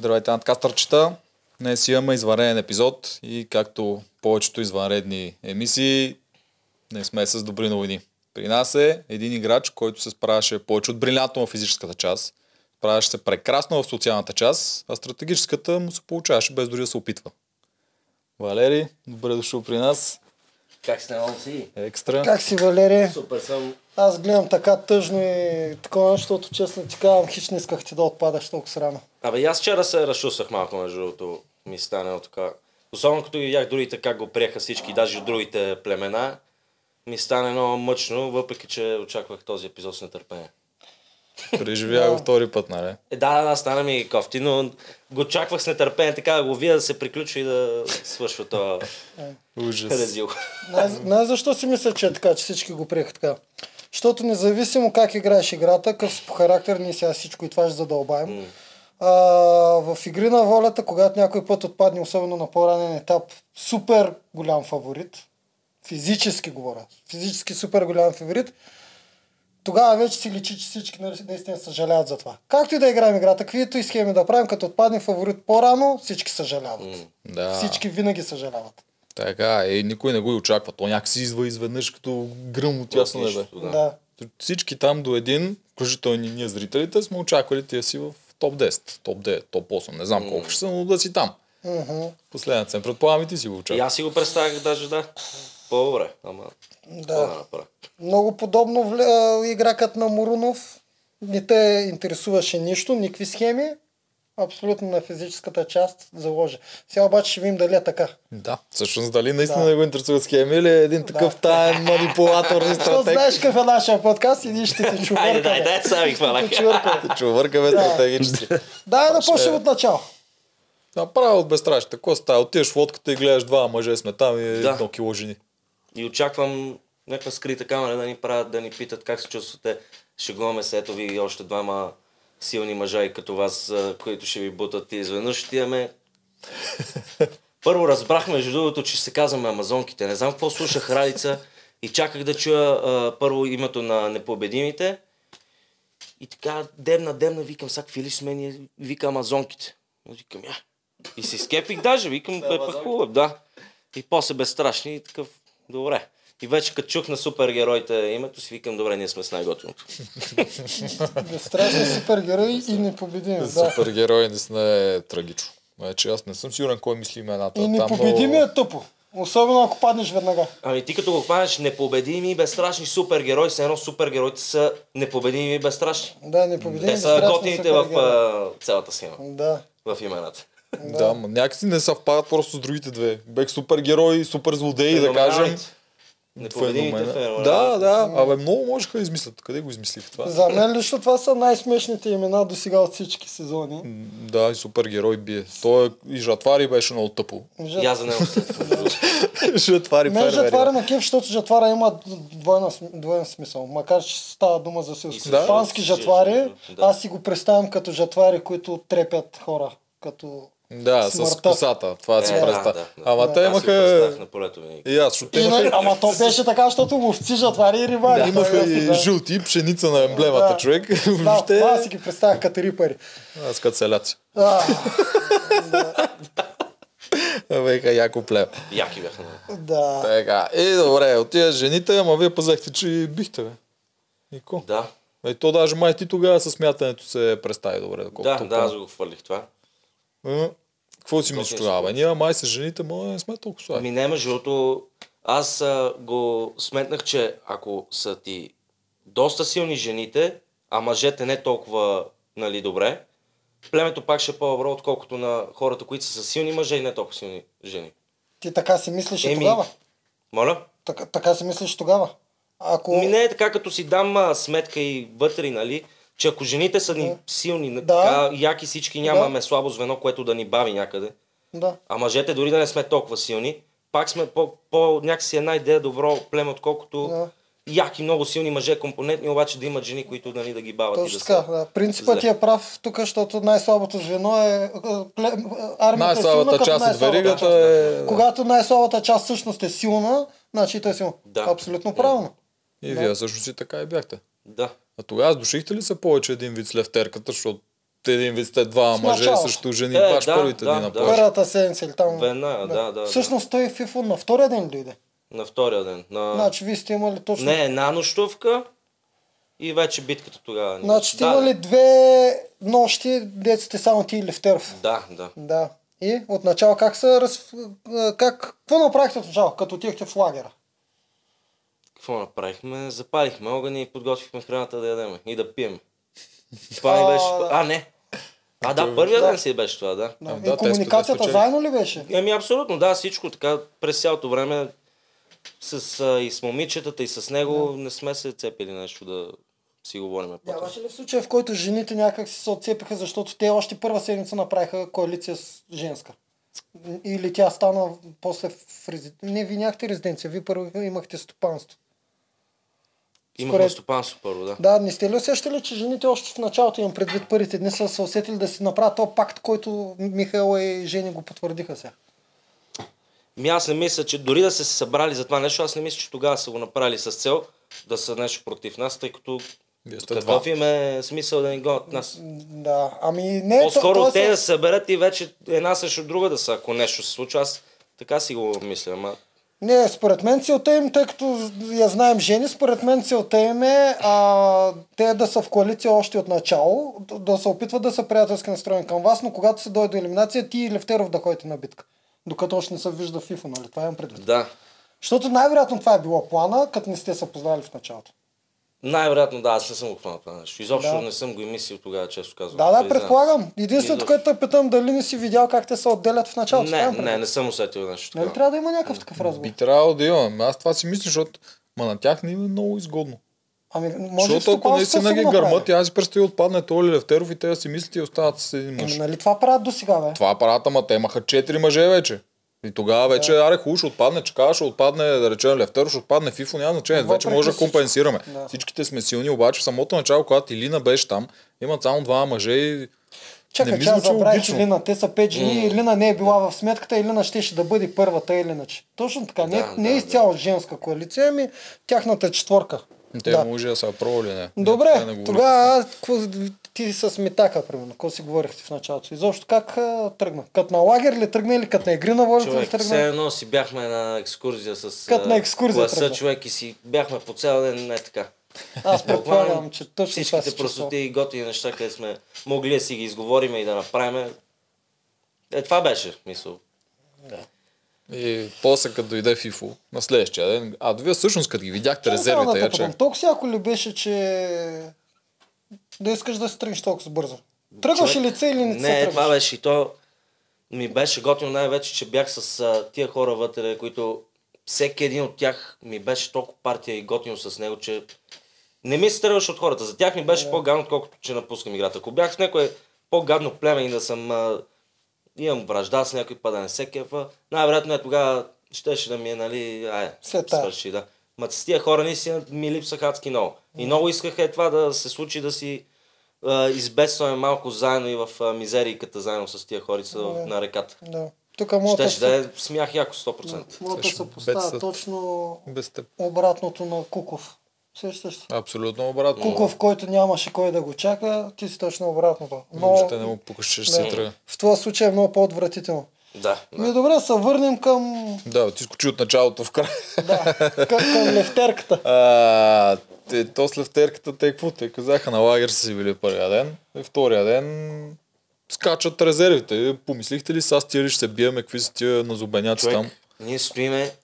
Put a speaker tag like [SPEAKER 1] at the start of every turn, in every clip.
[SPEAKER 1] Здравейте, надкастърчета. Днес имаме извънреден епизод и както повечето извънредни емисии, не сме с добри новини. При нас е един играч, който се справяше повече от брилянтно в физическата част, справяше се прекрасно в социалната част, а стратегическата му се получаваше без дори да се опитва. Валери, добре дошъл при нас.
[SPEAKER 2] Как сте на си?
[SPEAKER 1] Екстра.
[SPEAKER 3] Как си, Валерия?
[SPEAKER 2] Супер съм.
[SPEAKER 3] Аз гледам така тъжно и такова, защото честно ти казвам, хич не исках ти да отпадаш толкова срано.
[SPEAKER 2] Абе, и аз вчера се разшусах малко, между другото. Ми стана така. Особено като видях другите как го приеха всички, даже от другите племена, ми стана много мъчно, въпреки че очаквах този епизод с нетърпение.
[SPEAKER 1] Преживя го втори път, нали?
[SPEAKER 2] Е, да, да, да, стана ми кофти, но го очаквах с нетърпение, така да го видя да се приключи и да свършва това
[SPEAKER 1] Ужас.
[SPEAKER 2] хадезил.
[SPEAKER 3] Най- Знаеш защо си мисля, че е така, че всички го приеха така? Защото независимо как играеш играта, какъв си по характер, ние сега всичко и това ще задълбаем. А, в игри на волята, когато някой път отпадне, особено на по-ранен етап, супер голям фаворит, физически говоря, физически супер голям фаворит, тогава вече си личи, че всички на- наистина съжаляват за това. Както и да играем играта, каквито и схеми да правим, като отпадне фаворит по-рано, всички съжаляват.
[SPEAKER 1] Да.
[SPEAKER 3] Всички винаги съжаляват.
[SPEAKER 1] Така, е, никой не го и очаква. То някакси идва изведнъж като гръм от ясно небе.
[SPEAKER 2] Нищо,
[SPEAKER 3] Да. да.
[SPEAKER 1] Всички там до един, включително и ние зрителите, сме очаквали тия си в топ 10, топ 9, топ 8, не знам колко ще са, но да си там.
[SPEAKER 3] Мгм.
[SPEAKER 1] Последният съм, предполагам и ти си го
[SPEAKER 2] И
[SPEAKER 1] очаква.
[SPEAKER 2] аз си го представях даже, да. По-добре, ама... какво Да.
[SPEAKER 3] Да.
[SPEAKER 2] направя?
[SPEAKER 3] Много подобно вля... а, игра като на Морунов. Не те интересуваше нищо, никакви схеми. Абсолютно на физическата част заложи. Сега обаче ще видим дали е така.
[SPEAKER 1] Да, всъщност дали наистина
[SPEAKER 3] Да.
[SPEAKER 1] не го интересува схеми или е един такъв таен манипулатор и
[SPEAKER 3] Защото
[SPEAKER 1] стратег.
[SPEAKER 3] знаеш какъв е нашия подкаст и ние ще те
[SPEAKER 2] Айде, дай,
[SPEAKER 3] чувъркаме.
[SPEAKER 2] дай, сега ми хванах.
[SPEAKER 3] Ще чувъркаме.
[SPEAKER 1] Човъркаме стратегически.
[SPEAKER 3] Дай да почнем от начало.
[SPEAKER 1] Направо от безстрашно. Какво става? Отиваш в лодката и гледаш два мъже сме там и
[SPEAKER 2] Да.
[SPEAKER 1] едно кило жени.
[SPEAKER 2] И очаквам някаква скрита камера да ни правят, да ни питат как се чувствате. Шегуваме се, ето ви още двама силни мъжа и като вас, а, които ще ви бутат и изведнъж ще имаме. Първо разбрахме, между другото, че се казваме Амазонките. Не знам какво слушах Радица и чаках да чуя а, първо името на непобедимите. И така, демна, демна, викам, сега какви ли сме ние, вика Амазонките. Аз Викам, я. И се скепих даже, викам, бе, пък хубав, да. И после безстрашни и такъв, добре. И вече като чух на супергероите името си, викам, добре, ние сме с най-готиното.
[SPEAKER 3] Безстрашни супергерой и непобедими. Да.
[SPEAKER 1] Супергерой не е трагично. Значи аз не съм сигурен кой мисли имената.
[SPEAKER 3] И
[SPEAKER 1] Там много-
[SPEAKER 3] непобедими е тъпо. Особено ако паднеш веднага.
[SPEAKER 2] Ами ти като го хванеш непобедими и безстрашни супергерои, все едно супергероите са непобедими и безстрашни.
[SPEAKER 3] Да, непобедими.
[SPEAKER 2] Те са
[SPEAKER 3] безстрашни
[SPEAKER 2] готините в
[SPEAKER 3] супергерой.
[SPEAKER 2] а, цялата схема,
[SPEAKER 3] Да.
[SPEAKER 2] в имената.
[SPEAKER 1] Да, да ма, някакси не съвпадат просто с другите две. Бех супергерой, супер злодеи, да кажем.
[SPEAKER 2] Феноменалните. Непобедимите
[SPEAKER 1] Феномена.
[SPEAKER 2] феноменалните.
[SPEAKER 1] Да, да. Абе, много можеха да измислят. Къде го измислих това?
[SPEAKER 3] За мен лично това са най-смешните имена до сега от всички сезони.
[SPEAKER 1] М, Да, и супергерой бие. Той е- и жатвари беше много тъпо.
[SPEAKER 2] И аз за него след.
[SPEAKER 1] жатвари
[SPEAKER 3] Мен
[SPEAKER 1] фермери.
[SPEAKER 3] жатвара на кеф, защото жатвара има двойна, см- двоен смисъл. Макар, че става дума за селскостопански
[SPEAKER 2] Да.
[SPEAKER 3] жатвари,
[SPEAKER 2] Да.
[SPEAKER 3] аз си го представям като жатвари, които трепят хора. Като...
[SPEAKER 1] Да, с
[SPEAKER 3] Смъртта.
[SPEAKER 1] косата. Това си
[SPEAKER 2] Е, да,
[SPEAKER 1] преста.
[SPEAKER 2] да, да.
[SPEAKER 1] Ама те
[SPEAKER 2] Аз си го представях
[SPEAKER 1] имаха...
[SPEAKER 2] на полето винаги.
[SPEAKER 1] И аз, защото те
[SPEAKER 3] И,
[SPEAKER 1] имаха...
[SPEAKER 3] на- ама то беше така, защото ловци, жатвари и рибари.
[SPEAKER 1] Да, имаха
[SPEAKER 3] Той
[SPEAKER 1] и
[SPEAKER 3] да-
[SPEAKER 1] жълти, пшеница на емблемата,
[SPEAKER 3] Да.
[SPEAKER 1] човек.
[SPEAKER 3] Да,
[SPEAKER 1] Въобще,
[SPEAKER 3] това си ги представях като рипари.
[SPEAKER 1] аз като селяци.
[SPEAKER 3] А,
[SPEAKER 1] Веха, яко плева.
[SPEAKER 2] Яки бяха. нали. много.
[SPEAKER 3] да.
[SPEAKER 1] Така, и добре, отида жените, ама вие пазахте, че бихте, бе. Нико.
[SPEAKER 2] Да,
[SPEAKER 1] Да. И то даже май ти тогава с мятането се представи добре.
[SPEAKER 2] да,
[SPEAKER 1] Доколкото
[SPEAKER 2] да, аз го хвърлих това.
[SPEAKER 1] да. Какво си мислиш
[SPEAKER 2] Точно
[SPEAKER 1] тогава? Бе, Ние май с жените, ма не сме толкова слаби.
[SPEAKER 2] Ами не, между другото, аз а, го сметнах, че ако са ти доста силни жените, а мъжете не толкова нали, добре, племето пак ще е по-добро, отколкото на хората, които са с силни мъже и не толкова силни жени.
[SPEAKER 3] Ти така си мислиш и тогава?
[SPEAKER 2] моля?
[SPEAKER 3] Така, така си мислиш тогава? Ако...
[SPEAKER 2] Ми не е така, като си дам а, сметка и вътре, нали, че ако жените са ни силни,
[SPEAKER 3] Да.
[SPEAKER 2] така, яки всички,
[SPEAKER 3] Да.
[SPEAKER 2] нямаме слабо звено, което да ни бави някъде.
[SPEAKER 3] Да.
[SPEAKER 2] А мъжете, дори да не сме толкова силни, пак сме по, по някакси една идея добро племе, отколкото
[SPEAKER 3] Да.
[SPEAKER 2] яки, много силни мъже, компонентни, обаче да имат жени, които нали, да ги бават и
[SPEAKER 3] Точно
[SPEAKER 2] да
[SPEAKER 3] така,
[SPEAKER 2] са.
[SPEAKER 3] да. Принципът
[SPEAKER 2] зле.
[SPEAKER 3] ти е прав тук, защото най-слабото звено е а, плем- армията е силна,
[SPEAKER 1] Най-слабата
[SPEAKER 3] като
[SPEAKER 1] част от
[SPEAKER 3] най-слабата
[SPEAKER 1] веригата
[SPEAKER 3] част.
[SPEAKER 1] е...
[SPEAKER 3] Когато най-слабата част всъщност е силна, значи той е силна.
[SPEAKER 2] Да.
[SPEAKER 3] Абсолютно правилно.
[SPEAKER 1] И вие всъщност и така и бяхте.
[SPEAKER 2] Да.
[SPEAKER 1] А тогава сдушихте ли се повече един вид с левтерката, защото един вид сте два
[SPEAKER 3] В
[SPEAKER 1] мъже
[SPEAKER 3] началото.
[SPEAKER 1] срещу жени,
[SPEAKER 2] Е,
[SPEAKER 1] баш
[SPEAKER 2] да,
[SPEAKER 1] първите
[SPEAKER 2] да,
[SPEAKER 1] дни на
[SPEAKER 2] да.
[SPEAKER 1] плажа.
[SPEAKER 3] Първата седмица или там.
[SPEAKER 2] Веднага, да, да, да.
[SPEAKER 3] Всъщност той в ИФО на втория ден дойде.
[SPEAKER 2] На втория ден. На...
[SPEAKER 3] Значи вие сте имали точно...
[SPEAKER 2] Не, една нощувка и вече битката тогава. ни-
[SPEAKER 3] Значи сте
[SPEAKER 2] да,
[SPEAKER 3] имали две нощи, деците само ти и Левтеров.
[SPEAKER 2] Да, да.
[SPEAKER 3] Да. И от начало как са... Раз... е, Как... Какво направихте от начало, като отихте в лагера?
[SPEAKER 2] Какво направихме? Запалихме огъня и подготвихме храната да ядем и да пием. Това ни беше...
[SPEAKER 3] А, да.
[SPEAKER 2] А, не. А, да, първия
[SPEAKER 3] Да.
[SPEAKER 2] ден си беше това, да.
[SPEAKER 3] Да.
[SPEAKER 1] Ами
[SPEAKER 3] и
[SPEAKER 1] да, те
[SPEAKER 3] комуникацията
[SPEAKER 1] спечели.
[SPEAKER 3] заедно ли беше?
[SPEAKER 2] Ами абсолютно, да, всичко така през цялото време с, а, и с момичетата, и с него не сме се цепили нещо да си говорим по това.
[SPEAKER 3] Нямаше ли случай, в който жените някак си се отцепиха, защото те още първа седмица направиха коалиция с женска? Или тя стана после в резиденция? Не, ви нямахте резиденция, ви първо имахте стопанство.
[SPEAKER 2] Имахме
[SPEAKER 3] Според-
[SPEAKER 2] стопанство първо, да.
[SPEAKER 3] Да, не сте ли усещали, че жените още в началото им предвид първите дни са се усетили да си направят този пакт, който Михаила и Жени го потвърдиха сега?
[SPEAKER 2] Ми Ами, аз не мисля, че дори да са се събрали за това нещо, аз не мисля, че тогава са го направили с цел да са нещо против нас, тъй като
[SPEAKER 1] Вие сте два.
[SPEAKER 2] какъв им е смисъл да ни гонят нас.
[SPEAKER 3] Да, ами не...
[SPEAKER 2] По-скоро
[SPEAKER 3] то-
[SPEAKER 2] те
[SPEAKER 3] то е
[SPEAKER 2] да
[SPEAKER 3] с-
[SPEAKER 2] се съберат и вече една срещу друга да са, ако нещо се случва. Аз така си го мисля, ама
[SPEAKER 3] Не, според мен целта им, тъй като я знаем жени, според мен целта им е а, те да са в коалиция още от начало, да- да се опитват да са приятелски настроени към вас, но когато се дойде до елиминация, ти и Левтеров да ходите на битка. Докато още не се вижда в FIFA, нали? Това имам предвид.
[SPEAKER 2] да.
[SPEAKER 3] Защото най-вероятно това е било плана, като не сте се познали в началото.
[SPEAKER 2] Най-вероятно да, аз не съм го хванал това нещо. Изобщо
[SPEAKER 3] Да.
[SPEAKER 2] не съм го и мислил тогава, често казвам.
[SPEAKER 3] Да, да,
[SPEAKER 2] Признавам.
[SPEAKER 3] предполагам. Единственото,
[SPEAKER 2] Изобщо.
[SPEAKER 3] което те питам, дали не си видял как те се отделят в началото. Това
[SPEAKER 2] Не,
[SPEAKER 3] имам предвид.
[SPEAKER 2] не, не съм усетил нещо.
[SPEAKER 3] Нали
[SPEAKER 2] такова.
[SPEAKER 3] трябва да има някакъв такъв разговор?
[SPEAKER 1] Би трябвало да имам. Аз това си мисля, защото Ма на тях не им е много изгодно.
[SPEAKER 3] Ами, може
[SPEAKER 1] Може
[SPEAKER 3] и в
[SPEAKER 1] защото ако не
[SPEAKER 3] стопанството
[SPEAKER 1] си
[SPEAKER 3] са
[SPEAKER 1] на
[SPEAKER 3] го
[SPEAKER 1] ги
[SPEAKER 3] направили.
[SPEAKER 1] гърмат, и аз си представи отпадне Толи Левтеров и те да си мислят и остават с един мъж.
[SPEAKER 3] Ами, нали това правят до сега, бе?
[SPEAKER 1] Това апарата, ма те имаха 4 мъже вече. И тогава вече, да. аре, хубаво ще отпадне, чакава ще отпадне, да речем, Левтеров ще отпадне, Фифо, няма значение.
[SPEAKER 3] Въпреки
[SPEAKER 1] вече може да
[SPEAKER 3] всичко.
[SPEAKER 1] компенсираме.
[SPEAKER 3] Да.
[SPEAKER 1] Всичките сме силни, обаче в самото начало, когато Илина беше там, имат само два мъже и
[SPEAKER 3] Чакай,
[SPEAKER 1] не ми
[SPEAKER 3] че аз
[SPEAKER 1] звучи
[SPEAKER 3] забравих
[SPEAKER 1] логично.
[SPEAKER 3] Илина. Те са пет жени. Mm. Илина не е била в сметката. Илина щеше да бъде първата или иначе. Точно така. не, е-
[SPEAKER 2] Да,
[SPEAKER 3] не е
[SPEAKER 2] да,
[SPEAKER 3] изцяло женска коалиция, ами тяхната четворка.
[SPEAKER 1] Те
[SPEAKER 3] да.
[SPEAKER 1] да. може да са пробвали, не.
[SPEAKER 3] Добре,
[SPEAKER 1] не, не
[SPEAKER 3] тогава аз- какво- ти с Митака, примерно, какво си говорихте в началото? Изобщо как а, тръгна? Кът на лагер ли тръгна или кът на игри на волята ли
[SPEAKER 2] Човек, все
[SPEAKER 3] тръгна?
[SPEAKER 2] едно си бяхме на екскурзия с
[SPEAKER 3] Като
[SPEAKER 2] а,
[SPEAKER 3] на екскурзия
[SPEAKER 2] класа,
[SPEAKER 3] тръгна.
[SPEAKER 2] човек и си бяхме по цял ден, не така.
[SPEAKER 3] Аз предполагам,
[SPEAKER 2] Буквално
[SPEAKER 3] че точно това
[SPEAKER 2] Всичките
[SPEAKER 3] се чувства.
[SPEAKER 2] простоти и готини неща, където сме могли да си ги изговорим и да направим. Е, това беше, мисъл.
[SPEAKER 1] И после като дойде Фифо, на следващия ден, а вие всъщност като ги видяхте
[SPEAKER 3] Чакай само
[SPEAKER 1] резервите,
[SPEAKER 3] да
[SPEAKER 1] я
[SPEAKER 3] тъпам.
[SPEAKER 1] че
[SPEAKER 3] Толкова сяко ли беше, че да искаш да се тръгнеш толкова бързо? Тръгваше
[SPEAKER 2] Човек,
[SPEAKER 3] ли це или не, се
[SPEAKER 2] Не,
[SPEAKER 3] тръгваш?
[SPEAKER 2] това беше и то ми беше готино най-вече, че бях с а, тия хора вътре, които всеки един от тях ми беше толкова партия и готино с него, че не ми се тръгваше от хората. За тях ми беше по-гадно, отколкото че напускам играта. Ако бях с някое по-гадно племе и да съм... А, имам вражда с някой па да не се кефа, най-вероятно е тогава щеше да ми е, нали, ай,
[SPEAKER 3] Се тая.
[SPEAKER 2] свърши, да. Ма с тия хора наистина ми липсаха адски много. И много искаха е това да се случи, да си а, избестваме малко заедно и в а, мизерийката заедно с тия хорица
[SPEAKER 3] Да.
[SPEAKER 2] в- на реката.
[SPEAKER 3] Да. Тук моята
[SPEAKER 2] Щеше да е смях яко 100%.
[SPEAKER 3] Моята
[SPEAKER 1] Също,
[SPEAKER 3] се поставя
[SPEAKER 1] бедстват.
[SPEAKER 3] точно
[SPEAKER 1] без теб.
[SPEAKER 3] обратното на Куков. Сещаш се?
[SPEAKER 1] Абсолютно обратно.
[SPEAKER 3] Куков, който нямаше кой да го чака, ти си точно обратното. Но
[SPEAKER 1] Въобще не му пукаш, че ще
[SPEAKER 3] да,
[SPEAKER 1] се тръгне.
[SPEAKER 3] в това случай е много по-отвратително.
[SPEAKER 2] Да. да.
[SPEAKER 3] Ми е добре, се върнем към,
[SPEAKER 1] Да, ти скочи от началото в края.
[SPEAKER 3] да, към, към лефтерката.
[SPEAKER 1] А, те, то с лефтерката, те какво? Те казаха на лагер са си били първия ден. И втория ден скачат резервите. Е, Помислихте ли, сега с тия ли ще се биеме, какви са тия назубеняци
[SPEAKER 2] Човек,
[SPEAKER 1] там?
[SPEAKER 2] ние стоиме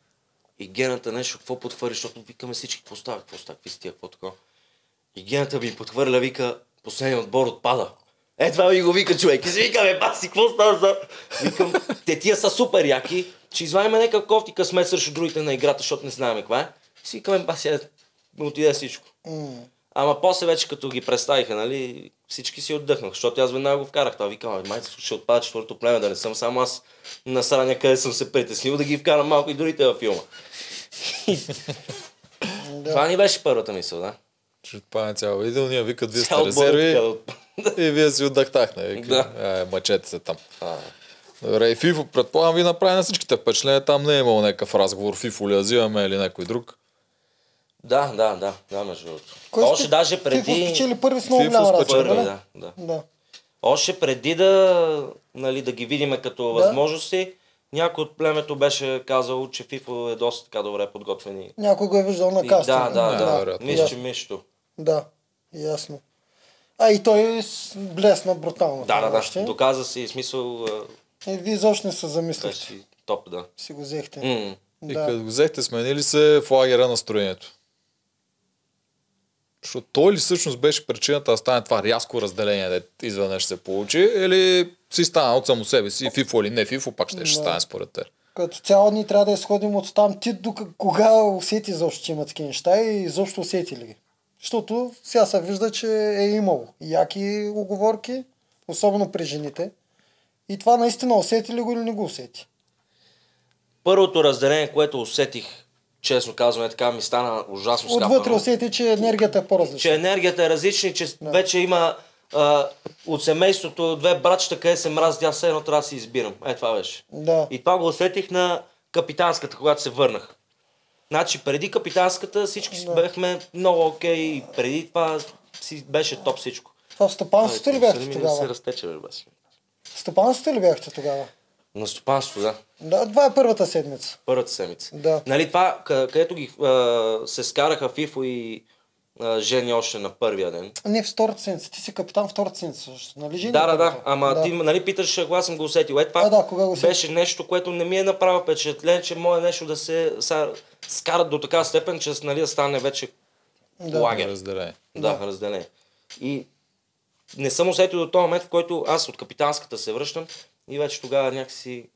[SPEAKER 2] и гената нещо, какво потвърди, защото викаме всички, какво става, какво става, какви стия, какво такова. И гената ми потвърля, вика, последният отбор отпада. Е, това ми го вика човек. Извикаме, паси, какво става за... Викам, те тия са супер яки, че извадиме някакъв кофти късмет срещу другите на играта, защото не знаем каква е. И си викаме, паси, е, отиде всичко. Ама после вече като ги представиха, нали, всички си отдъхнах, защото аз веднага го вкарах. Това викам, «Абе, май ще отпада четвърто племе, да не съм само аз на сраня, къде съм се притеснил, да ги вкарам малко и другите във филма. Това ни беше първата мисъл, да.
[SPEAKER 1] Че това е цяло видео, ние викат, вие сте
[SPEAKER 2] Цял отбор отиде да
[SPEAKER 1] резерви
[SPEAKER 2] отпада.
[SPEAKER 1] и вие си отдъхтахте. Вика,
[SPEAKER 2] Да.
[SPEAKER 1] Е, мъчете се там.
[SPEAKER 2] А,
[SPEAKER 1] Добре, и Фифо, предполагам, ви направи на всичките впечатления. Там не е имал някакъв разговор. Фифо ли я взимаме или някой друг.
[SPEAKER 2] Да, да, да, да, между другото.
[SPEAKER 3] Кой
[SPEAKER 2] Още
[SPEAKER 3] спе-
[SPEAKER 2] даже
[SPEAKER 3] Фифо
[SPEAKER 2] преди...
[SPEAKER 3] спечели първи с много
[SPEAKER 1] Фифо
[SPEAKER 3] голяма
[SPEAKER 1] спечели,
[SPEAKER 3] разлика,
[SPEAKER 2] Първи,
[SPEAKER 3] нали?
[SPEAKER 2] да, да.
[SPEAKER 3] Да.
[SPEAKER 2] Още преди да, нали, да ги видиме като да. възможности, някой от племето беше казал, че FIFA е доста така добре подготвени.
[SPEAKER 3] Някой го е виждал на
[SPEAKER 2] И
[SPEAKER 3] кастинг.
[SPEAKER 2] Да, да,
[SPEAKER 1] Да,
[SPEAKER 2] да. да.
[SPEAKER 1] вероятно.
[SPEAKER 2] Мисля,
[SPEAKER 1] Да.
[SPEAKER 2] че Мишто.
[SPEAKER 3] Да, ясно. А и той с- блесна брутално.
[SPEAKER 2] Да, да,
[SPEAKER 3] още.
[SPEAKER 2] да. Доказа си смисъл, а,
[SPEAKER 3] Е, вие изобщо не се
[SPEAKER 2] той
[SPEAKER 3] замислихте.
[SPEAKER 2] си топ, да.
[SPEAKER 3] Си го взехте.
[SPEAKER 2] М.
[SPEAKER 1] И
[SPEAKER 3] Да.
[SPEAKER 1] като го взехте, сменили се флагера настроението. Защото той ли всъщност беше причината да стане това рязко разделение, да изведнъж се получи, или си стана от само себе си, фифо или не фифо, пак ще, ще
[SPEAKER 3] Да.
[SPEAKER 1] стане според те.
[SPEAKER 3] Като цяло ние трябва да изходим от там. Ти до к- кога усети изобщо, че има такива неща и изобщо усети ли ги? Защото сега се вижда, че е имало яки оговорки, особено при жените. И това наистина усети ли го или не го усети?
[SPEAKER 2] Първото разделение, което усетих, честно казвам, е така ми стана ужасно скапано.
[SPEAKER 3] Отвътре усети, че енергията е по-различна.
[SPEAKER 2] че енергията е различна, и че да. вече има а, от семейството две братчета, къде се мрази, аз все едно трябва да си избирам. Е, това беше.
[SPEAKER 3] Да.
[SPEAKER 2] И това го усетих на капитанската, когато се върнах. Значи преди капитанската всички си бяхме много окей, и преди това си беше топ всичко.
[SPEAKER 3] Това в стопанството ли
[SPEAKER 2] Ай,
[SPEAKER 3] бяхте
[SPEAKER 2] сърми да Ами, се
[SPEAKER 3] тогава?
[SPEAKER 2] разтече, бе, бас.
[SPEAKER 3] В стопанството ли бяхте тогава?
[SPEAKER 2] На стопанство, да.
[SPEAKER 3] Да, това е първата седмица.
[SPEAKER 2] Първата седмица.
[SPEAKER 3] Да.
[SPEAKER 2] Нали това, къ- където ги а, се скараха Фифо и а, Жени още на първия ден.
[SPEAKER 3] Не, втората седмица. Ти си капитан втората седмица. Нали, жени?
[SPEAKER 2] Да, да, да.
[SPEAKER 3] Капитан.
[SPEAKER 2] Ама ти нали питаш, кога съм го усетил. Е, това
[SPEAKER 3] А, да, кога го усетих?
[SPEAKER 2] беше нещо, което не ми е направо впечатление, че мое нещо да се са, скарат до така степен, че с, нали, да стане вече
[SPEAKER 3] Да.
[SPEAKER 2] лагер.
[SPEAKER 1] Разделение.
[SPEAKER 2] Да, да. разделение. И не съм усетил до този момент, в който аз от капитанската се връщам и вече тогава някакси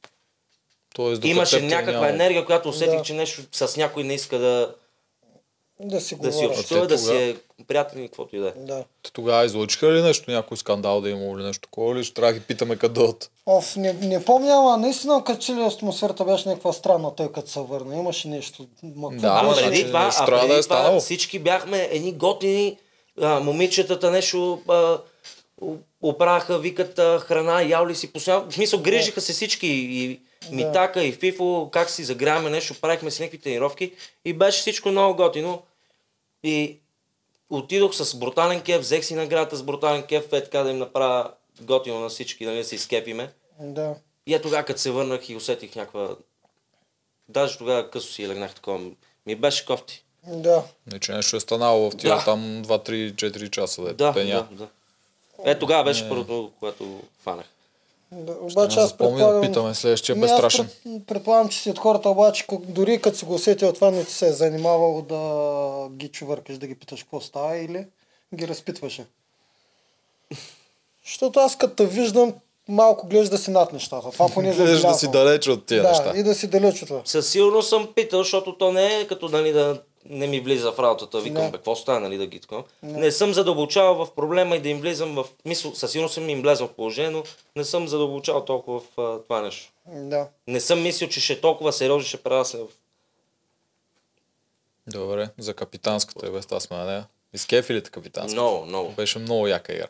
[SPEAKER 1] Тоест, докато
[SPEAKER 2] имаше
[SPEAKER 1] теб те
[SPEAKER 2] някаква
[SPEAKER 1] няма-
[SPEAKER 2] енергия, която усетих,
[SPEAKER 3] Да.
[SPEAKER 2] че нещо с някой не иска да,
[SPEAKER 3] Да си
[SPEAKER 2] да си
[SPEAKER 3] говориш.
[SPEAKER 2] общува, да си
[SPEAKER 1] тогава-
[SPEAKER 2] е приятен и каквото и да е.
[SPEAKER 3] Да.
[SPEAKER 1] Те Тогава излучиха ли нещо, някой скандал да има или нещо такова, или ще трябва да ги питаме къде от?
[SPEAKER 3] Оф, не, не помня, ама наистина като че ли атмосферата беше някаква странна, той като се върна. Имаше нещо. Ма, какво
[SPEAKER 1] Да,
[SPEAKER 2] А
[SPEAKER 1] ама
[SPEAKER 3] беше?
[SPEAKER 2] преди
[SPEAKER 1] значи
[SPEAKER 2] това,
[SPEAKER 1] нещо
[SPEAKER 2] а
[SPEAKER 1] трябва
[SPEAKER 2] преди
[SPEAKER 1] да е
[SPEAKER 2] това
[SPEAKER 1] станало.
[SPEAKER 2] всички бяхме едни готини, а, момичетата нещо а, у- оправяха, викат а, храна, ял ли си посял. В смисъл, грижиха се всички и Митака, и Фифо, как си загряваме нещо, правихме си някакви тренировки и беше всичко много готино. И отидох с брутален кеф, взех си наградата с брутален кеф, е така да им направя готино на всички, нали, да се изкепиме.
[SPEAKER 3] Да.
[SPEAKER 2] И е тогава, като се върнах и усетих някаква... Даже тогава късо си легнах такова. Ми беше кофти.
[SPEAKER 3] Да.
[SPEAKER 1] Не, че нещо е станало в тия
[SPEAKER 2] Да.
[SPEAKER 1] там 2-3-4 часа. Да,
[SPEAKER 2] Да,
[SPEAKER 1] те
[SPEAKER 2] да,
[SPEAKER 1] няма.
[SPEAKER 2] да. Е, тогава беше първото, когато фанах.
[SPEAKER 3] да. Обаче аз
[SPEAKER 1] Запомни да
[SPEAKER 3] предполагам...
[SPEAKER 1] питаме следващия
[SPEAKER 3] Ами аз
[SPEAKER 1] безстрашен.
[SPEAKER 3] пред- Предполагам, че си от хората, обаче ко- дори като си го усетил това, не ти се е занимавал да ги чувъркаш, да ги питаш какво става или ги разпитваше. Защото аз като те виждам, малко гледаш да си над нещата. Това поне
[SPEAKER 1] Гледаш да си
[SPEAKER 3] забелязвам.
[SPEAKER 1] далеч от тия
[SPEAKER 3] да,
[SPEAKER 1] неща.
[SPEAKER 3] и да си далеч от това.
[SPEAKER 2] Със сигурност съм питал, защото то не е като нали, да не ми влиза в работата. Викам,
[SPEAKER 3] Не.
[SPEAKER 2] бе, какво стана, нали, да ги такова. Не. съм задълбочавал в проблема и да им влизам в... Мисъл, със сигурност съм им влезал в положение, но не съм задълбочавал толкова в а, това нещо.
[SPEAKER 3] Да.
[SPEAKER 2] Не съм мислил, че ще е толкова сериозно ще прерасне в...
[SPEAKER 1] Добре, за капитанската е без тази сме на нея. Изкефи ли те капитанската?
[SPEAKER 2] Много, много.
[SPEAKER 1] Беше много яка игра.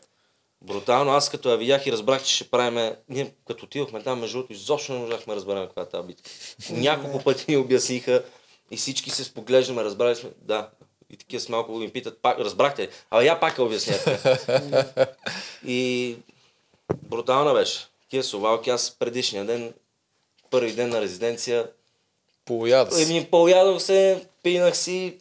[SPEAKER 2] Брутално, аз като я видях и разбрах, че ще правиме... Ние като отидохме там, между другото, изобщо не можахме да разберем каква е тази битка. Няколко пъти ни обясниха и всички се споглеждаме, разбрали сме. Да, и такива с малко ми питат, пак, разбрахте ли? А я пак я обяснях. и брутална беше. Такива совалки, аз предишния ден, първи ден на резиденция,
[SPEAKER 1] Полуяда
[SPEAKER 2] и
[SPEAKER 1] си.
[SPEAKER 2] ми поядох се, пинах си,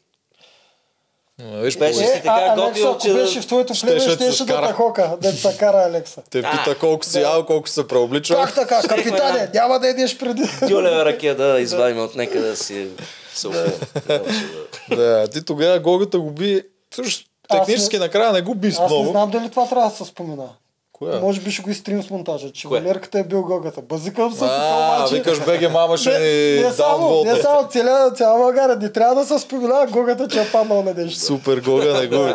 [SPEAKER 1] Ма, Виж,
[SPEAKER 2] Беше
[SPEAKER 1] полуяда.
[SPEAKER 2] си така
[SPEAKER 3] Е, а, Алекса,
[SPEAKER 2] готино,
[SPEAKER 3] ако
[SPEAKER 2] че да-
[SPEAKER 3] беше в твоето племе,
[SPEAKER 1] щеше да те
[SPEAKER 3] щеше да
[SPEAKER 1] скара.
[SPEAKER 3] те хока, да те кара Алекса.
[SPEAKER 1] Те пита колко си ял, колко се преобличал.
[SPEAKER 3] Как така,
[SPEAKER 2] Щрихме
[SPEAKER 3] капитане,
[SPEAKER 2] една-
[SPEAKER 3] няма да идеш преди.
[SPEAKER 2] тюлева ракия да извадим от нека да си се опъвам. Нямаше да-
[SPEAKER 1] Да, ти тогава Гогата го би... Също,
[SPEAKER 3] Аз
[SPEAKER 1] технически накрая не го би с
[SPEAKER 3] Аз не
[SPEAKER 1] много.
[SPEAKER 3] знам дали това трябва да се спомена.
[SPEAKER 1] Коя?
[SPEAKER 3] Може би ще го изтрим с монтажа, че
[SPEAKER 2] Кое?
[SPEAKER 3] Валерката е бил гогата. Базикам се тук,
[SPEAKER 1] А,
[SPEAKER 3] обаче...
[SPEAKER 1] викаш БГ мама ще
[SPEAKER 3] не,
[SPEAKER 1] ни
[SPEAKER 3] не,
[SPEAKER 1] дам
[SPEAKER 3] само, не
[SPEAKER 1] волта.
[SPEAKER 3] само цяла, цяла България. Не трябва да се спомена гогата, че е паднал на нещо.
[SPEAKER 1] Супер Гога не губи.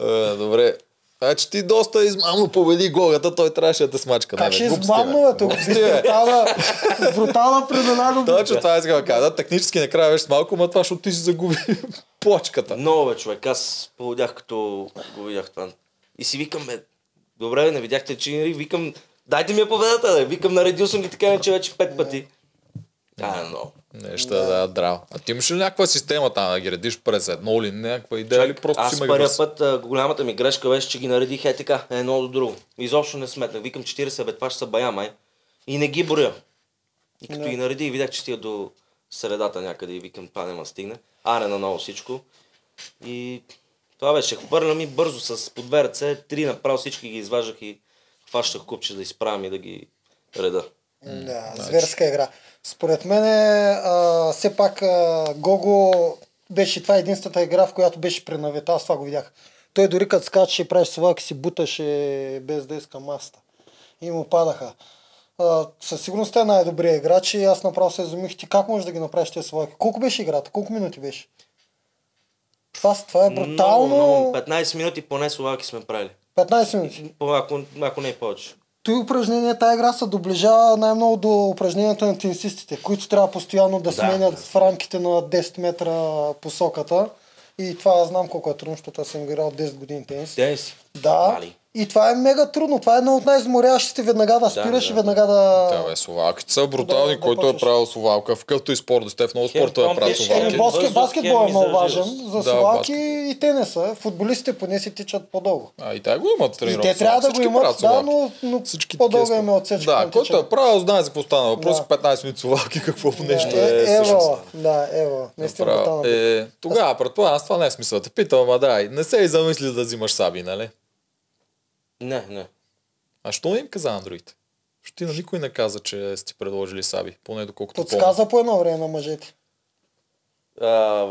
[SPEAKER 1] Е, Добре. Значи ти доста измамно победи Гогата, той трябваше да те смачка.
[SPEAKER 3] Как
[SPEAKER 1] Не,
[SPEAKER 3] ще
[SPEAKER 1] бе, глупости, бе.
[SPEAKER 3] измамно, бе, тук?
[SPEAKER 1] Глупости, бе.
[SPEAKER 3] С брутална предана го...
[SPEAKER 1] Точно това е искам да кажа. Да, Технически накрая беше с малко, но това, защото ти си загуби плочката.
[SPEAKER 2] Много бе, човек. Аз поводях като го видях това. И си викам, бе, добре, бе, не видяхте, че нали, викам, дайте ми я победата, да. Викам, наредил съм ги така, че вече пет пъти. Да, но.
[SPEAKER 1] Неща, да, да драма. А ти имаш ли някаква система там да ги редиш през едно или някаква идея или Нали просто
[SPEAKER 2] Аз
[SPEAKER 1] си ме
[SPEAKER 2] първия път а, голямата ми грешка беше, че ги наредих е така, едно до друго. Изобщо не сметнах. Викам 40, бе, това ще са бая май. И не ги броя. И като
[SPEAKER 3] Да.
[SPEAKER 2] ги наредих, видях, че стига до средата някъде и викам, това няма да стигне. Аре на ново всичко. И това беше. Хвърля ми бързо с по две ръце, три направо всички ги изваждах и хващах купче да изправям и да ги реда.
[SPEAKER 3] Да,
[SPEAKER 2] значи.
[SPEAKER 3] зверска игра. Според мен а, все пак а, Гого беше това е единствената игра, в която беше пренавет. Аз това го видях. Той дори като скачаше и правеше свалки, си буташе без да иска маста. И му падаха. А, със сигурност те е най-добрият играч и аз направо се изумих. Ти как можеш да ги направиш тези свалки? Колко беше играта? Колко минути беше? Това, това е брутално.
[SPEAKER 2] Много, много. 15 минути поне словаки сме правили.
[SPEAKER 3] 15 минути.
[SPEAKER 2] По- Ако, ако не е повече.
[SPEAKER 3] Той упражнение, тази игра се доближава най-много до упражненията на тенисистите, които трябва постоянно да,
[SPEAKER 2] Да.
[SPEAKER 3] сменят в рамките на 10 метра посоката. И това аз знам колко е трудно, защото аз съм играл 10 години тенис.
[SPEAKER 2] Денис.
[SPEAKER 3] Да.
[SPEAKER 2] Нали?
[SPEAKER 3] И това е мега трудно. Това е едно от най-изморящите. Веднага да спираш
[SPEAKER 2] да,
[SPEAKER 3] и веднага да...
[SPEAKER 1] Да, бе, словаките са брутални,
[SPEAKER 3] Да, да
[SPEAKER 1] който е
[SPEAKER 3] почваш.
[SPEAKER 1] правил словалка. В какъвто и спорт да сте, в много
[SPEAKER 2] Хем
[SPEAKER 1] спорт е
[SPEAKER 2] там
[SPEAKER 1] правил
[SPEAKER 2] беше,
[SPEAKER 1] словалки.
[SPEAKER 3] Е,
[SPEAKER 2] бос-
[SPEAKER 3] баскет,
[SPEAKER 2] Бързо,
[SPEAKER 3] баскетбол е
[SPEAKER 2] хем
[SPEAKER 3] много важен.
[SPEAKER 2] изразливост.
[SPEAKER 3] За
[SPEAKER 1] Да,
[SPEAKER 3] свалки
[SPEAKER 1] баскет.
[SPEAKER 3] и тениса. Футболистите поне си тичат по-дълго.
[SPEAKER 1] А и тя го имат
[SPEAKER 3] И
[SPEAKER 1] тренировка.
[SPEAKER 3] те трябва да
[SPEAKER 1] Всички
[SPEAKER 3] го имат,
[SPEAKER 1] правят
[SPEAKER 3] да,
[SPEAKER 1] словалки.
[SPEAKER 3] но, но
[SPEAKER 1] Всички
[SPEAKER 3] по-дълга
[SPEAKER 1] такива
[SPEAKER 3] им е отсечка.
[SPEAKER 1] Да, който е правил, знае за какво става въпрос.
[SPEAKER 3] Да.
[SPEAKER 1] 15 минути словалки, какво нещо
[SPEAKER 3] е,
[SPEAKER 1] е.
[SPEAKER 3] е,
[SPEAKER 1] всъщност.
[SPEAKER 3] ево, да, ево. Наистина
[SPEAKER 1] Направо.
[SPEAKER 3] брутална битка.
[SPEAKER 1] Е, тогава, предполагам, аз това не е смисъл. да Те питам, ама да, не се и замисли да взимаш саби, нали?
[SPEAKER 2] Не, не.
[SPEAKER 1] А що не им каза на другите? Що ти на никой не каза, че сте предложили саби, поне доколкото помня.
[SPEAKER 3] Подсказа по едно време на мъжете.
[SPEAKER 2] А,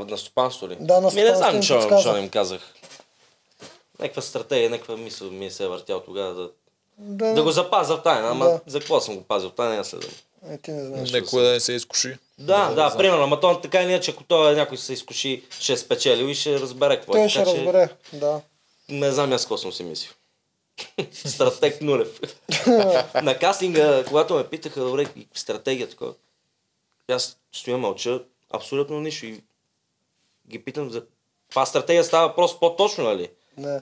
[SPEAKER 2] на стопанство ли?
[SPEAKER 3] Да, на
[SPEAKER 2] Ми не
[SPEAKER 3] стопанство им
[SPEAKER 2] знам, че
[SPEAKER 3] подсказах.
[SPEAKER 2] им казах. Някаква стратегия, някаква мисъл ми се е въртял тогава да,
[SPEAKER 3] Да,
[SPEAKER 2] да го запазя в тайна, ама
[SPEAKER 3] Да. за
[SPEAKER 2] за какво съм го пазил в тайна, следвам.
[SPEAKER 3] е, ти не знаеш.
[SPEAKER 1] Некой да не се изкуши.
[SPEAKER 2] Да, да,
[SPEAKER 1] знам.
[SPEAKER 2] примерно, ама то така или иначе, ако той някой се изкуши, ще е спечелил и ще разбере какво
[SPEAKER 3] Той
[SPEAKER 2] е.
[SPEAKER 3] ще разбере, да.
[SPEAKER 2] Че, не знам аз какво съм си мислил. Стратег Нулев. на кастинга, когато ме питаха, добре, и стратегия такова, аз стоя мълча, абсолютно нищо и ги питам за каква стратегия става въпрос по-точно, нали?
[SPEAKER 3] Не.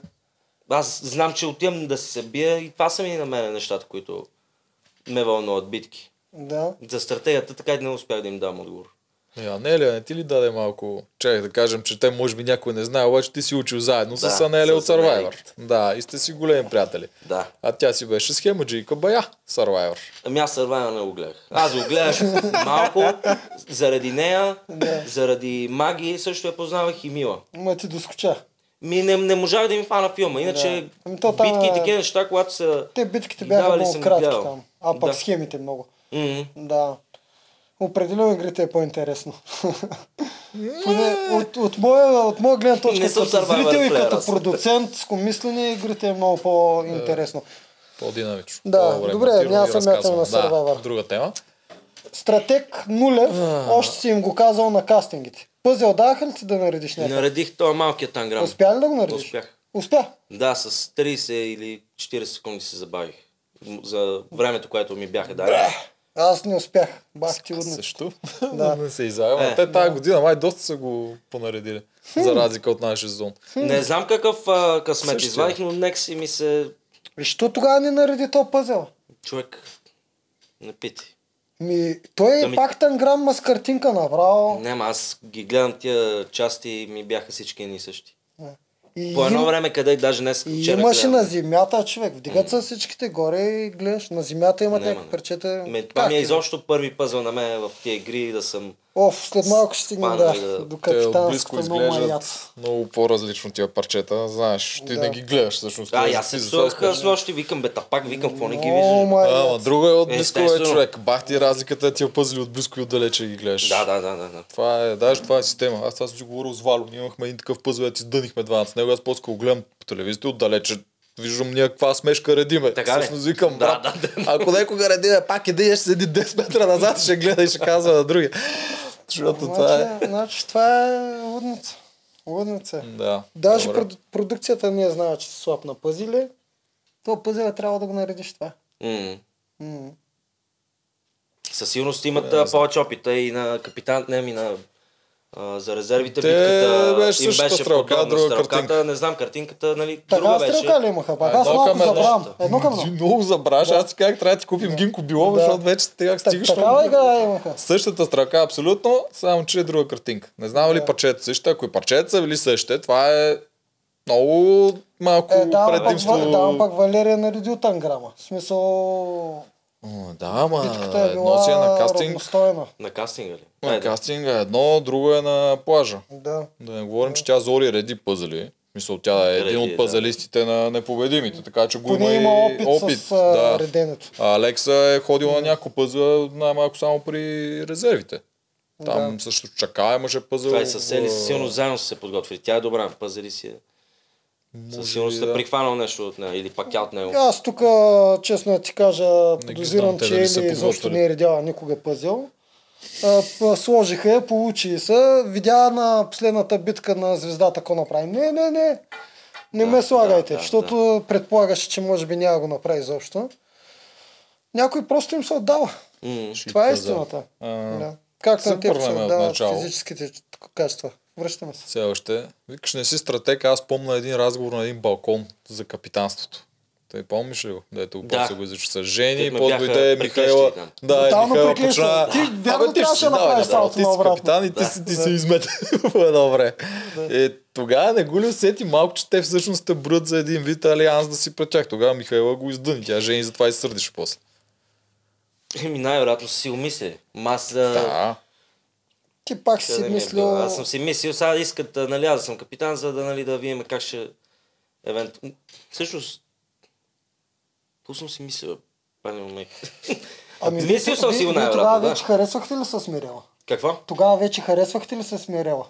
[SPEAKER 2] Аз знам, че отивам да се бия и това са ми на мен нещата, които ме вълнуват битки.
[SPEAKER 3] Да.
[SPEAKER 2] За стратегията така и не успях да им дам отговор.
[SPEAKER 1] Я, Анелия, не ти ли даде малко? Чакай да кажем, че те може би някой не знае, обаче ти си учил заедно
[SPEAKER 2] Да,
[SPEAKER 1] с Анелия от
[SPEAKER 2] с Анелия.
[SPEAKER 1] Survivor. Да, и сте си големи приятели.
[SPEAKER 2] Да.
[SPEAKER 1] А тя си беше с Хемаджийка Бая, Survivor.
[SPEAKER 2] Ами аз Survivor не го гледах. Аз го гледах малко, заради нея, заради магии също я познавах и Мила.
[SPEAKER 3] Ма ти доскоча.
[SPEAKER 2] Ми не, не можах да им фана филма, иначе
[SPEAKER 3] Да. Ами то
[SPEAKER 2] битки
[SPEAKER 3] там е-
[SPEAKER 2] и такива неща, когато са...
[SPEAKER 3] Те битките
[SPEAKER 2] ги
[SPEAKER 3] бяха
[SPEAKER 2] давали,
[SPEAKER 3] много
[SPEAKER 2] съм ги
[SPEAKER 3] кратки
[SPEAKER 2] гледал.
[SPEAKER 3] там. А пък
[SPEAKER 2] Да.
[SPEAKER 3] схемите много.
[SPEAKER 2] Мгм.
[SPEAKER 3] Да. Определено игрите е по-интересно. Поне от, от, моя, от моя гледна точка,
[SPEAKER 2] Не съм
[SPEAKER 3] като
[SPEAKER 2] Survivor
[SPEAKER 3] зрител и
[SPEAKER 2] player,
[SPEAKER 3] като
[SPEAKER 2] аз.
[SPEAKER 3] продуцент, с комислене, игрите е много по-интересно.
[SPEAKER 1] По-динамично.
[SPEAKER 3] Да,
[SPEAKER 1] по-добре
[SPEAKER 3] добре,
[SPEAKER 1] монтирано
[SPEAKER 3] няма
[SPEAKER 1] и
[SPEAKER 3] да се мятам
[SPEAKER 1] разказано.
[SPEAKER 3] на
[SPEAKER 1] Да,
[SPEAKER 3] Survivor.
[SPEAKER 1] друга тема.
[SPEAKER 3] Стратег Нулев, още си им го казал на кастингите. Пъзел даха ли ти да наредиш
[SPEAKER 2] И
[SPEAKER 3] някакъв?
[SPEAKER 2] Наредих този малкият танграм.
[SPEAKER 3] Успя ли да го наредиш?
[SPEAKER 2] Успях.
[SPEAKER 3] Успя.
[SPEAKER 2] Да, с 30 или 40 секунди се забавих. М- За времето, което ми бяха дали.
[SPEAKER 3] Аз не успях. Бах ти удно.
[SPEAKER 1] Също.
[SPEAKER 3] Да.
[SPEAKER 1] Да. не се изява.
[SPEAKER 2] Е,
[SPEAKER 1] Те тази година май доста са го понаредили. За разлика от нашия сезон.
[SPEAKER 2] Не знам какъв а, късмет
[SPEAKER 1] Същия.
[SPEAKER 2] извадих, но нека си ми се...
[SPEAKER 3] Защо тогава не нареди то пъзел?
[SPEAKER 2] Човек, не пити.
[SPEAKER 3] Ми, той е
[SPEAKER 2] Ами-
[SPEAKER 3] пак танграм с картинка направо.
[SPEAKER 2] Няма, аз ги гледам тия части и ми бяха всички едни и същи.
[SPEAKER 3] И,
[SPEAKER 2] По едно
[SPEAKER 3] им-
[SPEAKER 2] време, къде даже днес
[SPEAKER 3] и
[SPEAKER 2] вчера
[SPEAKER 3] имаше
[SPEAKER 2] гледам.
[SPEAKER 3] на земята човек. Вдигат се всичките горе и гледаш. На земята имат
[SPEAKER 2] Няма,
[SPEAKER 3] някакви
[SPEAKER 2] не.
[SPEAKER 3] парчета.
[SPEAKER 2] Ме, това
[SPEAKER 3] Как
[SPEAKER 2] ми е
[SPEAKER 3] ти?
[SPEAKER 2] изобщо първи пъзъл на мен в тия игри да съм...
[SPEAKER 3] Оф, след малко ще стигнем
[SPEAKER 2] Спана
[SPEAKER 3] да,
[SPEAKER 2] и да-
[SPEAKER 3] до
[SPEAKER 1] Те отблизко
[SPEAKER 3] капитанското много маят.
[SPEAKER 1] изглеждат много по-различно тия парчета. Знаеш, ти
[SPEAKER 3] Да.
[SPEAKER 1] не ги гледаш всъщност.
[SPEAKER 2] А,
[SPEAKER 1] Ти
[SPEAKER 2] и аз се
[SPEAKER 1] си
[SPEAKER 2] псувах
[SPEAKER 1] заспеш.
[SPEAKER 2] с нощи, викам, бе, тапак, викам, какво не ги
[SPEAKER 3] Много
[SPEAKER 2] виждаш?
[SPEAKER 1] А, Ама
[SPEAKER 3] маят.
[SPEAKER 1] друго е от близко е
[SPEAKER 2] Естествено.
[SPEAKER 1] човек. Бах ти разликата, тия пъзли от близко и отдалече ги гледаш.
[SPEAKER 2] Да, да, да, да. да.
[SPEAKER 1] Това е, даже това е система. Аз това съм си говорил с Вало. Ние имахме един такъв пъзъл, ти дънихме 12. Него аз по-скоро го гледам по телевизията и отдалече. Виждам ние каква смешка редиме.
[SPEAKER 2] Така ли?
[SPEAKER 1] Всъщност викам,
[SPEAKER 2] Да,
[SPEAKER 1] брат,
[SPEAKER 2] да, да.
[SPEAKER 1] ако някога редиме, пак иде, ще седи 10 метра назад, ще гледа и ще казва на другия. Защото това е...
[SPEAKER 3] Значи, значи това е лудница. Лудница. е.
[SPEAKER 1] Да.
[SPEAKER 3] Даже
[SPEAKER 1] добре.
[SPEAKER 3] прод- продукцията не е знала, че си слаб на пъзили. То пъзела трябва да го наредиш това.
[SPEAKER 2] М.
[SPEAKER 3] М.
[SPEAKER 1] Е,
[SPEAKER 2] Със сигурност имат а, повече опита и на капитан, не ми на А, за резервите
[SPEAKER 1] Те
[SPEAKER 2] битката
[SPEAKER 1] беше
[SPEAKER 2] им
[SPEAKER 1] същата
[SPEAKER 2] беше
[SPEAKER 1] стрелка,
[SPEAKER 2] подобна.
[SPEAKER 1] друга
[SPEAKER 2] Стрелката,
[SPEAKER 1] картинка.
[SPEAKER 2] Не знам, картинката, нали, друга
[SPEAKER 3] Така стрелка
[SPEAKER 2] беше.
[SPEAKER 3] ли имаха? Пак
[SPEAKER 1] А,
[SPEAKER 3] аз
[SPEAKER 1] едно
[SPEAKER 3] малко
[SPEAKER 1] към едно.
[SPEAKER 3] забравям. Едно към
[SPEAKER 1] Ти
[SPEAKER 3] едно.
[SPEAKER 1] много забравяш. Аз ти казах, трябва да ти купим гинко било,
[SPEAKER 3] Да.
[SPEAKER 1] защото вече сега
[SPEAKER 3] Так-
[SPEAKER 1] стигаш.
[SPEAKER 3] Такава игра имаха.
[SPEAKER 1] Същата стрелка, абсолютно, само че е друга картинка. Не знам дали
[SPEAKER 3] Да.
[SPEAKER 1] парчета същите. Ако и парчета са били същите, това е много малко
[SPEAKER 3] Е, да, ама пък,
[SPEAKER 1] предимство.
[SPEAKER 3] Ва- да, ама пък Валерия е наредил танграма. В смисъл,
[SPEAKER 1] М, да, ама
[SPEAKER 3] битката е
[SPEAKER 1] едно си е на
[SPEAKER 3] била
[SPEAKER 1] кастинг,
[SPEAKER 3] равностойна.
[SPEAKER 2] На кастинга ли?
[SPEAKER 1] на
[SPEAKER 2] Айде.
[SPEAKER 1] кастинга е едно, друго е на плажа.
[SPEAKER 3] Да.
[SPEAKER 1] Да не говорим, че тя Зори реди пъзели. Мисъл, тя е един
[SPEAKER 2] Реди,
[SPEAKER 1] от
[SPEAKER 2] да.
[SPEAKER 1] пъзелистите на непобедимите, така че го
[SPEAKER 3] Поне
[SPEAKER 1] има,
[SPEAKER 3] има
[SPEAKER 1] и
[SPEAKER 3] опит,
[SPEAKER 1] опит.
[SPEAKER 3] с а,
[SPEAKER 1] да.
[SPEAKER 3] реденето.
[SPEAKER 1] А Алекса е ходила на няколко пъзла, най-малко само при резервите. Там също чака имаше пъзъл.
[SPEAKER 2] Това и със Сели
[SPEAKER 1] а,
[SPEAKER 2] силно заедно са се подготвили. Тя е добра, пазари си. е. Със
[SPEAKER 1] може
[SPEAKER 2] сигурност
[SPEAKER 1] и
[SPEAKER 2] сте
[SPEAKER 1] да.
[SPEAKER 2] прихванал нещо от нея или пак тя от него.
[SPEAKER 3] Аз тук, а, честно да ти
[SPEAKER 1] ги
[SPEAKER 3] кажа,
[SPEAKER 1] знам
[SPEAKER 3] подозирам,
[SPEAKER 1] те
[SPEAKER 3] че
[SPEAKER 1] дали са
[SPEAKER 3] Ели изобщо
[SPEAKER 1] подготвили.
[SPEAKER 3] не е редяла никога пъзел. А, п- Сложиха я, получи се. Видя на последната битка на звездата какво направи. Не, не, не. Не
[SPEAKER 2] Да,
[SPEAKER 3] ме слагайте,
[SPEAKER 2] да, да,
[SPEAKER 3] защото предполагаше, че може би няма го направи изобщо. Някой просто им се отдава.
[SPEAKER 2] М.
[SPEAKER 1] Шит
[SPEAKER 3] Това е
[SPEAKER 1] пазар.
[SPEAKER 3] истината.
[SPEAKER 1] А,
[SPEAKER 3] Да. Както на
[SPEAKER 1] Супер
[SPEAKER 3] теб се
[SPEAKER 1] време
[SPEAKER 3] отдават
[SPEAKER 1] отначало.
[SPEAKER 3] физическите качества. Връщаме се.
[SPEAKER 1] Все още. Викаш, не си стратег, аз помня един разговор на един балкон за капитанството. Той помниш ли го? Дето го
[SPEAKER 2] Да.
[SPEAKER 1] после го изрича с Жени,
[SPEAKER 2] Те ме
[SPEAKER 1] после
[SPEAKER 2] бяха
[SPEAKER 1] дойде
[SPEAKER 2] приклещили
[SPEAKER 1] Михайла.
[SPEAKER 2] там.
[SPEAKER 1] Да, и
[SPEAKER 3] Тотално
[SPEAKER 1] Михайла
[SPEAKER 3] приклещили.
[SPEAKER 1] почна.
[SPEAKER 3] Ти вярно
[SPEAKER 1] Абе, ти
[SPEAKER 3] трябваше
[SPEAKER 1] си,
[SPEAKER 3] да направиш
[SPEAKER 1] давай,
[SPEAKER 3] салото
[SPEAKER 1] ти си
[SPEAKER 3] наобратно.
[SPEAKER 1] капитан и ти,
[SPEAKER 2] Да.
[SPEAKER 1] си, ти се измете по едно време. Е, тогава не го ли усети малко, че те всъщност те брат за един вид алианс да си пред тях. Тогава Михайла го издъни. Тя Жени затова и се сърдиш после.
[SPEAKER 2] Еми Е, най-вероятно са си умисли. Аз а,
[SPEAKER 1] Да.
[SPEAKER 3] Ти пак
[SPEAKER 2] тя
[SPEAKER 3] си
[SPEAKER 2] да ми е
[SPEAKER 3] мислил...
[SPEAKER 2] била. Аз съм си мислил, сега искат а, нали, аз да съм капитан, за да, нали, да видим как ще... Евент... М, Всъщност... Какво съм си мислил? Пани момент.
[SPEAKER 3] Ами,
[SPEAKER 2] Мислил съм
[SPEAKER 3] вие-
[SPEAKER 2] си го
[SPEAKER 3] вие
[SPEAKER 2] най-вероятно,
[SPEAKER 3] Тогава
[SPEAKER 2] да.
[SPEAKER 3] вече харесвахте ли с Мирела?
[SPEAKER 2] Какво?
[SPEAKER 3] Тогава вече харесвахте ли с Мирела?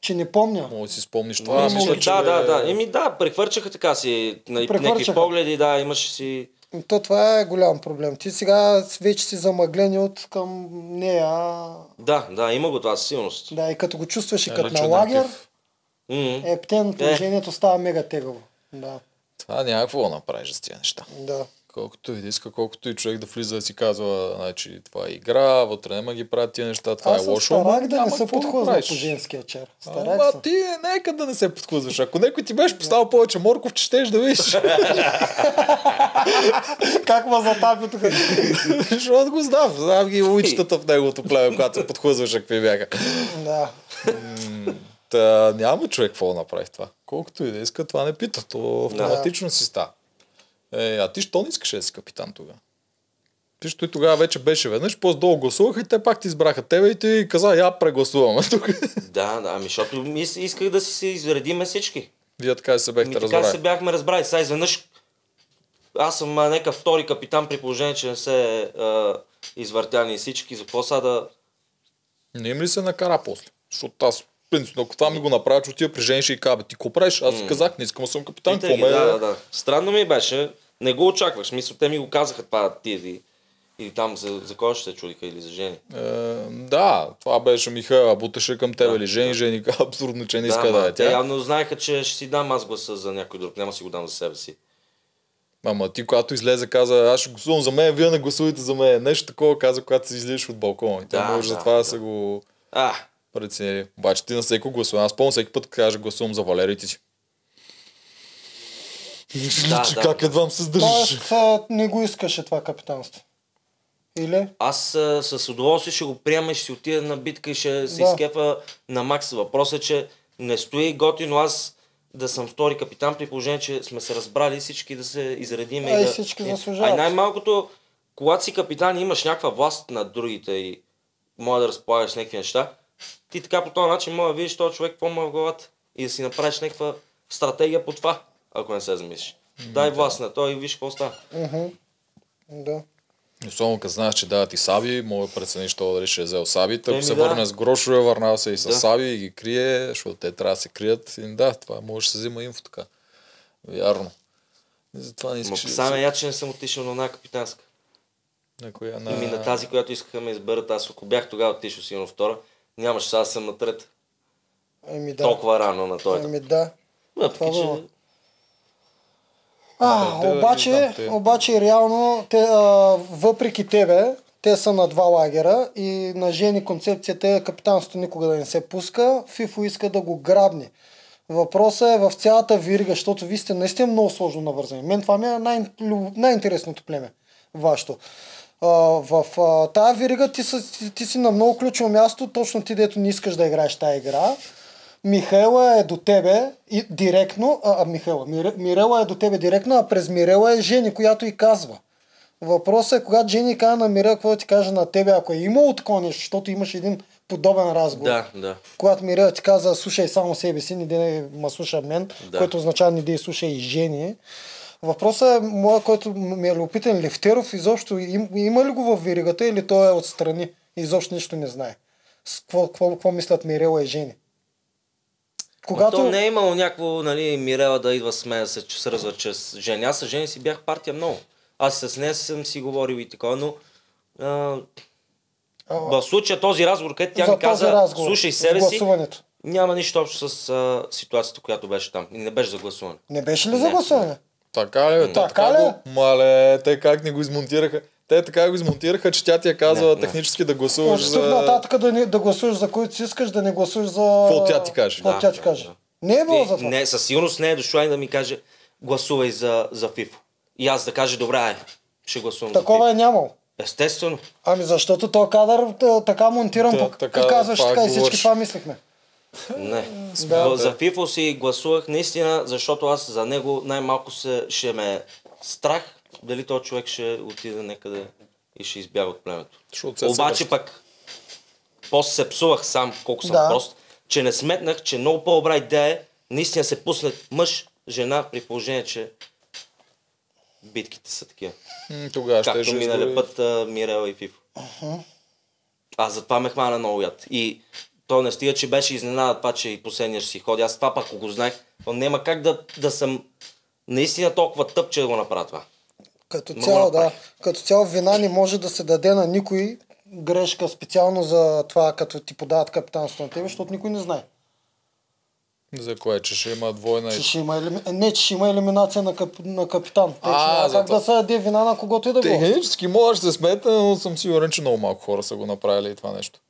[SPEAKER 3] Че не помня.
[SPEAKER 1] Мога да си спомниш това.
[SPEAKER 2] Еми,
[SPEAKER 1] Мисля,
[SPEAKER 2] да,
[SPEAKER 1] че... е
[SPEAKER 2] да, да. Еми да, прехвърчаха така си. на- Някакви
[SPEAKER 3] Прехвърчаха.
[SPEAKER 2] погледи, да, имаше си...
[SPEAKER 3] То това е голям проблем. Ти сега вече си замъглени от към нея.
[SPEAKER 2] Да, да, има го това със сигурност.
[SPEAKER 3] Да, и като го чувстваш и
[SPEAKER 1] Е,
[SPEAKER 3] като на
[SPEAKER 1] личен
[SPEAKER 3] лагер,
[SPEAKER 1] мотив. Е.
[SPEAKER 2] М.
[SPEAKER 3] ептен положението става мега тегаво. Да,
[SPEAKER 1] Това няма какво да направиш за тия неща.
[SPEAKER 3] да.
[SPEAKER 1] Колкото и да иска, колкото и човек да влиза да си казва, значи това е игра, вътре няма ги правят тия неща, това
[SPEAKER 3] Аз
[SPEAKER 1] е
[SPEAKER 3] съм
[SPEAKER 1] лошо.
[SPEAKER 3] старах
[SPEAKER 1] ама
[SPEAKER 3] да не
[SPEAKER 1] няма
[SPEAKER 3] се
[SPEAKER 1] какво
[SPEAKER 3] подхожда
[SPEAKER 1] правиш.
[SPEAKER 3] по женския чар. Старах
[SPEAKER 1] Ама
[SPEAKER 3] съм.
[SPEAKER 1] ти нека да не се подхлъзваш. Ако някой ти беше поставил повече морков, че щеш да видиш.
[SPEAKER 3] Как ме затапи тук?
[SPEAKER 1] Защото го знам. Знам ги момичетата в неговото племе, когато се подхлъзваше, какви бяха.
[SPEAKER 3] да.
[SPEAKER 1] Та, няма човек какво да направи в това. Колкото и да иска, това не пита. То автоматично си става. Е, а ти що не искаш да си капитан тогава? Ти що и тогава вече беше веднъж, после долу гласуваха и те пак ти избраха тебе и ти каза, я прегласуваме тук.
[SPEAKER 2] Да, да, ами защото мис- исках да си се изредиме всички.
[SPEAKER 1] Вие така се
[SPEAKER 2] Ми
[SPEAKER 1] бехте
[SPEAKER 2] Ами така се
[SPEAKER 1] разбрали.
[SPEAKER 2] бяхме разбрали. Сега изведнъж аз съм а, нека втори капитан при положение, че не се а, извъртяни всички. За какво сега да...
[SPEAKER 1] Не им ли се накара после? Защото аз, принципно, ако това ми го направя, че отива при жени ще и кабе. Ти го правиш? Аз ти казах, не искам да съм капитан.
[SPEAKER 2] Питай
[SPEAKER 1] Какво
[SPEAKER 2] ги,
[SPEAKER 1] ме... е?
[SPEAKER 2] да, да, да. Странно ми беше. Не го очакваш. Мисля, те ми го казаха това ти или, или там за, за кой ще се чудиха или за жени.
[SPEAKER 1] Е, да, това беше Михайла, буташе към тебе
[SPEAKER 2] Да,
[SPEAKER 1] или жени, жени, абсурдно, че не
[SPEAKER 2] да,
[SPEAKER 1] иска
[SPEAKER 2] ма,
[SPEAKER 1] да е
[SPEAKER 2] те
[SPEAKER 1] тя.
[SPEAKER 2] явно знаеха, че ще си дам аз гласа за някой друг. Няма да си го дам за себе си.
[SPEAKER 1] Ама ти, когато излезе, каза, аз ще гласувам за мен, вие не гласувайте за мен. Нещо такова каза, когато се излизаш от балкона. И те
[SPEAKER 2] Да,
[SPEAKER 1] може за
[SPEAKER 2] да,
[SPEAKER 1] това да
[SPEAKER 2] да.
[SPEAKER 1] са го
[SPEAKER 2] А,
[SPEAKER 1] преценили. Обаче ти на всеко гласуване. Аз помня всеки път, кажа, гласувам за валерите си.
[SPEAKER 2] Да,
[SPEAKER 1] че
[SPEAKER 2] да,
[SPEAKER 1] как
[SPEAKER 2] да.
[SPEAKER 1] едвам се сдържаш.
[SPEAKER 3] Тоест а, не го искаше това капитанство. Или?
[SPEAKER 2] аз а, с удоволствие ще го приема и ще си отида на битка и ще се
[SPEAKER 3] Да.
[SPEAKER 2] изкефа на макс. Въпросът е, че не стои готино аз да съм втори капитан при положение, че сме се разбрали всички да се изредим.
[SPEAKER 3] А, Е, и
[SPEAKER 2] да...
[SPEAKER 3] всички
[SPEAKER 2] и-
[SPEAKER 3] заслужават.
[SPEAKER 2] А и най-малкото, когато си капитан и имаш някаква власт над другите и може да разполагаш с някакви неща, ти така по този начин може да видиш този човек какво му е в главата и да си направиш някаква стратегия по това, ако не се замислиш. Дай власт на той и виж какво става.
[SPEAKER 3] Да.
[SPEAKER 1] Особено като знаеш, че дават и саби, мога да прецениш то дали ще е взел сабите. Ако
[SPEAKER 2] Еми,
[SPEAKER 1] се
[SPEAKER 2] да.
[SPEAKER 1] върне с грошове, върнал се и с
[SPEAKER 2] Да.
[SPEAKER 1] саби и ги крие, защото те трябва да се крият. И да, това може да се взима инфо така. Вярно. И Затова не
[SPEAKER 2] Ма
[SPEAKER 1] искаш. да
[SPEAKER 2] сам
[SPEAKER 1] си-
[SPEAKER 2] я, че не съм отишъл на една капитанска.
[SPEAKER 1] на коя, на...
[SPEAKER 2] На... Ами на
[SPEAKER 1] тази.
[SPEAKER 2] тази, която искаха да ме изберат, аз ако бях тогава отишъл си на втора, нямаше, сега съм на трета.
[SPEAKER 3] Еми да.
[SPEAKER 2] Да. Толкова е. рано на този. етап.
[SPEAKER 3] Еми да. това
[SPEAKER 2] Въпреки,
[SPEAKER 3] било.
[SPEAKER 2] че...
[SPEAKER 3] А,
[SPEAKER 1] Абе, да, не
[SPEAKER 3] обаче,
[SPEAKER 1] знам, те-
[SPEAKER 3] обаче реално, те, а, въпреки тебе, Те са на два лагера и на Жени концепцията е капитанството никога да не се пуска. Фифо иска да го грабне. Въпросът е в цялата вирга, защото вие сте наистина много сложно навързани. Мен това ми е най- люб- най-интересното племе, вашето. А, в а, тази вирига ти, са, ти, ти си на много ключово място, точно ти дето не искаш да играеш тази игра. Михайла е до тебе и директно, а, а Михайла, Мире, Мирела е до тебе директно, а през Мирела е Жени, която и казва. Въпросът е, когато Жени каза на Мирела, какво да ти каже на тебе, ако е имало такова нещо, защото имаш един подобен разговор.
[SPEAKER 2] Да, да.
[SPEAKER 3] Когато Мирела ти каза, слушай само себе си, не дей ма слуша мен, да.
[SPEAKER 2] Да.
[SPEAKER 3] което означава не дей слуша и жени. Въпросът е моя, който ми е любопитен, Левтеров изобщо им, има ли го в виригата или той е отстрани? Изобщо нищо не знае. С какво, какво, какво мислят Мирела и жени?
[SPEAKER 2] Когато...
[SPEAKER 3] Когато...
[SPEAKER 2] То не е имало някакво, нали, Мирела да идва с мен, да се сръзва, че с жени. Аз с жени си бях партия много. Аз с нея съм си говорил и такова, но а,
[SPEAKER 3] а,
[SPEAKER 2] в случая този разговор, където тя
[SPEAKER 3] за
[SPEAKER 2] ми
[SPEAKER 3] този
[SPEAKER 2] каза,
[SPEAKER 3] разговор,
[SPEAKER 2] слушай
[SPEAKER 3] с
[SPEAKER 2] себе си,
[SPEAKER 3] гласуването.
[SPEAKER 2] няма нищо общо с а, ситуацията, която беше там. И не беше за гласуване.
[SPEAKER 3] Не беше ли
[SPEAKER 2] Не,
[SPEAKER 3] за
[SPEAKER 2] не.
[SPEAKER 3] гласуване?
[SPEAKER 1] Така ли? бе? Та,
[SPEAKER 3] Така
[SPEAKER 1] така
[SPEAKER 3] ли?
[SPEAKER 1] Го, мале, те как ни го измонтираха. Те така го измонтираха, че тя ти я казва
[SPEAKER 2] Не, не.
[SPEAKER 1] технически да гласуваш
[SPEAKER 3] От
[SPEAKER 1] за...
[SPEAKER 3] тук нататък да, не, да гласуваш за които си искаш, да не гласуваш за...
[SPEAKER 1] Какво тя ти каже?
[SPEAKER 3] Какво
[SPEAKER 2] Да,
[SPEAKER 3] тя ти
[SPEAKER 2] да,
[SPEAKER 3] каже.
[SPEAKER 2] да.
[SPEAKER 3] Не е било за
[SPEAKER 2] Ти,
[SPEAKER 3] това.
[SPEAKER 2] не, със сигурност не е дошла и да ми каже, гласувай за, за FIFA. И аз да кажа, добре, е, ще гласувам
[SPEAKER 3] Такова
[SPEAKER 2] за FIFA.
[SPEAKER 3] е нямало.
[SPEAKER 2] Естествено.
[SPEAKER 3] Ами защото то кадър т- така монтиран,
[SPEAKER 1] Да,
[SPEAKER 3] пък
[SPEAKER 1] така,
[SPEAKER 3] казваш
[SPEAKER 1] това
[SPEAKER 3] така и всички
[SPEAKER 1] говориш.
[SPEAKER 3] това мислихме.
[SPEAKER 2] Не.
[SPEAKER 1] Да.
[SPEAKER 2] Да, за FIFA си гласувах наистина, защото аз за него най-малко се, ще ме е страх дали този човек ще отиде някъде и ще избяга от племето.
[SPEAKER 1] Защото се
[SPEAKER 2] Обаче
[SPEAKER 1] събръща.
[SPEAKER 2] пък, после се псувах сам колко съм
[SPEAKER 3] Да.
[SPEAKER 2] прост, че не сметнах, че много по-добра идея е наистина се пусне мъж, жена, при положение, че битките са такива.
[SPEAKER 1] М, Тогава ще е
[SPEAKER 2] Както миналия път а, Мирела и Фифо. Аз затова ме хвана много яд. И то не стига, че беше изненада това, че и последния ще си ходи. Аз това пак ако го знаех, то няма как да, да съм наистина толкова тъп, че да го направя това.
[SPEAKER 3] Като
[SPEAKER 2] Много
[SPEAKER 3] цяло, да.
[SPEAKER 2] направи.
[SPEAKER 3] Като цяло вина не може да се даде на никой грешка специално за това, като ти подават капитанството на тебе, защото никой не знае.
[SPEAKER 1] За кое? Че ще има двойна...
[SPEAKER 3] Че
[SPEAKER 1] и-
[SPEAKER 3] ще има елими... Не, че ще има елиминация на, кап... на капитан. Тъй, че
[SPEAKER 1] А,
[SPEAKER 3] няма
[SPEAKER 1] за
[SPEAKER 3] как
[SPEAKER 1] това.
[SPEAKER 3] да се даде вина на когото и да било.
[SPEAKER 1] Технически може да се смета, но съм сигурен, че много малко хора са го направили и това нещо.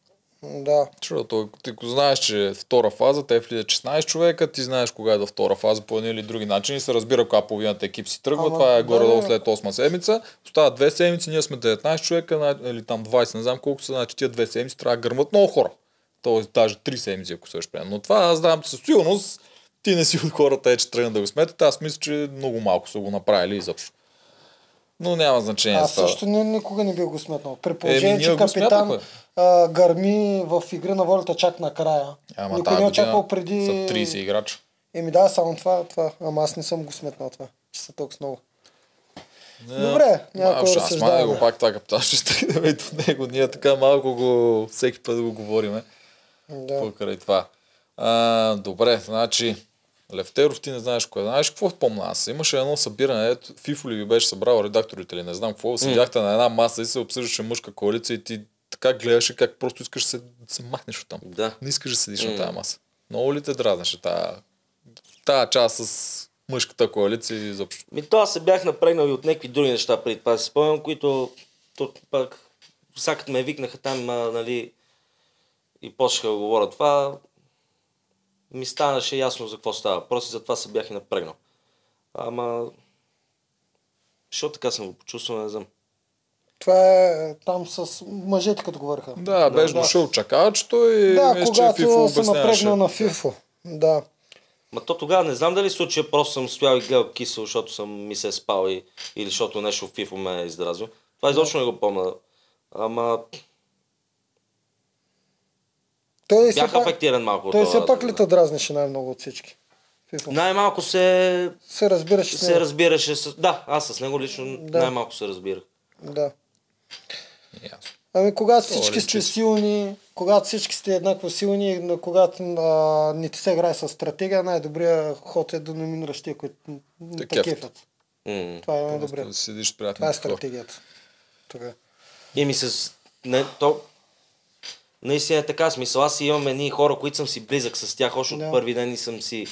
[SPEAKER 3] Да.
[SPEAKER 1] Защото ти ако знаеш, че е втора фаза, те влизат 16 човека, ти знаеш кога е до втора фаза по един или други начин и се разбира кога половината екип си тръгва.
[SPEAKER 3] Ама,
[SPEAKER 1] това е
[SPEAKER 3] да,
[SPEAKER 1] горе-долу
[SPEAKER 3] да.
[SPEAKER 1] след 8 седмица. Остават 2 седмици, ние сме 19 човека на- или там 20, не знам колко са, значи тия 2 седмици трябва да гърмат много хора. Тоест даже 3 седмици, ако се спрям. Но това аз знам със сигурност, ти не си от хората, е, че тръгна да го сметат. Аз мисля, че много малко са го направили изобщо. Но няма значение.
[SPEAKER 3] Аз
[SPEAKER 1] за това.
[SPEAKER 3] също ни, никога не бих го сметнал. При
[SPEAKER 1] Еми,
[SPEAKER 3] положение,
[SPEAKER 1] ние
[SPEAKER 3] че
[SPEAKER 1] го
[SPEAKER 3] капитан
[SPEAKER 1] смятахме.
[SPEAKER 3] а, гърми в игри на волята чак накрая.
[SPEAKER 1] Ама
[SPEAKER 3] Никой
[SPEAKER 1] тази
[SPEAKER 3] не
[SPEAKER 1] година
[SPEAKER 3] е очаквал преди...
[SPEAKER 1] са 30 играча.
[SPEAKER 3] Еми да, само това, това. Ама аз не съм го сметнал това, че са толкова много.
[SPEAKER 1] Е,
[SPEAKER 3] Добре,
[SPEAKER 1] Малко
[SPEAKER 3] някой
[SPEAKER 1] шанс, май да
[SPEAKER 3] разсъждаваме.
[SPEAKER 1] го пак така капитан ще стигнем и до него. Ние така малко го всеки път го говориме
[SPEAKER 3] Да.
[SPEAKER 1] покрай това. А, добре, значи Левтеров ти не знаеш кое. Знаеш какво помня аз? Имаше едно събиране, ето, Фифо ли ви беше събрал редакторите ли, не знам какво. Седяхте на една маса и се обсъждаше мъжка коалиция и ти така гледаше как просто искаш да се, да се махнеш от там.
[SPEAKER 2] Да.
[SPEAKER 1] Не искаш да седиш
[SPEAKER 2] М.
[SPEAKER 1] на тази маса. Много ли те дразнеше тази, тази част с мъжката коалиция и изобщо?
[SPEAKER 2] Ми то аз се бях напрегнал и от някакви други неща преди това. си Спомням, които тук пък всякът ме викнаха там, а, нали, и почнаха да говоря това. Ми станаше ясно за какво става. Просто за това се бях и напрегнал. Ама... Защо така съм го почувствал, не знам.
[SPEAKER 3] Това е там с мъжете, като говориха.
[SPEAKER 1] Да, беше
[SPEAKER 3] да.
[SPEAKER 1] дошъл чакачето и
[SPEAKER 3] Да,
[SPEAKER 1] мисля, че Фифо
[SPEAKER 3] когато се
[SPEAKER 1] обясняваше.
[SPEAKER 3] напрегна на Фифо. Да.
[SPEAKER 2] Ма то тогава не знам дали случая просто съм стоял и гледал кисел, защото съм ми се е спал и, или защото нещо в фифо ме е издразил. Това изобщо не го помня. Ама
[SPEAKER 3] Той е все
[SPEAKER 2] бях
[SPEAKER 3] пак,
[SPEAKER 2] афектиран малко. от
[SPEAKER 3] той е
[SPEAKER 2] този
[SPEAKER 3] все пак
[SPEAKER 2] разговор,
[SPEAKER 3] ли
[SPEAKER 2] да.
[SPEAKER 3] те дразнеше най-много от всички? Фифо.
[SPEAKER 2] Най-малко се,
[SPEAKER 3] Се разбираше. с
[SPEAKER 2] се
[SPEAKER 3] него.
[SPEAKER 2] разбираше с... Да, аз с него лично
[SPEAKER 3] Да.
[SPEAKER 2] най-малко се разбирах.
[SPEAKER 3] Да.
[SPEAKER 1] Ясно.
[SPEAKER 3] Ами когато
[SPEAKER 1] Добре,
[SPEAKER 3] всички сте
[SPEAKER 1] чисто.
[SPEAKER 3] силни, когато всички сте еднакво силни, но когато а, не ти се играе с стратегия, най-добрият ход е да номинираш тия, които м, м,
[SPEAKER 1] Те
[SPEAKER 3] те
[SPEAKER 1] кефят.
[SPEAKER 3] кефят.
[SPEAKER 2] М.
[SPEAKER 3] Това е най-добре.
[SPEAKER 1] Просто Седиш с
[SPEAKER 3] Това
[SPEAKER 1] приятелите.
[SPEAKER 3] е стратегията. Тогава.
[SPEAKER 2] И ми се... Не, то... Наистина е така смисъл. Аз си имам едни хора, които съм си близък с тях. Още
[SPEAKER 3] Да.
[SPEAKER 2] от първи ден и съм си...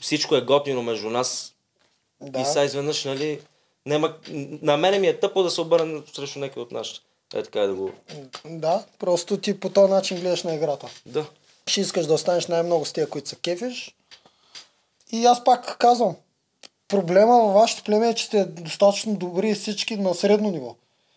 [SPEAKER 2] Всичко е готино между нас.
[SPEAKER 3] Да.
[SPEAKER 2] И сега изведнъж, нали... Нема... На мене ми е тъпо да се обърна срещу някой от нашите. Е така да го...
[SPEAKER 3] Да, просто ти по този начин гледаш на играта.
[SPEAKER 2] Да.
[SPEAKER 3] Ще искаш да останеш най-много с тия, които са кефиш. И аз пак казвам, проблема във вашето племе е, че сте достатъчно добри всички на средно ниво.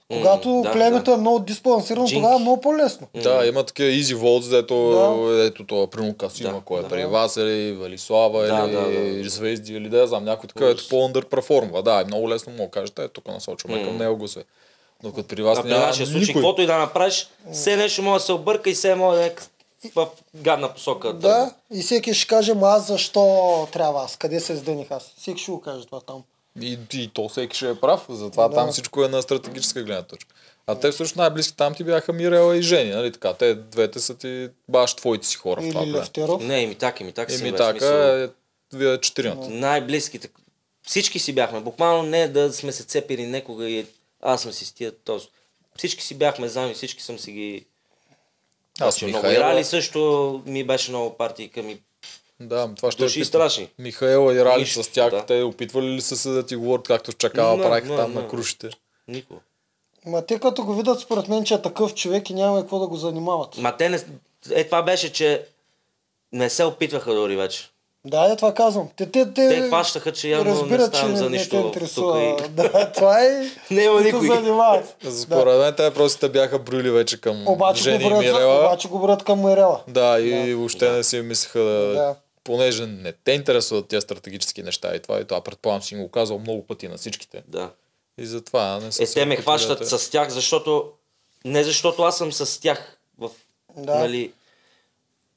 [SPEAKER 3] Когато
[SPEAKER 2] да,
[SPEAKER 3] племето
[SPEAKER 2] да.
[SPEAKER 3] е много дисбалансирано,
[SPEAKER 2] Джинки.
[SPEAKER 3] тогава е много по-лесно.
[SPEAKER 1] Да, има такива easy votes, дето,
[SPEAKER 3] Да.
[SPEAKER 1] дето това, примерно Касима,
[SPEAKER 2] Да,
[SPEAKER 1] кой е
[SPEAKER 2] да.
[SPEAKER 1] при вас, или Велислава,
[SPEAKER 2] Да,
[SPEAKER 1] или
[SPEAKER 2] да, да, да.
[SPEAKER 1] Звезди, или да я знам, някой такъв, ето по-underperformва. Да, е много лесно му го кажете, е, тук насочваме към него гласове. Докато при вас
[SPEAKER 2] А при нашия
[SPEAKER 1] няма
[SPEAKER 2] случай,
[SPEAKER 1] никой.
[SPEAKER 2] каквото и да направиш, все нещо може да се обърка и все може да е в гадна посока.
[SPEAKER 3] Да, и всеки ще каже, ма аз защо трябва аз, къде се издъних аз. Всеки ще го каже това там.
[SPEAKER 1] И, и то всеки ще е прав, затова
[SPEAKER 3] Да.
[SPEAKER 1] там всичко е на стратегическа гледна точка. А те всъщност най-близки там ти бяха Мирела и Жени, нали така? Те двете са ти баш твоите си хора в това е.
[SPEAKER 3] Или
[SPEAKER 1] време.
[SPEAKER 3] Левтеров.
[SPEAKER 2] Не, и ми так, и ми так си.
[SPEAKER 1] Еми
[SPEAKER 2] бе,
[SPEAKER 1] така,
[SPEAKER 2] смисъл,
[SPEAKER 1] е, вие четиримата.
[SPEAKER 2] Най-близките. Всички си бяхме. Буквално не да сме се цепили некога и аз съм си с тия този. Всички си бяхме заедно, всички съм си ги...
[SPEAKER 1] Аз
[SPEAKER 2] много
[SPEAKER 1] Михаела.
[SPEAKER 2] Ирали също ми беше много партийка ми.
[SPEAKER 1] Да, това ще
[SPEAKER 2] Души
[SPEAKER 1] е
[SPEAKER 2] и страшни.
[SPEAKER 1] Михаела и Рали
[SPEAKER 2] Нищо,
[SPEAKER 1] с тях,
[SPEAKER 2] да.
[SPEAKER 1] те опитвали ли са се да ти говорят както в чакала
[SPEAKER 2] Не,
[SPEAKER 1] правиха
[SPEAKER 2] не,
[SPEAKER 1] там
[SPEAKER 2] не.
[SPEAKER 1] на крушите?
[SPEAKER 2] Никога.
[SPEAKER 3] Ма те като го видят, според мен, че е такъв човек и няма какво да го занимават.
[SPEAKER 2] Ма те не... Е, това беше, че не се опитваха дори вече.
[SPEAKER 3] Да, е това казвам. Те, те, те,
[SPEAKER 2] Те хващаха, че явно не
[SPEAKER 3] разбират, Е, че
[SPEAKER 2] ставам
[SPEAKER 3] не,
[SPEAKER 2] за
[SPEAKER 3] не те
[SPEAKER 2] нищо в- тук.
[SPEAKER 3] интересува.
[SPEAKER 2] И...
[SPEAKER 3] Да, това е.
[SPEAKER 2] Няма
[SPEAKER 3] които
[SPEAKER 2] никой.
[SPEAKER 3] занимават. Да.
[SPEAKER 1] Според мен те просто те бяха брюли вече към
[SPEAKER 3] Обаче
[SPEAKER 1] Жени
[SPEAKER 3] го,
[SPEAKER 1] и
[SPEAKER 3] брат,
[SPEAKER 1] Мирела.
[SPEAKER 3] обаче го брат към Мирела.
[SPEAKER 1] Да, и въобще не си мислеха да...
[SPEAKER 3] Да.
[SPEAKER 1] Понеже не те интересуват тези стратегически неща и това, и това предполагам си им го казал много пъти на всичките.
[SPEAKER 2] Да.
[SPEAKER 1] И затова не са
[SPEAKER 2] Е,
[SPEAKER 1] се
[SPEAKER 2] те ме
[SPEAKER 1] опитали да
[SPEAKER 2] хващат
[SPEAKER 1] те-
[SPEAKER 2] с тях, защото... Не защото аз съм с тях в...
[SPEAKER 3] Да.
[SPEAKER 2] Нали...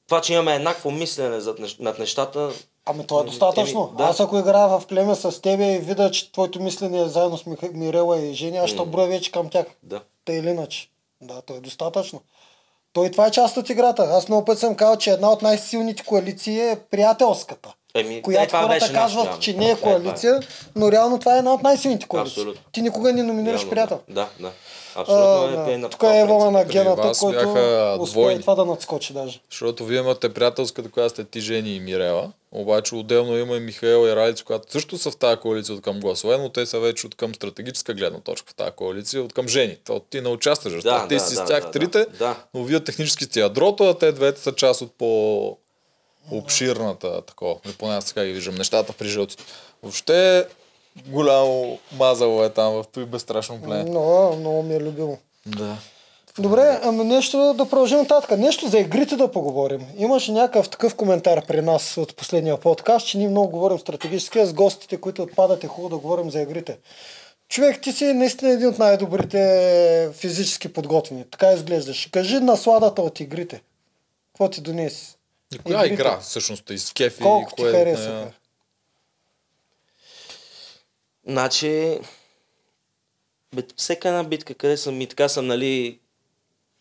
[SPEAKER 2] Това, че имаме еднакво мислене зад нещ- над нещата,
[SPEAKER 3] Ами това е достатъчно.
[SPEAKER 2] Еми,
[SPEAKER 3] Да.
[SPEAKER 2] да.
[SPEAKER 3] Аз ако играя в племе с тебе и видя, че твоето мислене е заедно с Миха- Мирела и Жени, аз ще броя вече към тях.
[SPEAKER 2] да.
[SPEAKER 3] Та или иначе. Да, то е достатъчно. То и това е част от играта. Аз много път съм казал, че една от най-силните коалиции е приятелската.
[SPEAKER 2] Еми, е,
[SPEAKER 3] която
[SPEAKER 2] това
[SPEAKER 3] хората
[SPEAKER 2] беше
[SPEAKER 3] казват,
[SPEAKER 2] нашето, да.
[SPEAKER 3] че не е
[SPEAKER 2] Е, това е.
[SPEAKER 3] коалиция, но реално това е една от най-силните коалиции.
[SPEAKER 2] Абсолютно.
[SPEAKER 3] Ти никога не номинираш
[SPEAKER 2] Реално,
[SPEAKER 3] приятел.
[SPEAKER 2] Да, да. да.
[SPEAKER 3] А,
[SPEAKER 2] Абсолютно е, е
[SPEAKER 3] да.
[SPEAKER 2] на
[SPEAKER 3] Тук е Евана на
[SPEAKER 1] При
[SPEAKER 3] гената,
[SPEAKER 1] вас
[SPEAKER 3] който
[SPEAKER 1] Ами, бяха
[SPEAKER 3] успее
[SPEAKER 1] двойни.
[SPEAKER 3] това да надскочи даже.
[SPEAKER 1] Защото вие имате приятелската, която сте ти, Жени и Мирела. Обаче отделно има и Михаел и Ралиц, която също са в тази коалиция от към гласове, но те са вече от към стратегическа гледна точка в тази коалиция, от към Жени. То ти не участваш, защото
[SPEAKER 2] Да,
[SPEAKER 1] ти
[SPEAKER 2] да,
[SPEAKER 1] си
[SPEAKER 2] да,
[SPEAKER 1] с тях
[SPEAKER 2] да,
[SPEAKER 1] трите,
[SPEAKER 2] да.
[SPEAKER 1] но вие технически сте ядрото, а те двете са част от по обширната такова. Не поне аз така ги виждам нещата при жълтите. Въобще голямо мазало е там в той безстрашно племе.
[SPEAKER 3] Много, много ми е любимо.
[SPEAKER 1] Да.
[SPEAKER 3] Добре, ами нещо да продължим нататък. Нещо за игрите да поговорим. Имаше някакъв такъв коментар при нас от последния подкаст, че ние много говорим стратегически, а с гостите, които отпадат е хубаво да говорим за игрите. Човек, ти си наистина един от най-добрите физически подготвени. Така изглеждаш. Кажи насладата от игрите. Какво ти донесе?
[SPEAKER 1] И коя
[SPEAKER 3] Игрите.
[SPEAKER 1] игра всъщност и с кефи?
[SPEAKER 3] Колко ти
[SPEAKER 1] кое от нея?
[SPEAKER 3] харесаха?
[SPEAKER 2] Значи, бе, всека една битка, къде съм и така съм, нали,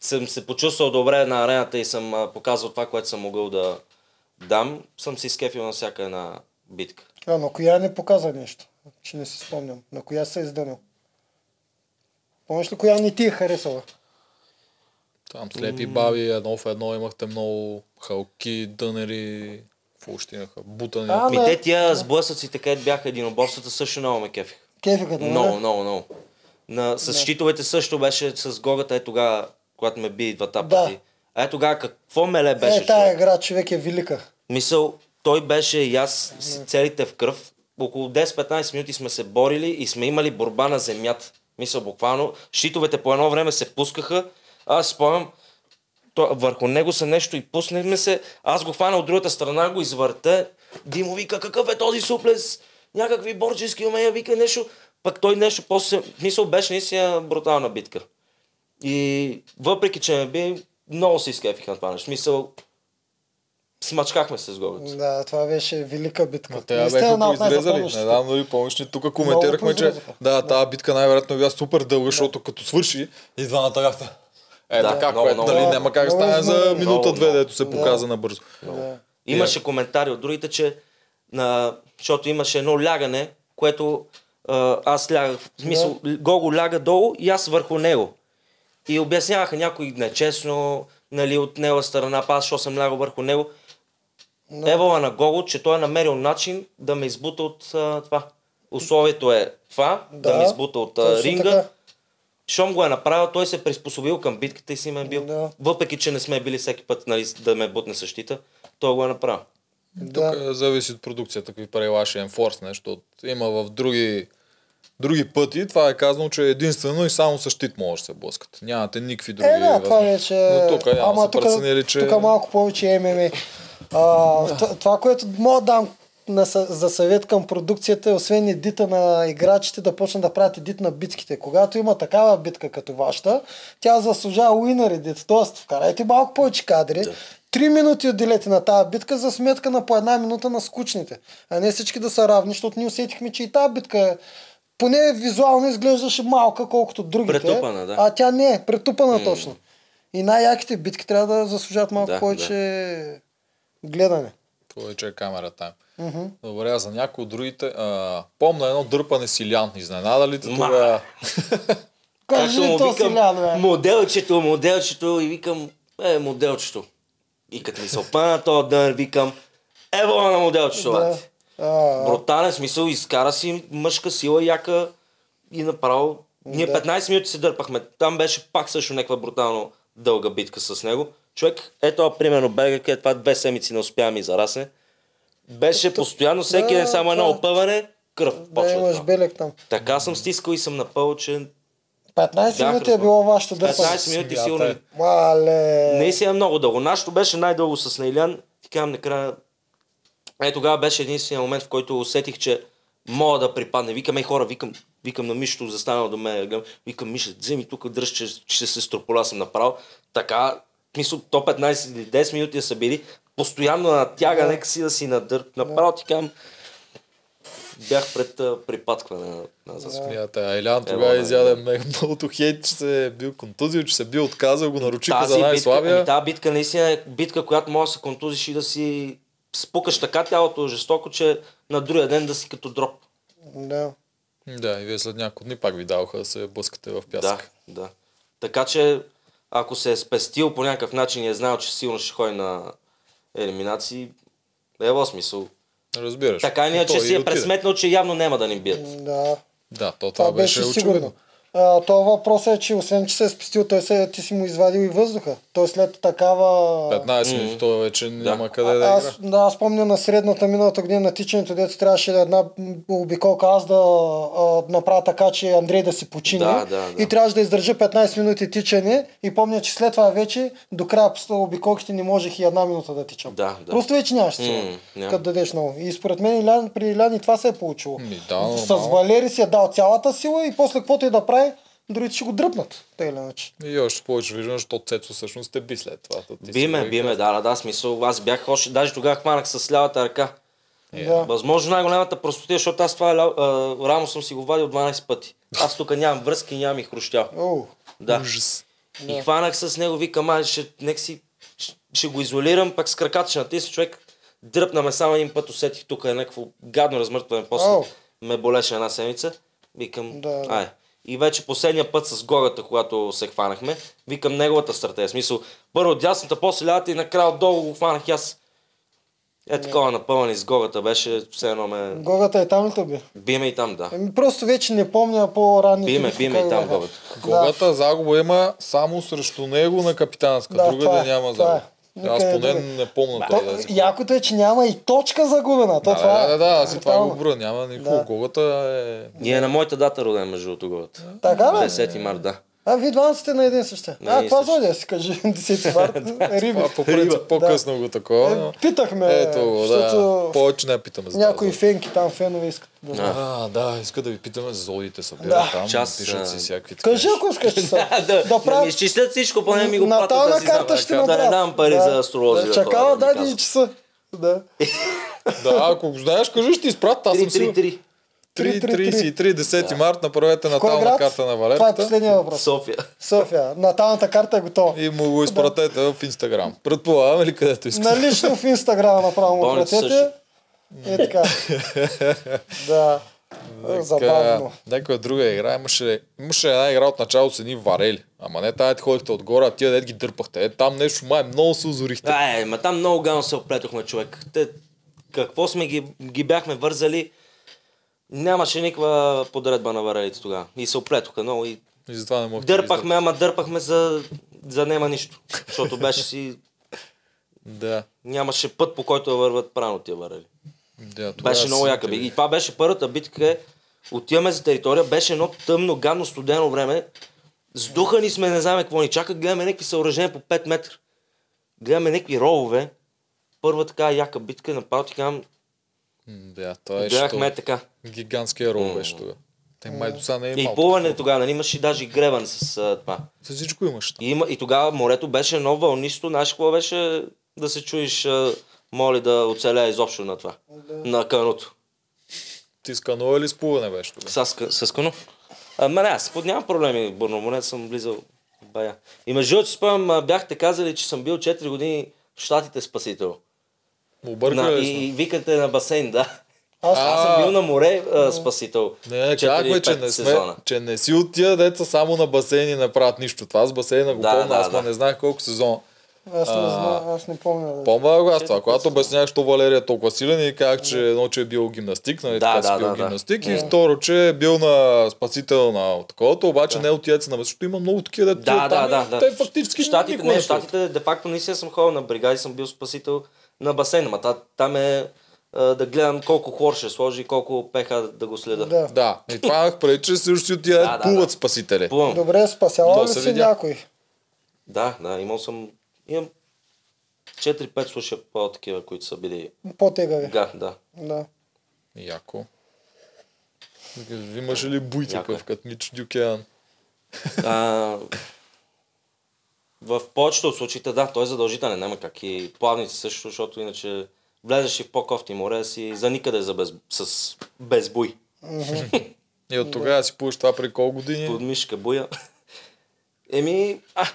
[SPEAKER 2] съм се почувствал добре на арената и съм а, показал това, което съм могъл да дам, съм си скефил на всяка една битка.
[SPEAKER 3] А, на коя не показа нещо? Че не си спомням. На коя се е издънил? Помниш ли коя не ти е харесала?
[SPEAKER 1] Там слепи баби, едно в едно имахте много халки, дънери, какво още имаха, бутани.
[SPEAKER 3] А,
[SPEAKER 2] Ми
[SPEAKER 3] Ама-
[SPEAKER 2] Ами
[SPEAKER 3] е,
[SPEAKER 2] те тия сблъсъците, където бяха единоборствата, също много ме кефих.
[SPEAKER 3] Кефиката, нали?
[SPEAKER 2] Много, много, много. На, с щитовете също беше с гогата, е тогава, когато ме би двата
[SPEAKER 3] Да.
[SPEAKER 2] пъти. А е тогава какво меле беше?
[SPEAKER 3] Е, тая
[SPEAKER 2] човек?
[SPEAKER 3] игра човек е велика.
[SPEAKER 2] Мисъл, той беше и аз с целите в кръв. Около 10-15 минути сме се борили и сме имали борба на земята. Мисъл, буквално, щитовете по едно време се пускаха. Аз спомням, то, върху него се нещо и пуснахме се. Аз го хвана от другата страна, го извърта. Димо вика, какъв е този суплес? Някакви борджески умения, вика нещо. Пък той нещо после... Мисъл, беше наистина брутална битка. И въпреки, че ме би, много се изкефих на това нещо. Мисъл, смачкахме се с голото.
[SPEAKER 3] Да, това беше велика битка.
[SPEAKER 1] Ма те я бяха произрезали. Не знам дали помниш, ние тук коментирахме, че
[SPEAKER 3] произрезаха.
[SPEAKER 1] да, тази битка най-вероятно била супер дълга, защото като свърши и двамата бяхте. Е,
[SPEAKER 2] Да,
[SPEAKER 1] така,
[SPEAKER 2] много,
[SPEAKER 1] което
[SPEAKER 2] много.
[SPEAKER 1] нали, няма как да
[SPEAKER 3] Много
[SPEAKER 1] стане за
[SPEAKER 3] изморено.
[SPEAKER 1] минута-две,
[SPEAKER 2] Много,
[SPEAKER 1] дето се показа набързо.
[SPEAKER 3] Да.
[SPEAKER 2] Имаше коментари от другите, че на, защото имаше едно лягане, което а, аз лягах, в смисъл, Гого ляга долу и аз върху него. И обясняваха някой нечестно, нали, от него страна, па аз защо съм лягал върху него.
[SPEAKER 3] Да.
[SPEAKER 2] Евала на Гого, че той е намерил начин да ме избута от а, това. Условието е това, да,
[SPEAKER 3] Да,
[SPEAKER 2] ме избута от а,
[SPEAKER 3] точно
[SPEAKER 2] ринга.
[SPEAKER 3] така.
[SPEAKER 2] Щом го е направил, той се е приспособил към битката и си ме е бил.
[SPEAKER 3] Да.
[SPEAKER 2] Въпреки, че не сме били всеки път нали, да ме бутне същита, той го е направил.
[SPEAKER 3] Да.
[SPEAKER 1] Тук е, зависи от продукцията, какви правила ще енфорс нещо. От- Има в други, други пъти, това е казано, че единствено и само с щит може да се блъскат. Нямате никакви други
[SPEAKER 3] Е, да, това
[SPEAKER 1] възможности.
[SPEAKER 3] вече... е-
[SPEAKER 1] Но тук е, ама,
[SPEAKER 3] Ама
[SPEAKER 1] са
[SPEAKER 3] тук,
[SPEAKER 1] преценили, че...
[SPEAKER 3] тук малко повече ММА. А, т- това, което мога да дам на, съ- за съвет към продукцията е, освен едита на играчите, да почнат да правят едит на битките. Когато има такава битка като вашата, тя заслужава уинър едит. Тоест, вкарайте малко повече кадри. Три минути отделете на тази битка за сметка на по една минута на скучните. А не всички да са равни, защото ние усетихме, че и тази битка е поне визуално изглеждаше малка, колкото другите.
[SPEAKER 2] Претупана, да.
[SPEAKER 3] А тя не е, претупана точно. И най-яките битки трябва да заслужават малко
[SPEAKER 2] Да,
[SPEAKER 3] повече гледане.
[SPEAKER 1] Повече е камера там. Mm-hmm. Добре, а за някои от другите... А, помна едно дърпане Силян. Изненада ли те
[SPEAKER 2] Ма.
[SPEAKER 1] тогава?
[SPEAKER 3] Кажи ли то си ляно, бе?
[SPEAKER 2] моделчето, моделчето и викам, е, моделчето. И като ми се опъна този дън, викам, ево на моделчето,
[SPEAKER 3] Да.
[SPEAKER 2] да.
[SPEAKER 3] А,
[SPEAKER 2] Брутален смисъл, изкара си мъжка сила, яка и направо. Ние
[SPEAKER 3] Да.
[SPEAKER 2] 15 минути се дърпахме. Там беше пак също някаква брутално дълга битка с него. Човек, ето примерно Бега, къде това две седмици не успя да ми зарасне. Беше постоянно всеки
[SPEAKER 3] да,
[SPEAKER 2] ден само едно
[SPEAKER 3] това-
[SPEAKER 2] опъване, кръв
[SPEAKER 3] да
[SPEAKER 2] почва.
[SPEAKER 3] имаш
[SPEAKER 2] там.
[SPEAKER 3] белек там.
[SPEAKER 2] Така съм стискал и съм напълно, че
[SPEAKER 3] 15
[SPEAKER 2] Бях
[SPEAKER 3] минути е
[SPEAKER 2] разбрал.
[SPEAKER 3] било вашето дърпане.
[SPEAKER 2] 15 минути
[SPEAKER 1] Смята
[SPEAKER 2] сигурно.
[SPEAKER 1] е.
[SPEAKER 3] Мале.
[SPEAKER 2] Не си е много дълго. Нашето беше най-дълго с Нейлян. Ти казвам накрая. Е, тогава беше единствения момент, в който усетих, че мога да припадне. Викам, ей хора, викам, викам на Мишто, застанал до мен. гледам, Викам, Миша, вземи тук, дръж, че ще се строполя съм направо. Така, мисля, то 15 или 10 минути са били. Постоянно натяга, нека си да си надър. Направо ти казвам, бях пред а, припадкване на, на заспа.
[SPEAKER 1] Смята, а Илян
[SPEAKER 2] Ево,
[SPEAKER 1] тогава
[SPEAKER 2] да,
[SPEAKER 1] изяде
[SPEAKER 2] да.
[SPEAKER 1] мега многото хейт, че се е бил контузил, че се бил отказал, го наручиха
[SPEAKER 2] тази
[SPEAKER 1] за
[SPEAKER 2] битка, ами,
[SPEAKER 1] най-слабия.
[SPEAKER 2] тази битка наистина е битка, която може да се контузиш и да си спукаш така тялото жестоко, че на другия ден да си като дроп.
[SPEAKER 3] Да.
[SPEAKER 1] Да, и вие след няколко дни пак ви даваха да се блъскате в
[SPEAKER 2] ами Да,
[SPEAKER 1] пясък.
[SPEAKER 2] да. Така че, ако се е спестил по някакъв начин и е знал, че силно ще ходи на елиминации, е в смисъл.
[SPEAKER 1] Разбираш.
[SPEAKER 2] Така или
[SPEAKER 1] И
[SPEAKER 2] иначе
[SPEAKER 1] той
[SPEAKER 2] си е
[SPEAKER 1] отиде.
[SPEAKER 2] пресметнал, че явно няма да ни бият.
[SPEAKER 3] Да.
[SPEAKER 1] Да, то
[SPEAKER 3] Това,
[SPEAKER 1] това беше
[SPEAKER 3] сигурно.
[SPEAKER 1] очевидно.
[SPEAKER 3] А, това въпрос е, че освен, че се е спестил, той се, ти си му извадил и въздуха. Той след такава...
[SPEAKER 1] 15 минути, той вече няма къде
[SPEAKER 3] А,
[SPEAKER 1] да игра.
[SPEAKER 3] аз, да, аз помня на средната миналата година на тичането, дето трябваше да една м, обиколка аз да а, направя така, че Андрей да си почине.
[SPEAKER 2] Да, да, да.
[SPEAKER 3] И трябваше да издържа 15 минути тичане. И помня, че след това вече до края по обиколките не можех и една минута да тичам.
[SPEAKER 2] Да, да.
[SPEAKER 3] Просто вече нямаш сила,
[SPEAKER 2] М, няма.
[SPEAKER 3] като дадеш много. И според мен Илян, при Илян и това се е получило.
[SPEAKER 1] Ми, да, нормално.
[SPEAKER 3] С Валери си е дал цялата сила и после каквото и да прави, другите ще го дръпнат. Те или иначе.
[SPEAKER 1] И още повече виждам, защото Цецо всъщност те би след това. Та ти си
[SPEAKER 2] Биме,
[SPEAKER 1] го
[SPEAKER 2] биме, да, да, да, смисъл. Аз бях още, даже тогава хванах с лявата ръка.
[SPEAKER 1] Е.
[SPEAKER 3] Да.
[SPEAKER 2] Възможно най-голямата простотия, защото аз това ля- а, рамо съм си го вадил 12 пъти. Аз тук нямам връзки, нямам и хрущял.
[SPEAKER 3] Оу.
[SPEAKER 2] Да.
[SPEAKER 1] Ужас.
[SPEAKER 2] И хванах с него, викам, ай, ще, нека си, ще, ще го изолирам, пък с краката ще натисна човек. Дръпна ме само един път, усетих тук е някакво гадно размъртване, после
[SPEAKER 3] Ау.
[SPEAKER 2] ме болеше една седмица. Викам,
[SPEAKER 3] Да, да.
[SPEAKER 2] ай. И вече последния път с гората, когато се хванахме, викам неговата стратегия. В Смисъл, първо от дясната, после лявата и накрая отдолу го хванах и аз. Е такова напълнен с гората беше, все едно ме...
[SPEAKER 3] Гогата е там ли би?
[SPEAKER 2] Биме и там, да.
[SPEAKER 3] Ами просто вече не помня по-ранните.
[SPEAKER 2] Биме,
[SPEAKER 3] битки
[SPEAKER 2] биме и
[SPEAKER 3] как
[SPEAKER 2] там
[SPEAKER 3] бяха.
[SPEAKER 2] гогата.
[SPEAKER 1] Главата загуба има само срещу него на капитанска.
[SPEAKER 3] Да,
[SPEAKER 1] Друга
[SPEAKER 3] това
[SPEAKER 1] да
[SPEAKER 3] е,
[SPEAKER 1] няма
[SPEAKER 3] това
[SPEAKER 1] загуба.
[SPEAKER 3] е.
[SPEAKER 1] Аз
[SPEAKER 3] Никъде
[SPEAKER 1] поне
[SPEAKER 3] другаде.
[SPEAKER 1] не помня
[SPEAKER 3] То,
[SPEAKER 1] той да си.
[SPEAKER 3] якото е, че няма и точка загубена. То
[SPEAKER 1] Да,
[SPEAKER 3] това е
[SPEAKER 1] да, да, да, аз и това
[SPEAKER 3] брутално.
[SPEAKER 1] го броя. Няма никакво.
[SPEAKER 3] Да.
[SPEAKER 1] Голата е...
[SPEAKER 2] Ние на моята дата роден, между другото, гората.
[SPEAKER 3] Така ли?
[SPEAKER 2] 10 марта, да.
[SPEAKER 3] А, ви двамата сте на един същия.
[SPEAKER 2] На
[SPEAKER 3] А,
[SPEAKER 2] един
[SPEAKER 3] това
[SPEAKER 2] същи.
[SPEAKER 3] зодия си кажи. 10 март, риби.
[SPEAKER 1] Това по принцип по-късно го такова.
[SPEAKER 3] Е,
[SPEAKER 1] но-
[SPEAKER 3] питахме,
[SPEAKER 1] Ето го, да.
[SPEAKER 3] защото
[SPEAKER 1] Повече не питаме за
[SPEAKER 3] някои
[SPEAKER 1] това.
[SPEAKER 3] фенки там, фенове искат да знаят.
[SPEAKER 1] А, да, иска да ви питаме за зодиите събира
[SPEAKER 3] Да.
[SPEAKER 1] там,
[SPEAKER 2] Час,
[SPEAKER 1] пишат си
[SPEAKER 2] а,
[SPEAKER 1] всякакви
[SPEAKER 3] Кажи,
[SPEAKER 1] такива.
[SPEAKER 3] ако искаш че са.
[SPEAKER 2] А, да, да, да ми
[SPEAKER 3] правят-
[SPEAKER 2] изчислят всичко, поне ми го
[SPEAKER 3] на
[SPEAKER 2] пратят да
[SPEAKER 3] тази
[SPEAKER 2] си знам.
[SPEAKER 3] карта ще
[SPEAKER 2] да,
[SPEAKER 3] направят.
[SPEAKER 2] не дам пари за астролозия.
[SPEAKER 3] Да,
[SPEAKER 2] хора,
[SPEAKER 3] Чакала,
[SPEAKER 2] да ми
[SPEAKER 3] дай ни
[SPEAKER 2] казват.
[SPEAKER 3] часа. Да.
[SPEAKER 1] Да, ако го знаеш, кажи, ще ти изпратят. Аз съм сигурен.
[SPEAKER 2] 3-3-3.
[SPEAKER 1] 3.33, 10 март, направете
[SPEAKER 3] Кой
[SPEAKER 1] натална
[SPEAKER 3] град?
[SPEAKER 1] карта на
[SPEAKER 3] Това е
[SPEAKER 1] Валерката
[SPEAKER 3] последния въпрос.
[SPEAKER 2] София.
[SPEAKER 3] София. Наталната карта е готова.
[SPEAKER 1] и му го изпратете в Инстаграм. Предполагам или където искате.
[SPEAKER 3] Налично в Инстаграма направо му
[SPEAKER 2] Болница
[SPEAKER 3] пратете. И така. да. Забавно.
[SPEAKER 1] Някоя друга игра. Имаше, имаше една игра от начало с едни варели. Ама не тая, дето ходихте отгоре, а тия дед ги дърпахте. Е, там нещо май много се озорихте.
[SPEAKER 2] Да, е, ма там много гано се оплетохме, човек. Те, какво сме ги, ги бяхме вързали, нямаше никаква подредба на варелите тогава. И се оплетоха много и
[SPEAKER 1] И затова не мога
[SPEAKER 2] Дърпахме, ама дърпахме за, за нема нищо. Защото беше си...
[SPEAKER 1] Да,
[SPEAKER 2] Нямаше път, по който да върват правилно тия варели.
[SPEAKER 1] да. е тогава
[SPEAKER 2] Беше много
[SPEAKER 1] си-
[SPEAKER 2] яка битка. И това беше първата битка. къде Отиваме за територия, беше едно тъмно, гадно, студено време. Сдухани сме, не знаем какво ни чака. Гледаме някакви съоръжения по 5 метра. Гледаме някакви ровове. Първа така яка битка, направо ти казвам,
[SPEAKER 1] М, Да, това е
[SPEAKER 2] гледахме
[SPEAKER 1] Гледахме...
[SPEAKER 2] така.
[SPEAKER 1] гигантския рол
[SPEAKER 2] М.
[SPEAKER 1] беше тогава. Те май до сега не е
[SPEAKER 2] И
[SPEAKER 1] малко.
[SPEAKER 2] плуване тогава, нали, имаше даже и гребан с а, това.
[SPEAKER 1] За всичко имаш. там.
[SPEAKER 2] И, има, и тогава морето беше едно вълнисто. Знаеш какво беше да се чуеш, а, моли да оцеля изобщо на това. На каното.
[SPEAKER 1] Ти с каноа или с плуване беше тогава?
[SPEAKER 2] С, ка- с кано. Ама не, аз под нямам проблеми. Бурномонет съм влизал бая. И между другото, си спомням, а, бяхте казали, че съм бил 4 години в Штатите спасител. На,
[SPEAKER 1] Объркали
[SPEAKER 2] и,
[SPEAKER 1] сме.
[SPEAKER 2] и викате на басейн, да. Аз,
[SPEAKER 3] Аз-
[SPEAKER 2] аз съм бил на море а, спасител.
[SPEAKER 1] Не,
[SPEAKER 2] Четири,
[SPEAKER 1] казахме, че
[SPEAKER 2] пет
[SPEAKER 1] не, сме,
[SPEAKER 2] сезона.
[SPEAKER 1] че не си от тия деца само на басейни не правят нищо. Това с басейна го
[SPEAKER 2] Да,
[SPEAKER 1] помня,
[SPEAKER 2] да,
[SPEAKER 1] аз ма
[SPEAKER 2] да.
[SPEAKER 1] не знаех колко сезона.
[SPEAKER 3] Аз не, знам, аз не помня. бе.
[SPEAKER 1] Помня го аз това, когато обяснявах, що Валерия е толкова силен и казах, че едно, че е бил гимнастик, нали,
[SPEAKER 2] Да,
[SPEAKER 1] така
[SPEAKER 2] да,
[SPEAKER 1] си бил
[SPEAKER 2] да, да.
[SPEAKER 1] гимнастик, и второ, че е бил на спасител на таковато, обаче не е от яйца на месото, има много такива дето
[SPEAKER 2] Да, да,
[SPEAKER 1] там,
[SPEAKER 2] да,
[SPEAKER 1] и
[SPEAKER 2] да.
[SPEAKER 1] Те е, фактически
[SPEAKER 2] щатите,
[SPEAKER 1] никога
[SPEAKER 2] не,
[SPEAKER 1] не
[SPEAKER 2] щатите, де факто не си съм ходил на бригади, съм бил спасител на басейна. Ма та- там е а, да гледам колко хлор ще сложи и колко пеха да го следа.
[SPEAKER 3] Да.
[SPEAKER 1] Да, и това имах преди, че също си от тия
[SPEAKER 2] Да,
[SPEAKER 1] да,
[SPEAKER 2] да,
[SPEAKER 1] плуват
[SPEAKER 2] да.
[SPEAKER 1] спасители.
[SPEAKER 2] Плувам.
[SPEAKER 3] Добре,
[SPEAKER 1] Да,
[SPEAKER 3] спасява ли
[SPEAKER 1] се
[SPEAKER 3] си
[SPEAKER 1] видя.
[SPEAKER 3] някой?
[SPEAKER 2] Да, да, имал съм... Имам 4-5 слуша по-такива, които са били...
[SPEAKER 3] По-тегави.
[SPEAKER 2] Га, да.
[SPEAKER 3] Да.
[SPEAKER 1] Яко. Имаше ли буй
[SPEAKER 2] Яко е.
[SPEAKER 1] такъв, като Мич Дюкеан?
[SPEAKER 2] А, в повечето от случаите, да, той е задължителен, няма как. И плавници също, защото иначе влезеш и в по-кофти море си за никъде за без, с, без буй.
[SPEAKER 1] И от тогава си плуваш това при колко години?
[SPEAKER 2] Под мишка буя. Еми, а,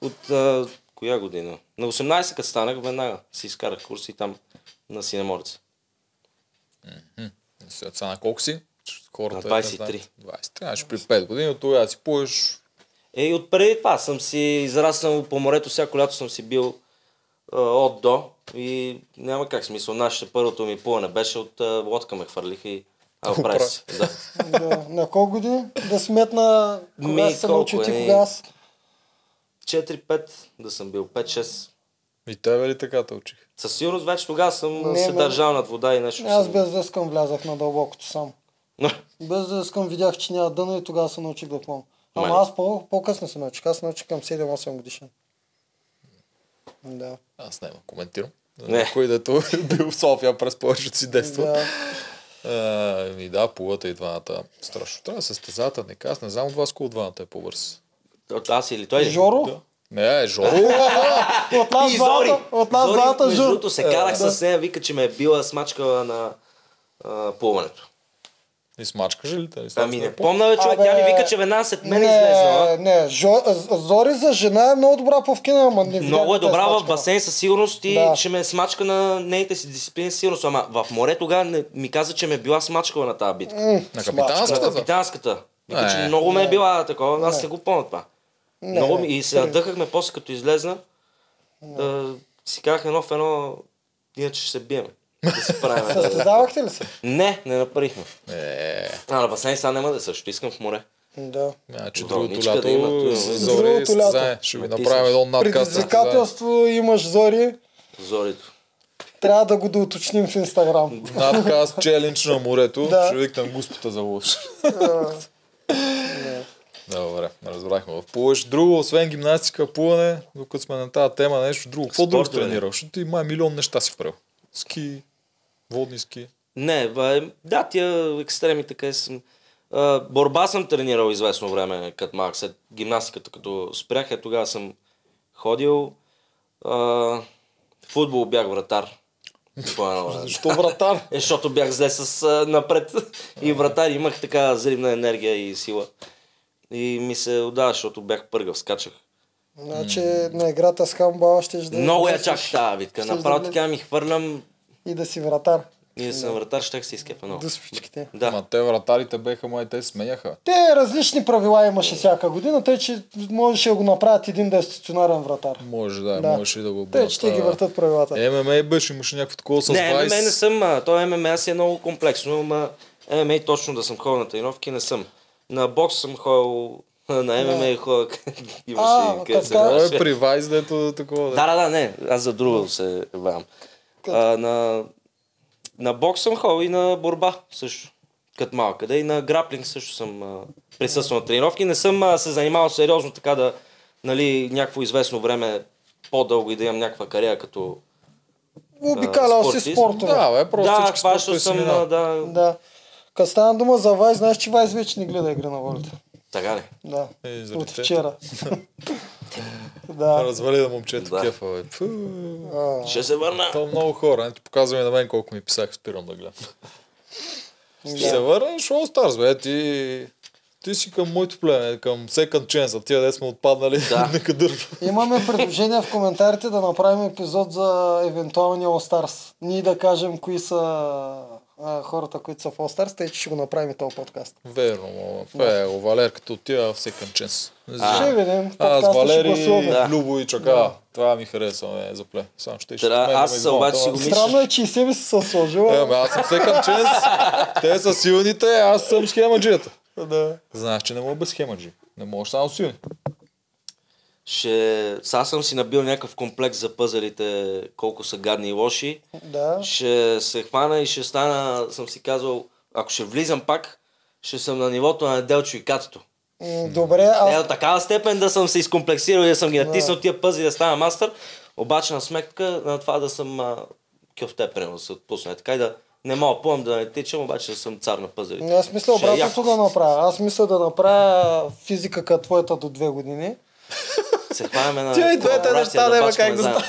[SPEAKER 2] от а, коя година? На 18 като станах, веднага си изкарах курси там на Синеморец.
[SPEAKER 1] Сега сега на колко си? Хората
[SPEAKER 2] На
[SPEAKER 1] е, не знаят.
[SPEAKER 2] 23.
[SPEAKER 1] 23. Значи при 5 години от тогава си плуваш.
[SPEAKER 2] Е, и от преди това съм си израснал по морето, всяко лято съм си бил а, от до и няма как смисъл. Нашето първото ми плуване беше от а, лодка ме хвърлиха и Алпрайс. Да.
[SPEAKER 3] да. На колко години? Да сметна кога
[SPEAKER 2] Ми,
[SPEAKER 3] се
[SPEAKER 2] колко
[SPEAKER 3] научи ти,
[SPEAKER 2] е?
[SPEAKER 3] кога аз.
[SPEAKER 2] 4-5 да съм бил, 5-6.
[SPEAKER 1] И тебе ли така те учих?
[SPEAKER 2] Със сигурност вече тогава съм
[SPEAKER 3] Не,
[SPEAKER 2] се
[SPEAKER 3] бе.
[SPEAKER 2] държал над вода и нещо.
[SPEAKER 3] Аз
[SPEAKER 2] съм-
[SPEAKER 3] без да искам влязах на дълбокото сам. Без да искам видях, че няма дъно и тогава се научих да плувам. Ама
[SPEAKER 2] Май.
[SPEAKER 3] аз по- по-късно се научих. Аз се научих към 7-8 годишен. Да.
[SPEAKER 1] Аз няма коментирам.
[SPEAKER 2] Не.
[SPEAKER 1] Не. Кой дето е бил в София през повечето си детство.
[SPEAKER 3] да.
[SPEAKER 1] А, и да, плувата и дваната. Страшно. Трябва да се състезата. Не аз не знам от вас кой от дваната е по-бърз.
[SPEAKER 2] От аз или той?
[SPEAKER 3] Жоро?
[SPEAKER 1] Не, е Жоро.
[SPEAKER 3] От нас
[SPEAKER 2] И Зори!
[SPEAKER 3] двамата, от нас Е,
[SPEAKER 2] Зори,
[SPEAKER 3] двамата
[SPEAKER 2] между
[SPEAKER 3] Жор.
[SPEAKER 2] другото, се карах с нея, вика, че ме е била смачкала на а, плуването.
[SPEAKER 1] и смачкаш ли те?
[SPEAKER 2] Ами не помна, бе, човек,
[SPEAKER 3] Е, Абе,
[SPEAKER 2] тя ми вика, че веднага след мен е излезла.
[SPEAKER 3] не, не, Жо, Зори за жена е много добра повкина, ама не видях
[SPEAKER 2] Много е
[SPEAKER 3] да те
[SPEAKER 2] добра в
[SPEAKER 3] смачкала.
[SPEAKER 2] басейн със сигурност и
[SPEAKER 3] Да.
[SPEAKER 2] ще ме е смачка на нейните си дисциплини със сигурност. Ама в море тогава не- ми каза, че ме е била смачкала на тази битка.
[SPEAKER 3] М,
[SPEAKER 1] На
[SPEAKER 2] На
[SPEAKER 1] капитанската?
[SPEAKER 2] капитанската. Вика, че
[SPEAKER 1] Не.
[SPEAKER 2] много ме е била такова, аз
[SPEAKER 3] Не.
[SPEAKER 2] не го помня това.
[SPEAKER 3] Не,
[SPEAKER 2] Много
[SPEAKER 3] не.
[SPEAKER 2] ми- и се надъхахме после като излезна, да си казах едно в едно, иначе ще се биеме. Да се правим.
[SPEAKER 3] Състезавахте ли се?
[SPEAKER 2] Не, не направихме.
[SPEAKER 1] Е,
[SPEAKER 2] А, на басейн сега няма да е също. Искам в море.
[SPEAKER 3] Да.
[SPEAKER 1] значи другото
[SPEAKER 2] Вълничка да
[SPEAKER 1] лято.
[SPEAKER 2] има, то е
[SPEAKER 1] за-
[SPEAKER 3] Другото
[SPEAKER 1] Зори
[SPEAKER 3] лято.
[SPEAKER 1] състезание. Ще ви
[SPEAKER 2] Ма ти
[SPEAKER 1] направим
[SPEAKER 2] си-
[SPEAKER 1] едно надкаст. състезание.
[SPEAKER 3] Предизвикателство имаш Зори,
[SPEAKER 2] Зорито.
[SPEAKER 3] трябва да го доуточним в Инстаграм.
[SPEAKER 1] Надкаст челендж на морето.
[SPEAKER 3] Да.
[SPEAKER 1] Ще викнем господа за лош. Добре, разбрахме. В плуваш друго, освен гимнастика, плуване, докато сме на тази тема, нещо друго. Какво друго
[SPEAKER 2] Спортове.
[SPEAKER 1] тренираш? Защото Ти май милион неща си правил. Ски, водни ски.
[SPEAKER 2] Не, бе, да, тия екстреми така съм. А, борба съм тренирал известно време, като малък. След гимнастиката, като спрях, е тогава съм ходил. А, футбол бях вратар. По едно време.
[SPEAKER 1] Защо вратар?
[SPEAKER 2] Е, защото бях зле с а, напред и вратар имах така взривна енергия и сила. И ми се отдава, защото бях пъргав, скачах.
[SPEAKER 3] Значи на играта с хамбала ще да
[SPEAKER 2] Много я
[SPEAKER 3] влезеш
[SPEAKER 2] чаках тази битка.
[SPEAKER 3] Щеш да
[SPEAKER 2] Направо
[SPEAKER 3] влезеш.
[SPEAKER 2] така ми хвърлям
[SPEAKER 3] и да си вратар.
[SPEAKER 2] и да съм вратар, щях се изкепа много.
[SPEAKER 3] До спичките.
[SPEAKER 2] Да.
[SPEAKER 1] Ма те вратарите беха, май те се сменяха.
[SPEAKER 3] Те различни правила имаше всяка година, тъй че можеше да го направят един да е стационарен вратар.
[SPEAKER 1] Може да,
[SPEAKER 3] Да.
[SPEAKER 1] можеше и да го Е,
[SPEAKER 3] Те, че те ги
[SPEAKER 1] обратат.
[SPEAKER 3] въртат правилата.
[SPEAKER 1] ММА беше, имаше някакво такова с
[SPEAKER 2] Не, ММА не
[SPEAKER 1] 20.
[SPEAKER 2] е съм. а, То ММА си е много комплексно, ама ММА точно да съм ходил на тренировки не съм. На бокс съм ходил, на ММА и ходил,
[SPEAKER 3] А,
[SPEAKER 2] имаше и къде се
[SPEAKER 3] каскад.
[SPEAKER 1] Той е
[SPEAKER 2] правеше.
[SPEAKER 1] при Вайс, дето такова. Да.
[SPEAKER 2] Да, да, да, не, аз за друго се бавам. А, на, на бокс съм ходил и на борба също, като малка. Да, и на граплинг също съм а, присъствал на тренировки. Не съм а, се занимавал сериозно така да, нали, някакво известно време по-дълго и да имам някаква кариера като...
[SPEAKER 3] Обикалял си
[SPEAKER 2] спортист.
[SPEAKER 3] спортове.
[SPEAKER 1] Да, бе, е просто
[SPEAKER 2] да,
[SPEAKER 1] всички
[SPEAKER 2] хващал
[SPEAKER 1] спортове си
[SPEAKER 2] съм,
[SPEAKER 1] минал.
[SPEAKER 2] а, да,
[SPEAKER 3] Да. Като стана дума за Вайс, знаеш, че Вайс вече не гледа игра на волята.
[SPEAKER 2] така ли?
[SPEAKER 3] Да.
[SPEAKER 1] Е, заради
[SPEAKER 3] От
[SPEAKER 1] те.
[SPEAKER 3] вчера. да.
[SPEAKER 1] Развали да момчето
[SPEAKER 2] Да.
[SPEAKER 1] кефа, бе. Фу.
[SPEAKER 3] А,
[SPEAKER 2] Ще се върна.
[SPEAKER 1] То много хора. Не ти показваме на мен колко ми писах, спирам да гледам. Ще
[SPEAKER 3] Да.
[SPEAKER 1] се върнеш в All Stars, бе. Ти, ти си към моето племе, към Second Chance, а тия де сме отпаднали
[SPEAKER 2] Да.
[SPEAKER 1] на кадър.
[SPEAKER 3] Имаме предложение в коментарите да направим епизод за евентуалния All Stars. Ние да кажем кои са а, хората, които са в All Stars, тъй че ще го направим и този подкаст.
[SPEAKER 1] Верно, е, мога. Пе, о, Валер, като отива в Second Chance. Не знам.
[SPEAKER 3] ще видим.
[SPEAKER 1] Аз
[SPEAKER 3] Подкаста ще
[SPEAKER 1] Валери,
[SPEAKER 3] гласуваме.
[SPEAKER 2] Да.
[SPEAKER 1] Любо и Чака. Това ми харесва, ме, за пле. Само ще
[SPEAKER 2] Тра-
[SPEAKER 1] ще-
[SPEAKER 2] аз
[SPEAKER 1] ме изгоня,
[SPEAKER 2] обаче си
[SPEAKER 1] това-
[SPEAKER 2] го мисля.
[SPEAKER 3] Странно е, че и себе си се
[SPEAKER 1] Е,
[SPEAKER 3] сложила.
[SPEAKER 1] ме, аз съм Second Chance. Те са силните, аз съм схемаджията.
[SPEAKER 3] Да.
[SPEAKER 1] Знаеш, че не мога без схемаджи. Не можеш само силни.
[SPEAKER 2] Ще... Сега съм си набил някакъв комплекс за пъзарите, колко са гадни и лоши.
[SPEAKER 3] Да.
[SPEAKER 2] ще се хвана и ще стана, съм си казал, ако ще влизам пак, ще съм на нивото на Делчо и Катото.
[SPEAKER 3] М, Добре,
[SPEAKER 2] Не
[SPEAKER 3] аз
[SPEAKER 2] до такава степен да съм се изкомплексирал и да съм ги натиснал тия пъзи да стана мастър, обаче на сметка на това да съм а, кюфте, примерно, да се отпусна. Е, Така и да не мога пълно да не тичам, обаче да съм цар на пъзарите.
[SPEAKER 3] Аз мисля
[SPEAKER 2] Ще е
[SPEAKER 3] обратното
[SPEAKER 2] яко.
[SPEAKER 3] да направя. Аз мисля да направя физика като твоята до две години.
[SPEAKER 2] Се хванаме на...
[SPEAKER 1] Тя и двете
[SPEAKER 2] колаборация
[SPEAKER 1] неща, няма
[SPEAKER 2] бачкаме
[SPEAKER 1] как да
[SPEAKER 2] заедно.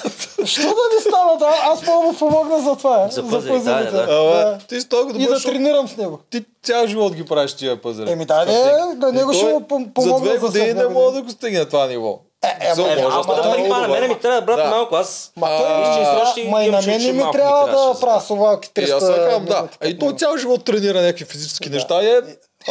[SPEAKER 3] Що да не стана? Да, аз мога да му помогна за това. е.
[SPEAKER 2] За
[SPEAKER 3] За
[SPEAKER 2] пъзелите,
[SPEAKER 3] пъзелите.
[SPEAKER 2] да, да.
[SPEAKER 3] Да.
[SPEAKER 1] Абе, ти си толкова
[SPEAKER 3] И
[SPEAKER 1] добър,
[SPEAKER 3] да
[SPEAKER 1] защото
[SPEAKER 3] тренирам с него.
[SPEAKER 1] ти цял живот ги правиш тия пъзели.
[SPEAKER 3] Еми, да, не, на него ще му пом-
[SPEAKER 1] За
[SPEAKER 3] помогна
[SPEAKER 1] две
[SPEAKER 3] за
[SPEAKER 1] години
[SPEAKER 3] след
[SPEAKER 1] не
[SPEAKER 3] две
[SPEAKER 1] мога
[SPEAKER 3] години.
[SPEAKER 1] да го стигне това ниво.
[SPEAKER 3] Е,
[SPEAKER 1] За-
[SPEAKER 3] ама-
[SPEAKER 1] може
[SPEAKER 2] Е,
[SPEAKER 1] да
[SPEAKER 2] Ама
[SPEAKER 1] стане
[SPEAKER 2] да
[SPEAKER 1] много
[SPEAKER 2] прехвана,
[SPEAKER 1] добър.
[SPEAKER 2] мене ми трябва, брат,
[SPEAKER 1] Да.
[SPEAKER 2] малко. Аз
[SPEAKER 3] Ма той
[SPEAKER 1] А,
[SPEAKER 3] вижте,
[SPEAKER 2] изрощи
[SPEAKER 3] ма и на
[SPEAKER 2] имам
[SPEAKER 3] мен
[SPEAKER 2] чук,
[SPEAKER 3] не
[SPEAKER 2] че
[SPEAKER 3] ми
[SPEAKER 2] малко ми
[SPEAKER 3] трябва
[SPEAKER 2] трябваше
[SPEAKER 3] да
[SPEAKER 2] за
[SPEAKER 3] правя
[SPEAKER 2] това.
[SPEAKER 3] совалки
[SPEAKER 1] И Е, аз
[SPEAKER 3] 300.
[SPEAKER 1] това казвам, да.
[SPEAKER 3] минути.
[SPEAKER 1] А и той цял живот тренира някакви физически неща и е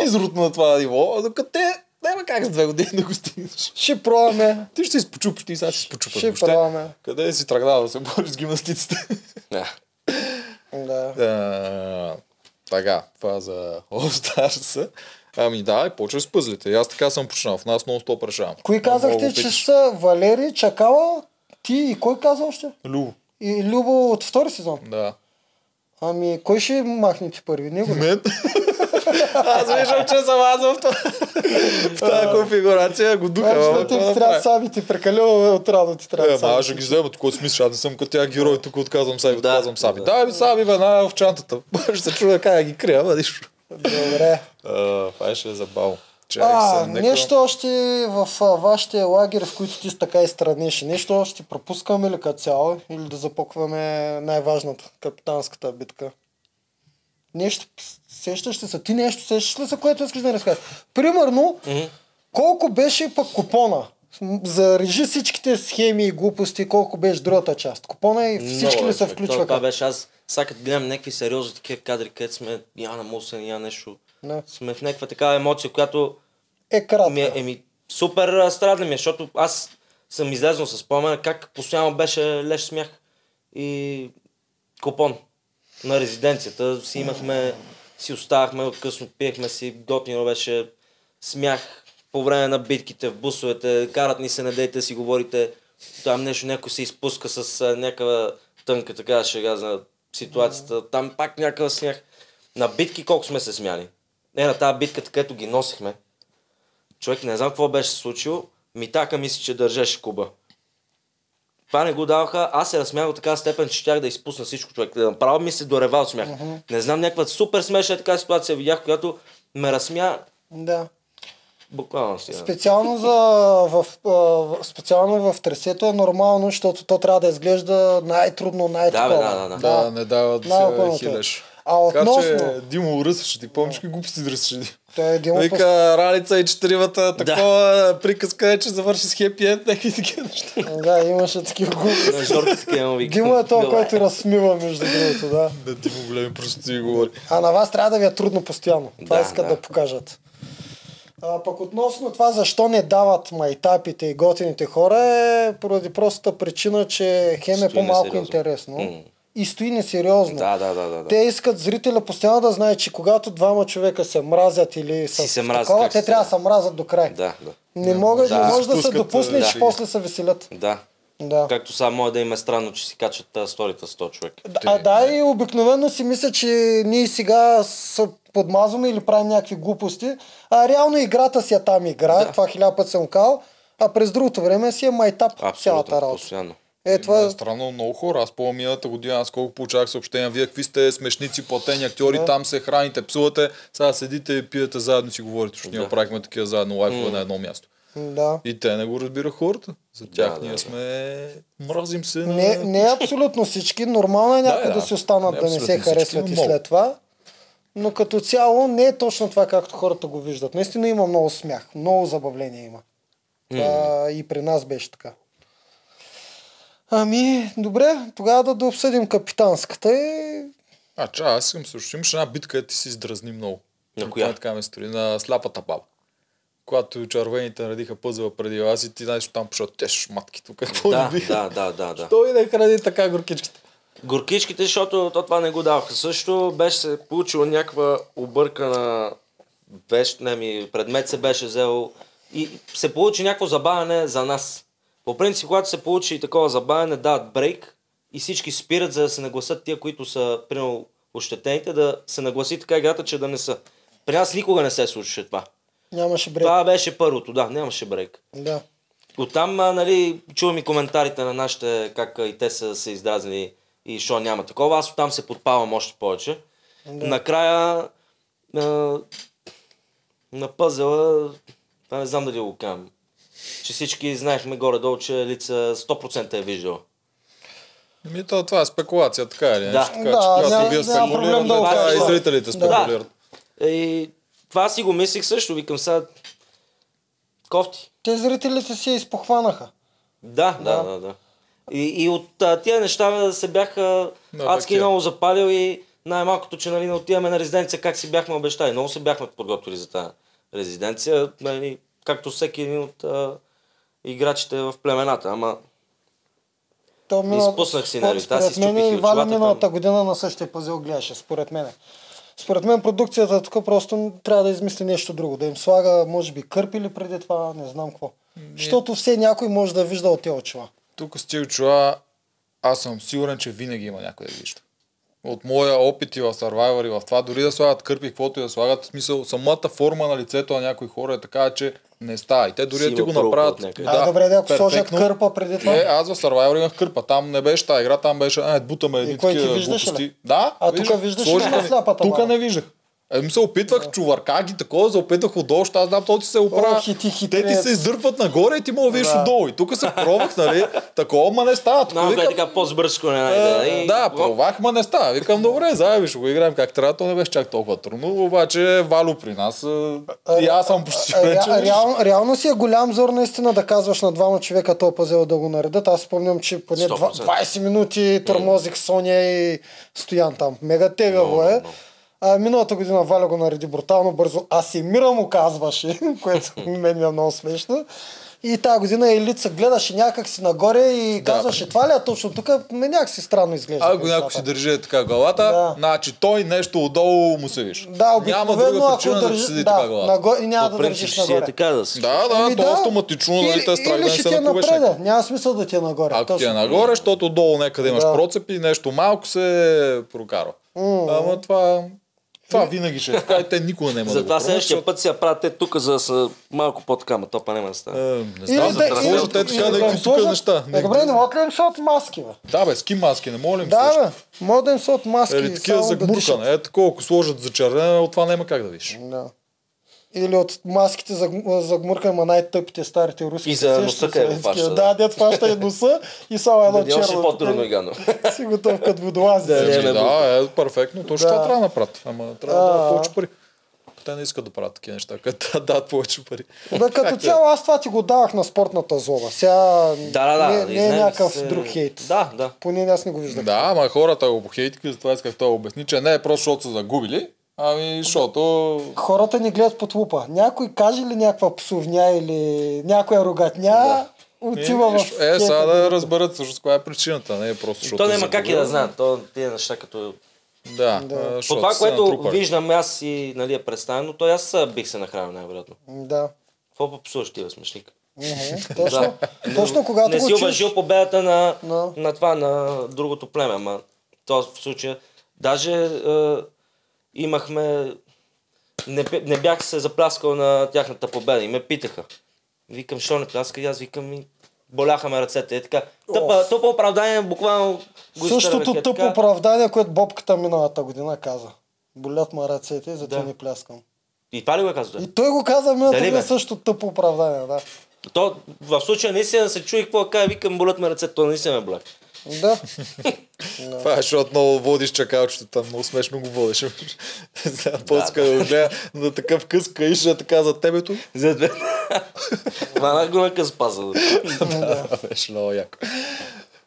[SPEAKER 1] изрутно на това ниво, а докато те няма как за две години да го стигнеш.
[SPEAKER 3] Ще пробваме.
[SPEAKER 1] Ти ще изпочупиш, ти сега ще изпочупаш.
[SPEAKER 3] Ще
[SPEAKER 1] въобще.
[SPEAKER 3] пробваме.
[SPEAKER 1] Къде си тръгнал да се бориш с гимнастиците?
[SPEAKER 2] Да.
[SPEAKER 3] Да.
[SPEAKER 1] Да, Е, така, това за All Stars. Ами да, и почва с пъзлите. И аз така съм починал. В нас нон-стоп решавам.
[SPEAKER 3] Кои
[SPEAKER 1] Не мога да
[SPEAKER 3] казахте,
[SPEAKER 1] го
[SPEAKER 3] че
[SPEAKER 1] питаш.
[SPEAKER 3] са Валери, Чакала, ти и кой каза още?
[SPEAKER 1] Любо.
[SPEAKER 3] И Любо от втори сезон.
[SPEAKER 1] Да.
[SPEAKER 3] Ами, кой ще махнете първи? Него ли?
[SPEAKER 1] Мен? аз виждам, че съм аз в това- в тази конфигурация. Го духа.
[SPEAKER 3] Знаеш,
[SPEAKER 1] ама
[SPEAKER 3] да ти
[SPEAKER 1] какво да
[SPEAKER 3] трябва
[SPEAKER 1] правя?
[SPEAKER 3] сами ти прекалено от рано ти трябва
[SPEAKER 1] Е, ама
[SPEAKER 3] сами.
[SPEAKER 1] аз ще ги взема, тук си мисля, аз не съм като тях герой, тук отказвам Саби,
[SPEAKER 2] Да.
[SPEAKER 1] отказвам Саби.
[SPEAKER 2] Да.
[SPEAKER 1] Да, ми Саби веднага в чантата. Ще се чуя как да ги крия, ама нищо.
[SPEAKER 3] Добре.
[SPEAKER 1] А, Това ще е забавно. Чакай
[SPEAKER 3] А,
[SPEAKER 1] се, нека-
[SPEAKER 3] нещо още в а, вашите лагери, в които ти така и странеше. Нещо още пропускаме ли като цяло? Или да запокваме най-важната, капитанската битка? Нещо пс, сещаш ли се? Ти нещо сещаш ли се, което искаш да ни разкажеш? Примерно, колко беше пък купона? М, Зарежи всичките схеми и глупости, колко беше другата част. Купона и всички
[SPEAKER 1] Много
[SPEAKER 3] ли
[SPEAKER 1] е, човек.
[SPEAKER 3] се
[SPEAKER 2] Това, това
[SPEAKER 3] включваха?
[SPEAKER 2] беше аз. Сега като гледам някакви сериозни такива кадри, където сме я на Мусен, я нещо.
[SPEAKER 3] Да.
[SPEAKER 2] Сме в някаква такава емоция, която
[SPEAKER 3] Е,
[SPEAKER 2] ми е
[SPEAKER 3] кратко.
[SPEAKER 2] еми, супер а, страдна ми, е, защото аз съм излезнал с спомена как постоянно беше леш смях и купон на резиденцията. Си имахме, си оставахме, късно пиехме си, готино беше смях по време на битките в бусовете, карат ни се, не дейте да си говорите, там нещо, някой се изпуска с а, някаква тънка така шега за ситуацията, там пак някакъв смях. На битки колко сме се смяли. Е, на тази битката, където ги носихме, човек не знам какво беше се случило, Митака мисли, че държеше Куба. Това не го даваха, аз се разсмях до така степен, че щях да изпусна всичко човек. Направо ми се дорева от смях. Не знам, някаква супер смешна така ситуация видях, която ме разсмя
[SPEAKER 3] Да.
[SPEAKER 2] буквално си. да.
[SPEAKER 3] Специално, за, в, а, в- специално в тресето е нормално, защото то трябва да изглежда най-трудно, най-трудно.
[SPEAKER 2] Да, бе, да, да, да.
[SPEAKER 1] Да, не дават
[SPEAKER 3] Най-опълното е.
[SPEAKER 1] се хилеш.
[SPEAKER 3] А относно...
[SPEAKER 1] Така че Димо ръсваше ти, помниш как глупости ръсваше ти.
[SPEAKER 3] Той е Димо пос...
[SPEAKER 1] Вика Ралица и четиримата, такова приказка е, че завърши с хепи енд, някакви такива неща.
[SPEAKER 3] Да, имаше такива глупости.
[SPEAKER 2] На Жорка такива му викам.
[SPEAKER 3] Димо е това,
[SPEAKER 2] Добре.
[SPEAKER 3] който разсмива, между другото, да.
[SPEAKER 1] Да, Димо големи прости говори.
[SPEAKER 3] А на вас трябва да ви е трудно постоянно. Това
[SPEAKER 2] Да,
[SPEAKER 3] искат да,
[SPEAKER 2] да.
[SPEAKER 3] покажат. А, пък относно това, защо не дават майтапите и готините хора, е поради простата причина, че хем е
[SPEAKER 2] Стои
[SPEAKER 3] по-малко
[SPEAKER 2] несериозно.
[SPEAKER 3] интересно.
[SPEAKER 2] М.
[SPEAKER 3] и стои несериозно.
[SPEAKER 2] Да, да, да, да. да.
[SPEAKER 3] Те искат зрителя постоянно да знае, че когато двама човека се мразят или са
[SPEAKER 2] Си се
[SPEAKER 3] в
[SPEAKER 2] мразят,
[SPEAKER 3] такова,
[SPEAKER 2] как
[SPEAKER 3] те
[SPEAKER 2] се
[SPEAKER 3] трябва да
[SPEAKER 2] да.
[SPEAKER 3] се мразят до край.
[SPEAKER 2] Да, да.
[SPEAKER 3] Не, мога,
[SPEAKER 2] да.
[SPEAKER 3] не може да се
[SPEAKER 1] Спускат,
[SPEAKER 3] допусне,
[SPEAKER 1] да.
[SPEAKER 3] че после се веселят.
[SPEAKER 2] Да.
[SPEAKER 3] Да.
[SPEAKER 2] Както само може да им е странно, че си качат а, сторите с 100 човек.
[SPEAKER 3] А да, и обикновено си мисля, че ние сега се подмазваме или правим някакви глупости, а реално играта си е там игра, да. това хиляда път съм казал, а през другото време си е майтап цялата
[SPEAKER 2] Абсолютно,
[SPEAKER 3] работа.
[SPEAKER 2] постоянно.
[SPEAKER 3] Е, това е...
[SPEAKER 1] е странно много хора. Аз по миналата година, аз колко получавах съобщения, вие какви сте смешници, платени актьори, там се храните, псувате, сега седите и пиете заедно и си говорите, защото ние
[SPEAKER 2] Да.
[SPEAKER 1] правихме такива заедно лайфове на едно място.
[SPEAKER 3] Да.
[SPEAKER 1] И те не го разбира хората. За тях
[SPEAKER 2] да,
[SPEAKER 1] ние
[SPEAKER 2] да.
[SPEAKER 1] сме... Мразим се на...
[SPEAKER 3] Не, не е абсолютно всички. Нормално е някои да,
[SPEAKER 1] да.
[SPEAKER 3] да си останат,
[SPEAKER 1] Не
[SPEAKER 3] да не
[SPEAKER 1] абсолютно
[SPEAKER 3] се
[SPEAKER 1] всички,
[SPEAKER 3] харесват
[SPEAKER 1] но
[SPEAKER 3] и
[SPEAKER 1] много.
[SPEAKER 3] след това. Но като цяло не е точно това, както хората го виждат. Наистина има много смях, много забавление има. Това и при нас беше така. Ами, добре, тогава да, да обсъдим капитанската и...
[SPEAKER 1] А, че, аз съм също. Имаше една битка, където ти си издразни много.
[SPEAKER 2] На коя?
[SPEAKER 1] Тя Така ме стори. На сляпата баба. Когато червените наредиха пъзела преди вас и ти знаеш там, защото те шматки тук. Какво
[SPEAKER 2] Да,
[SPEAKER 1] ни бие?
[SPEAKER 2] да, да, да, да.
[SPEAKER 1] Той не храни така горкичките.
[SPEAKER 2] Горкичките, защото то това не го даваха. Също беше се получила някаква объркана вещ, не ми, предмет се беше взел и се получи някакво забавяне за нас. По принцип, когато се получи такова забавяне, дават брейк и всички спират, за да се нагласат тия, които са, примерно, ощетените, да се нагласи така играта, че да не са. При нас никога не се случваше това.
[SPEAKER 3] Нямаше бред.
[SPEAKER 2] Това беше първото, да, нямаше брейк.
[SPEAKER 3] Да.
[SPEAKER 2] Оттам, а, нали, чувам и коментарите на нашите, как а, и те са се издразни и що няма такова. Аз оттам се подпавам още повече. Да. Накрая а, на пъзела, а, не знам дали го кам, че всички знаехме горе-долу, че лица 100% е виждала.
[SPEAKER 1] Ми, то, това е спекулация, така или
[SPEAKER 2] Да.
[SPEAKER 1] нещо. Така,
[SPEAKER 3] Да,
[SPEAKER 1] че, когато
[SPEAKER 3] няма-
[SPEAKER 1] вие
[SPEAKER 3] няма проблем
[SPEAKER 1] спекулирате,
[SPEAKER 3] да
[SPEAKER 1] да,
[SPEAKER 2] го
[SPEAKER 1] да, и
[SPEAKER 2] кажа.
[SPEAKER 1] зрителите спекулират.
[SPEAKER 2] И това си го мислих също, викам сега, кофти.
[SPEAKER 3] Те зрителите си я изпохванаха.
[SPEAKER 2] Да, да, да, да. И, и от а, тия неща бе, се бяха
[SPEAKER 1] Да,
[SPEAKER 2] адски
[SPEAKER 1] такива.
[SPEAKER 2] много запалил и най-малкото, че нали, не отиваме на резиденция, как си бяхме обещали. Много се бяхме подготвили за тази резиденция, нали, както всеки един от а, играчите в племената. Ама
[SPEAKER 3] То мина...
[SPEAKER 2] Изпуснах си, нали,
[SPEAKER 3] Според
[SPEAKER 2] тази си
[SPEAKER 3] мен
[SPEAKER 2] чупих
[SPEAKER 3] и
[SPEAKER 2] и
[SPEAKER 3] Валя
[SPEAKER 2] очилата
[SPEAKER 3] миналата
[SPEAKER 2] там.
[SPEAKER 3] година на същия пазил гледаше, според мен. Според мен продукцията тук просто трябва да измисли нещо друго. Да им слага, може би, кърпили преди това, не знам какво. Защото все някой може да вижда от тези очила.
[SPEAKER 1] Тук с тия очила, аз съм сигурен, че винаги има някой да ги вижда. От моя опит и в Survivor и в това, дори да слагат кърпи, каквото и да слагат, в смисъл, самата форма на лицето на някои хора е така, че не става. И те дори да ти
[SPEAKER 2] Сива
[SPEAKER 1] го
[SPEAKER 2] пробка
[SPEAKER 1] направят.
[SPEAKER 2] от някъде.
[SPEAKER 3] Да, а, добре, да, ако сложат
[SPEAKER 1] перфектно.
[SPEAKER 3] кърпа преди това.
[SPEAKER 1] Е, аз в Survivor имах кърпа. Там не беше тази игра, там беше, а, бутаме едни
[SPEAKER 3] И кой ти
[SPEAKER 1] такива
[SPEAKER 3] виждаш ли?
[SPEAKER 1] глупости. Да,
[SPEAKER 3] А тука виждаш ли на сляпата, Валя?
[SPEAKER 1] Тук не виждах. Еми се опитвах чувърка ги, такова се опитах отдолу, защото аз знам, то ти се оправя.
[SPEAKER 3] Ох, и
[SPEAKER 1] Те ти
[SPEAKER 3] ти хитрец.
[SPEAKER 1] се издърпват нагоре и ти мога да видиш
[SPEAKER 3] Да.
[SPEAKER 1] отдолу. И тук се пробвах, нали? Такова, ма не става. Тук
[SPEAKER 2] много бе
[SPEAKER 1] викам,
[SPEAKER 2] така по-сбърскане.
[SPEAKER 1] е,
[SPEAKER 2] Нали,
[SPEAKER 1] да, пробвах, ма не става. Викам, добре, заеби, ще го играем как трябва. То не беше чак толкова трудно, обаче Вало при нас. а, И аз съм почти
[SPEAKER 3] Е, Ре,
[SPEAKER 1] сигурен, че
[SPEAKER 3] реал, реално си е голям зор наистина да казваш на двама човека този пазел да го наредят. Аз спомням, че поне
[SPEAKER 2] 100%.
[SPEAKER 3] 20 минути тормозих Соня и Стоян там. Мега тегаво е. А, миналата година Валя го нареди брутално бързо. Аз и мира му казваше, което мен ми е много смешно. И тази година Елица гледаше някак си нагоре и
[SPEAKER 1] Да.
[SPEAKER 3] казваше, това ли е точно тук? Ме някак си странно изглежда.
[SPEAKER 1] Ако някой
[SPEAKER 3] нещата.
[SPEAKER 1] си държи така главата,
[SPEAKER 3] Да.
[SPEAKER 1] значи той нещо отдолу му се виж.
[SPEAKER 3] Да,
[SPEAKER 1] Няма
[SPEAKER 3] обикновено,
[SPEAKER 1] друга
[SPEAKER 3] ако
[SPEAKER 1] причина да ти
[SPEAKER 3] държи,
[SPEAKER 1] седи
[SPEAKER 3] да,
[SPEAKER 1] така главата.
[SPEAKER 3] нагоре, и няма
[SPEAKER 2] По
[SPEAKER 3] да
[SPEAKER 2] принцип
[SPEAKER 3] държиш
[SPEAKER 2] ще си е
[SPEAKER 3] нагоре.
[SPEAKER 2] така да се.
[SPEAKER 1] Да, да,
[SPEAKER 3] Еми
[SPEAKER 1] то автоматично, нали, те страх да
[SPEAKER 3] Ами или
[SPEAKER 1] не
[SPEAKER 3] ще
[SPEAKER 1] се
[SPEAKER 3] ти е
[SPEAKER 1] напугаш.
[SPEAKER 3] напреда.
[SPEAKER 1] някак.
[SPEAKER 3] Няма смисъл да ти е нагоре.
[SPEAKER 1] Ако ти е
[SPEAKER 3] Точно.
[SPEAKER 1] нагоре, защото долу някъде имаш
[SPEAKER 3] Да.
[SPEAKER 1] процепи, нещо малко се прокарва. Ама това, това винаги ще е така и те никога няма да го
[SPEAKER 2] Затова
[SPEAKER 1] променят,
[SPEAKER 2] следващия път си я правят те тук, за да са малко по-така, ма то па няма да стане.
[SPEAKER 1] Ем, Е, не
[SPEAKER 3] Или
[SPEAKER 1] знам,
[SPEAKER 2] да-
[SPEAKER 1] да,
[SPEAKER 2] или-
[SPEAKER 1] може те
[SPEAKER 2] или
[SPEAKER 1] така
[SPEAKER 2] да
[SPEAKER 3] им
[SPEAKER 1] някакви тук
[SPEAKER 3] сложат-
[SPEAKER 1] неща.
[SPEAKER 3] Е, добре, не
[SPEAKER 1] Някакви-
[SPEAKER 3] могат ли да им сложат маски, бе?
[SPEAKER 1] Да, бе, ски маски, не моля им
[SPEAKER 3] Да,
[SPEAKER 1] да,
[SPEAKER 3] бе. Могат да им сложат маски.
[SPEAKER 1] Или такива
[SPEAKER 3] само
[SPEAKER 1] за
[SPEAKER 3] да дишат.
[SPEAKER 1] гмуркане. Е, такова, ако сложат за червена, от това няма как да видиш.
[SPEAKER 3] Да. Или от маските за, гм- за гмурка, ма най-тъпите старите руски.
[SPEAKER 2] И за носа къде го фаща,
[SPEAKER 3] Да,
[SPEAKER 2] да.
[SPEAKER 3] дед фаща и носа и само едно
[SPEAKER 2] Да, още
[SPEAKER 3] черно.
[SPEAKER 2] по-трудно и гадно.
[SPEAKER 3] Си готов като водолази.
[SPEAKER 2] Да, не,
[SPEAKER 1] Еми,
[SPEAKER 2] не,
[SPEAKER 1] да, е, перфектно. Точно
[SPEAKER 3] Да.
[SPEAKER 1] това трябва да направят. Ама трябва да
[SPEAKER 3] А.
[SPEAKER 1] дадат повече пари. Те не искат да правят такива неща, където да дадат повече пари.
[SPEAKER 3] Да, като
[SPEAKER 1] Как да е?
[SPEAKER 3] цяло аз това ти го давах на спортната зоба. Сега
[SPEAKER 2] Да, да, да.
[SPEAKER 3] не, не е
[SPEAKER 2] изнерви
[SPEAKER 3] някакъв
[SPEAKER 2] се.
[SPEAKER 3] друг хейт.
[SPEAKER 2] Да, да.
[SPEAKER 3] Поне аз не го виждам.
[SPEAKER 1] Да, ама хората го похейтиха, затова исках това да обясни, че не е просто защото са загубили, ами защото...
[SPEAKER 3] Хората ни гледат под лупа. Някой каже ли някаква псовня или някоя рогатня, да. отива в...
[SPEAKER 1] Е, сега да
[SPEAKER 3] кето.
[SPEAKER 1] разберат всъщност коя е причината, не е просто защото...
[SPEAKER 2] То
[SPEAKER 1] е
[SPEAKER 2] няма как и
[SPEAKER 1] загубил.
[SPEAKER 2] да знаят. То тия неща като...
[SPEAKER 1] Да,
[SPEAKER 3] Да.
[SPEAKER 1] а,
[SPEAKER 3] По
[SPEAKER 2] По
[SPEAKER 1] защото
[SPEAKER 2] това,
[SPEAKER 1] са
[SPEAKER 2] което
[SPEAKER 1] натрупали.
[SPEAKER 2] виждам аз и нали, е представено, то и аз а, бих се нахранил най-вероятно.
[SPEAKER 3] Да.
[SPEAKER 2] Какво попсуваш ти, бе, смешник?
[SPEAKER 3] Мгм. Точно, точно когато
[SPEAKER 2] не
[SPEAKER 3] го
[SPEAKER 2] си
[SPEAKER 3] чуеш-
[SPEAKER 2] уважил победата на,
[SPEAKER 3] Но.
[SPEAKER 2] на това, на другото племе, ама в този случай даже е, имахме... Не, бе- не, бях се запляскал на тяхната победа и ме питаха. Викам, що не пляска? И аз викам, и боляха ме ръцете. Е така, тъпа,
[SPEAKER 3] Оф.
[SPEAKER 2] тъпа оправдание, буквално го
[SPEAKER 3] Същото
[SPEAKER 2] изтървах, е
[SPEAKER 3] тъпо
[SPEAKER 2] така.
[SPEAKER 3] оправдание, което бобката миналата година каза. Болят ма ръцете, за да.
[SPEAKER 2] Да.
[SPEAKER 3] не пляскам.
[SPEAKER 2] И това ли го е казвате?
[SPEAKER 3] И той го каза миналата
[SPEAKER 2] Дали,
[SPEAKER 3] година
[SPEAKER 2] бе?
[SPEAKER 3] също тъпо оправдание, да.
[SPEAKER 2] То в случая наистина се чуи какво каже, викам, болят ме ръцете, то наистина ме болят.
[SPEAKER 3] Да.
[SPEAKER 1] Това е, защото много водиш чакалчето там, много смешно го водиш. Сега поска да го гледа на такъв къс каиша, така за тебето.
[SPEAKER 2] За две. Хванах го на къспаза.
[SPEAKER 1] Да, беше много яко.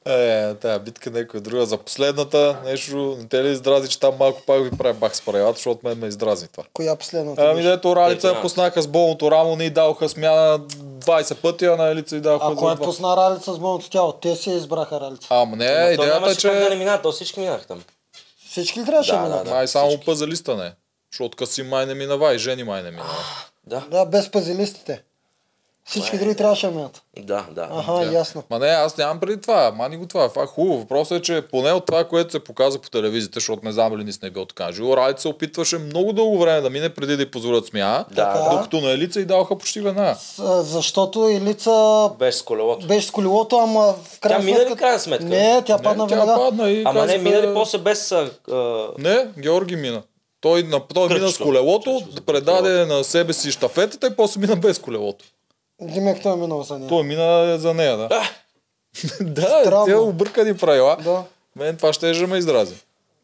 [SPEAKER 1] Е, тая битка някоя друга. За последната нещо, не те ли издрази, че там малко пак ви прави бах с правилата, защото мен ме издрази това.
[SPEAKER 3] Коя последната?
[SPEAKER 1] Ами
[SPEAKER 3] беше?
[SPEAKER 1] дето Ралица
[SPEAKER 2] Е,
[SPEAKER 1] пуснаха с болното рамо, не й даваха смяна 20 пъти, а на Елица и даваха
[SPEAKER 3] А кой е
[SPEAKER 1] два.
[SPEAKER 3] пусна ралица с болното тяло? Те се избраха ралица.
[SPEAKER 1] Ама не, идеята е,
[SPEAKER 2] нямаше
[SPEAKER 1] че...
[SPEAKER 2] как да не мина, то всички минах там.
[SPEAKER 3] Всички ли трябваше
[SPEAKER 2] Да,
[SPEAKER 3] да,
[SPEAKER 2] да,
[SPEAKER 3] минат?
[SPEAKER 2] да.
[SPEAKER 1] Май само
[SPEAKER 2] всички.
[SPEAKER 1] пъзалиста не. Защото Касим май не минава и Жени май не минава.
[SPEAKER 2] Да, Е.
[SPEAKER 3] Да, без пазилистите. Всички други трябваше да минат.
[SPEAKER 2] да, да.
[SPEAKER 3] Аха,
[SPEAKER 1] Да.
[SPEAKER 3] ясно.
[SPEAKER 1] Ма не, аз нямам преди това. Мани го това. Това е хубаво. Въпросът е, че поне от това, което се показа по телевизията, защото не знам дали наистина е бил така. Жил Райт се опитваше много дълго време да мине преди да й позволят смяна.
[SPEAKER 2] Да,
[SPEAKER 3] Така.
[SPEAKER 2] да.
[SPEAKER 1] Докато на елица и даваха почти веднага.
[SPEAKER 3] С- а, Защото Елица
[SPEAKER 2] Беше с колелото.
[SPEAKER 3] беше с колелото, ама в крайна
[SPEAKER 2] Тя мина ли крайна сметка?
[SPEAKER 3] Не, тя падна
[SPEAKER 1] Не, тя
[SPEAKER 3] веднага.
[SPEAKER 1] падна и
[SPEAKER 2] Ама не,
[SPEAKER 1] казаха-
[SPEAKER 2] мина ли после без... а, а,
[SPEAKER 1] Не, Георги мина. Той, на, той мина с
[SPEAKER 2] Кръчко.
[SPEAKER 1] колелото,
[SPEAKER 2] Кръчко с
[SPEAKER 1] предаде на себе си щафетата и после мина без колелото.
[SPEAKER 3] Димек той е минал за нея.
[SPEAKER 1] Той мина за нея, да.
[SPEAKER 2] а,
[SPEAKER 1] да,
[SPEAKER 3] Странно.
[SPEAKER 1] тя объркани правила.
[SPEAKER 3] Да.
[SPEAKER 1] Мен това ще е да ме издрази.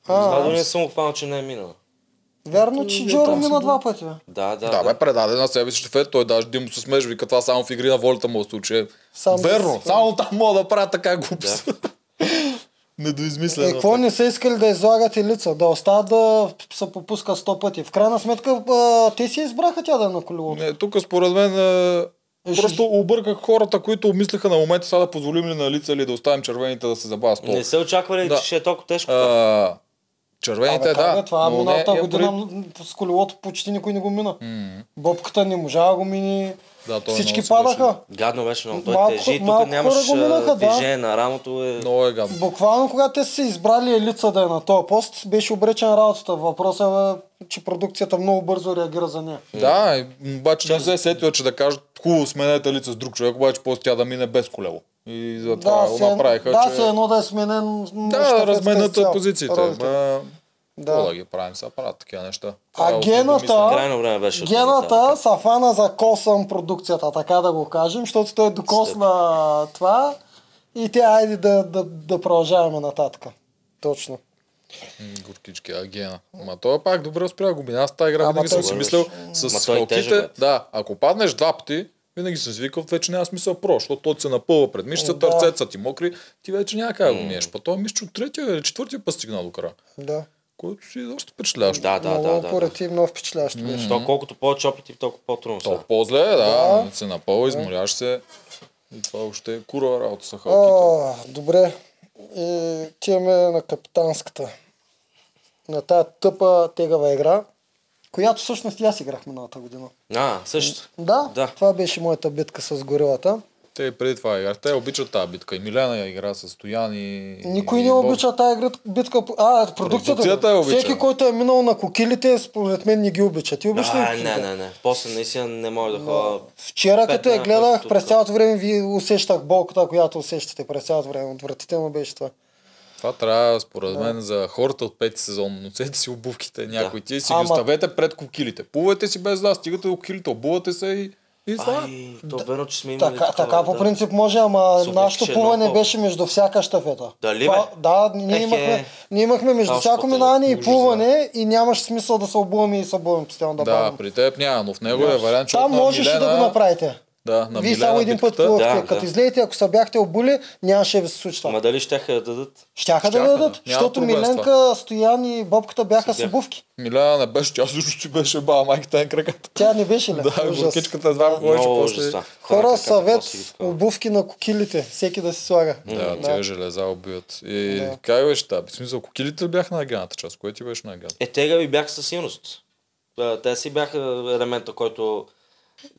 [SPEAKER 2] Това
[SPEAKER 3] А,
[SPEAKER 2] дори не съм го хванал, че не е минала.
[SPEAKER 3] вярно, че Джоро мина два пъти, бе.
[SPEAKER 2] Да, да,
[SPEAKER 1] Да,
[SPEAKER 2] да.
[SPEAKER 1] бе, предаде на себе си щефет, той даже Димо се смеш, вика това само в игри на волята му е случай.
[SPEAKER 3] Само
[SPEAKER 1] Верно,
[SPEAKER 3] да се-
[SPEAKER 1] само там мога да правя така глупост. Недоизмислено.
[SPEAKER 3] Е, какво не са искали да излагат и лица? Да остават да се попуска сто пъти. В крайна сметка, а, те си избраха тя да е на колелото.
[SPEAKER 1] Не, тук според мен а,
[SPEAKER 3] Е, ще-
[SPEAKER 1] просто обърках хората, които обмислиха на момента сега да позволим ли на лица или да оставим червените да се забавят с това.
[SPEAKER 2] Не се очаквали,
[SPEAKER 1] Да.
[SPEAKER 2] че ще е толкова тежко. това.
[SPEAKER 1] А, червените,
[SPEAKER 3] Абе, как
[SPEAKER 1] Ами, да.
[SPEAKER 3] бе, това е
[SPEAKER 1] но
[SPEAKER 3] миналата
[SPEAKER 1] не, имам
[SPEAKER 3] година
[SPEAKER 1] предвид-
[SPEAKER 3] м, с колелото почти никой не го мина. Бобката не можа да го мини.
[SPEAKER 1] Да, той е
[SPEAKER 3] Всички
[SPEAKER 1] много се беше-
[SPEAKER 3] падаха.
[SPEAKER 2] Гадно беше много. Той
[SPEAKER 3] Малко-
[SPEAKER 2] тежи и тук
[SPEAKER 3] малко
[SPEAKER 2] нямаш
[SPEAKER 3] хора го минаха,
[SPEAKER 2] а,
[SPEAKER 3] да.
[SPEAKER 2] движение на рамото. Е...
[SPEAKER 1] Много е гадно.
[SPEAKER 3] Буквално, когато те са се избрали елица да е на този пост, беше обречен работата. Въпросът е, че продукцията много бързо реагира за нея.
[SPEAKER 1] Да, и- м, обаче не се е сетила, че да кажат хубаво сменете лица с друг човек, обаче после тя да мине без колело. И затова
[SPEAKER 3] Да,
[SPEAKER 1] е, го
[SPEAKER 3] се, е-
[SPEAKER 1] направиха,
[SPEAKER 3] да,
[SPEAKER 1] че...
[SPEAKER 3] се едно да е сменен. м,
[SPEAKER 1] Да,
[SPEAKER 3] щафетска
[SPEAKER 1] разменят
[SPEAKER 3] изцяло.
[SPEAKER 1] позициите.
[SPEAKER 3] Ролите.
[SPEAKER 1] Ма, да.
[SPEAKER 3] Да.
[SPEAKER 1] да ги правим, сега правят такива неща. е
[SPEAKER 3] А
[SPEAKER 1] Трябва да
[SPEAKER 3] гената-
[SPEAKER 1] мислим.
[SPEAKER 2] Крайно време беше. от
[SPEAKER 3] Гената
[SPEAKER 2] нататък.
[SPEAKER 3] са фана за косъм продукцията, така да го кажем, защото той докосна това и тя айде да, да, да продължаваме нататък. Точно.
[SPEAKER 1] М, Горкички, а гена. Ма той е пак добре спря губина. Аз тази игра
[SPEAKER 3] Ама
[SPEAKER 1] винаги
[SPEAKER 3] той
[SPEAKER 1] съм си
[SPEAKER 2] е
[SPEAKER 1] мислил
[SPEAKER 2] Ма
[SPEAKER 1] с
[SPEAKER 2] той е тежък,
[SPEAKER 1] хоките.
[SPEAKER 2] бе.
[SPEAKER 1] Да, ако паднеш два пъти, винаги съм си викал, вече няма смисъл про, защото той се напълва пред мишцата,
[SPEAKER 3] Да.
[SPEAKER 1] ръцете са ти мокри, ти вече няма как да го минеш. Па той мишче от третия или четвъртия път стигна до края,
[SPEAKER 3] Да.
[SPEAKER 1] който си е доста впечатляващ.
[SPEAKER 2] Да, да,
[SPEAKER 3] много
[SPEAKER 2] да, да. да.
[SPEAKER 3] оперативно впечатляващо беше.
[SPEAKER 2] То колкото повече опити, толкова по-трудно
[SPEAKER 1] То
[SPEAKER 2] става.
[SPEAKER 1] по-зле, е, да,
[SPEAKER 3] Да.
[SPEAKER 1] се напълва, изморяш се. И това още е кура работа са халките.
[SPEAKER 3] О, добре. И тиваме на капитанската. На тая тъпа тегава игра, която всъщност и аз играх миналата година.
[SPEAKER 2] А, също.
[SPEAKER 3] Да,
[SPEAKER 2] Да.
[SPEAKER 3] това беше моята битка с горилата.
[SPEAKER 1] Те и преди това играха. Те обичат тази битка. И Миляна я игра с Стоян и...
[SPEAKER 3] Никой
[SPEAKER 1] и
[SPEAKER 2] Ами,
[SPEAKER 3] не
[SPEAKER 1] Боб.
[SPEAKER 3] обича тази игра, битка. по- А, продукцията.
[SPEAKER 1] Продукцията я обича.
[SPEAKER 3] Всеки, който е минал на кокилите, според мен не ги обича. Ти обичаш ли?
[SPEAKER 2] А,
[SPEAKER 3] кокилите?
[SPEAKER 2] не, не, не. После наистина не мога да ходя.
[SPEAKER 3] Вчера, като я
[SPEAKER 2] Петна,
[SPEAKER 3] гледах,
[SPEAKER 2] който
[SPEAKER 3] през
[SPEAKER 2] тук.
[SPEAKER 3] цялото време ви усещах болката, която усещате през цялото време. Отвратително беше това.
[SPEAKER 1] Това трябва, според мен, за хората от пети сезон. Носете си обувките някой. Ти си ги
[SPEAKER 3] Ама-
[SPEAKER 1] оставете пред кокилите. Плувайте си без да стигате до кокилите, обувате се и... И това. е.
[SPEAKER 2] Ай, то верно, че сме имали
[SPEAKER 3] Така,
[SPEAKER 2] такова,
[SPEAKER 3] така по
[SPEAKER 2] да.
[SPEAKER 3] принцип е може, ама
[SPEAKER 2] Субботки
[SPEAKER 3] нашето
[SPEAKER 2] ще е
[SPEAKER 3] плуване
[SPEAKER 2] много по-
[SPEAKER 3] беше между всяка щафета.
[SPEAKER 2] Дали,
[SPEAKER 3] Това-
[SPEAKER 2] бе?
[SPEAKER 3] Да, ние
[SPEAKER 2] Ех, е.
[SPEAKER 3] имахме, ние имахме между
[SPEAKER 2] Аз
[SPEAKER 3] всяко
[SPEAKER 2] потъл,
[SPEAKER 3] минаване и
[SPEAKER 1] ужас, да.
[SPEAKER 3] плуване и нямаше смисъл да се обуваме и се обуваме постоянно да,
[SPEAKER 1] Да,
[SPEAKER 3] бавим.
[SPEAKER 1] при теб няма, но в него е вариант, че
[SPEAKER 3] Там можеше да го направите.
[SPEAKER 1] Да, на
[SPEAKER 3] Вие
[SPEAKER 1] Милена
[SPEAKER 3] само един път
[SPEAKER 1] битката.
[SPEAKER 2] Да,
[SPEAKER 3] плувахте.
[SPEAKER 2] да.
[SPEAKER 3] Като излезете, ако са бяхте обули, нямаше да се случи това.
[SPEAKER 2] Ма дали щяха да дадат?
[SPEAKER 3] Щяха да
[SPEAKER 1] Щяха, да.
[SPEAKER 3] дадат,
[SPEAKER 1] Няма
[SPEAKER 3] защото
[SPEAKER 1] проблем с
[SPEAKER 3] Миленка, Стоян и Бобката бяха с
[SPEAKER 2] Седях.
[SPEAKER 3] обувки.
[SPEAKER 1] Миляна не беше, тя също си беше баба майката е на краката.
[SPEAKER 3] Тя не беше ли?
[SPEAKER 1] Да,
[SPEAKER 3] Ужас.
[SPEAKER 1] горкичката едва ходеше
[SPEAKER 2] Много е
[SPEAKER 1] после.
[SPEAKER 2] ужаса. Тая
[SPEAKER 3] Хора,
[SPEAKER 2] краката
[SPEAKER 3] съвет,
[SPEAKER 2] после ги такова.
[SPEAKER 3] обувки на кокилите, всеки да си слага.
[SPEAKER 1] Да, е тия железа убиват. И как беше та? В смисъл, кокилите бяха на агената част. Кое ти беше на агената?
[SPEAKER 2] Е, тега ви бяха със силност. Та- Те си бяха елемента, който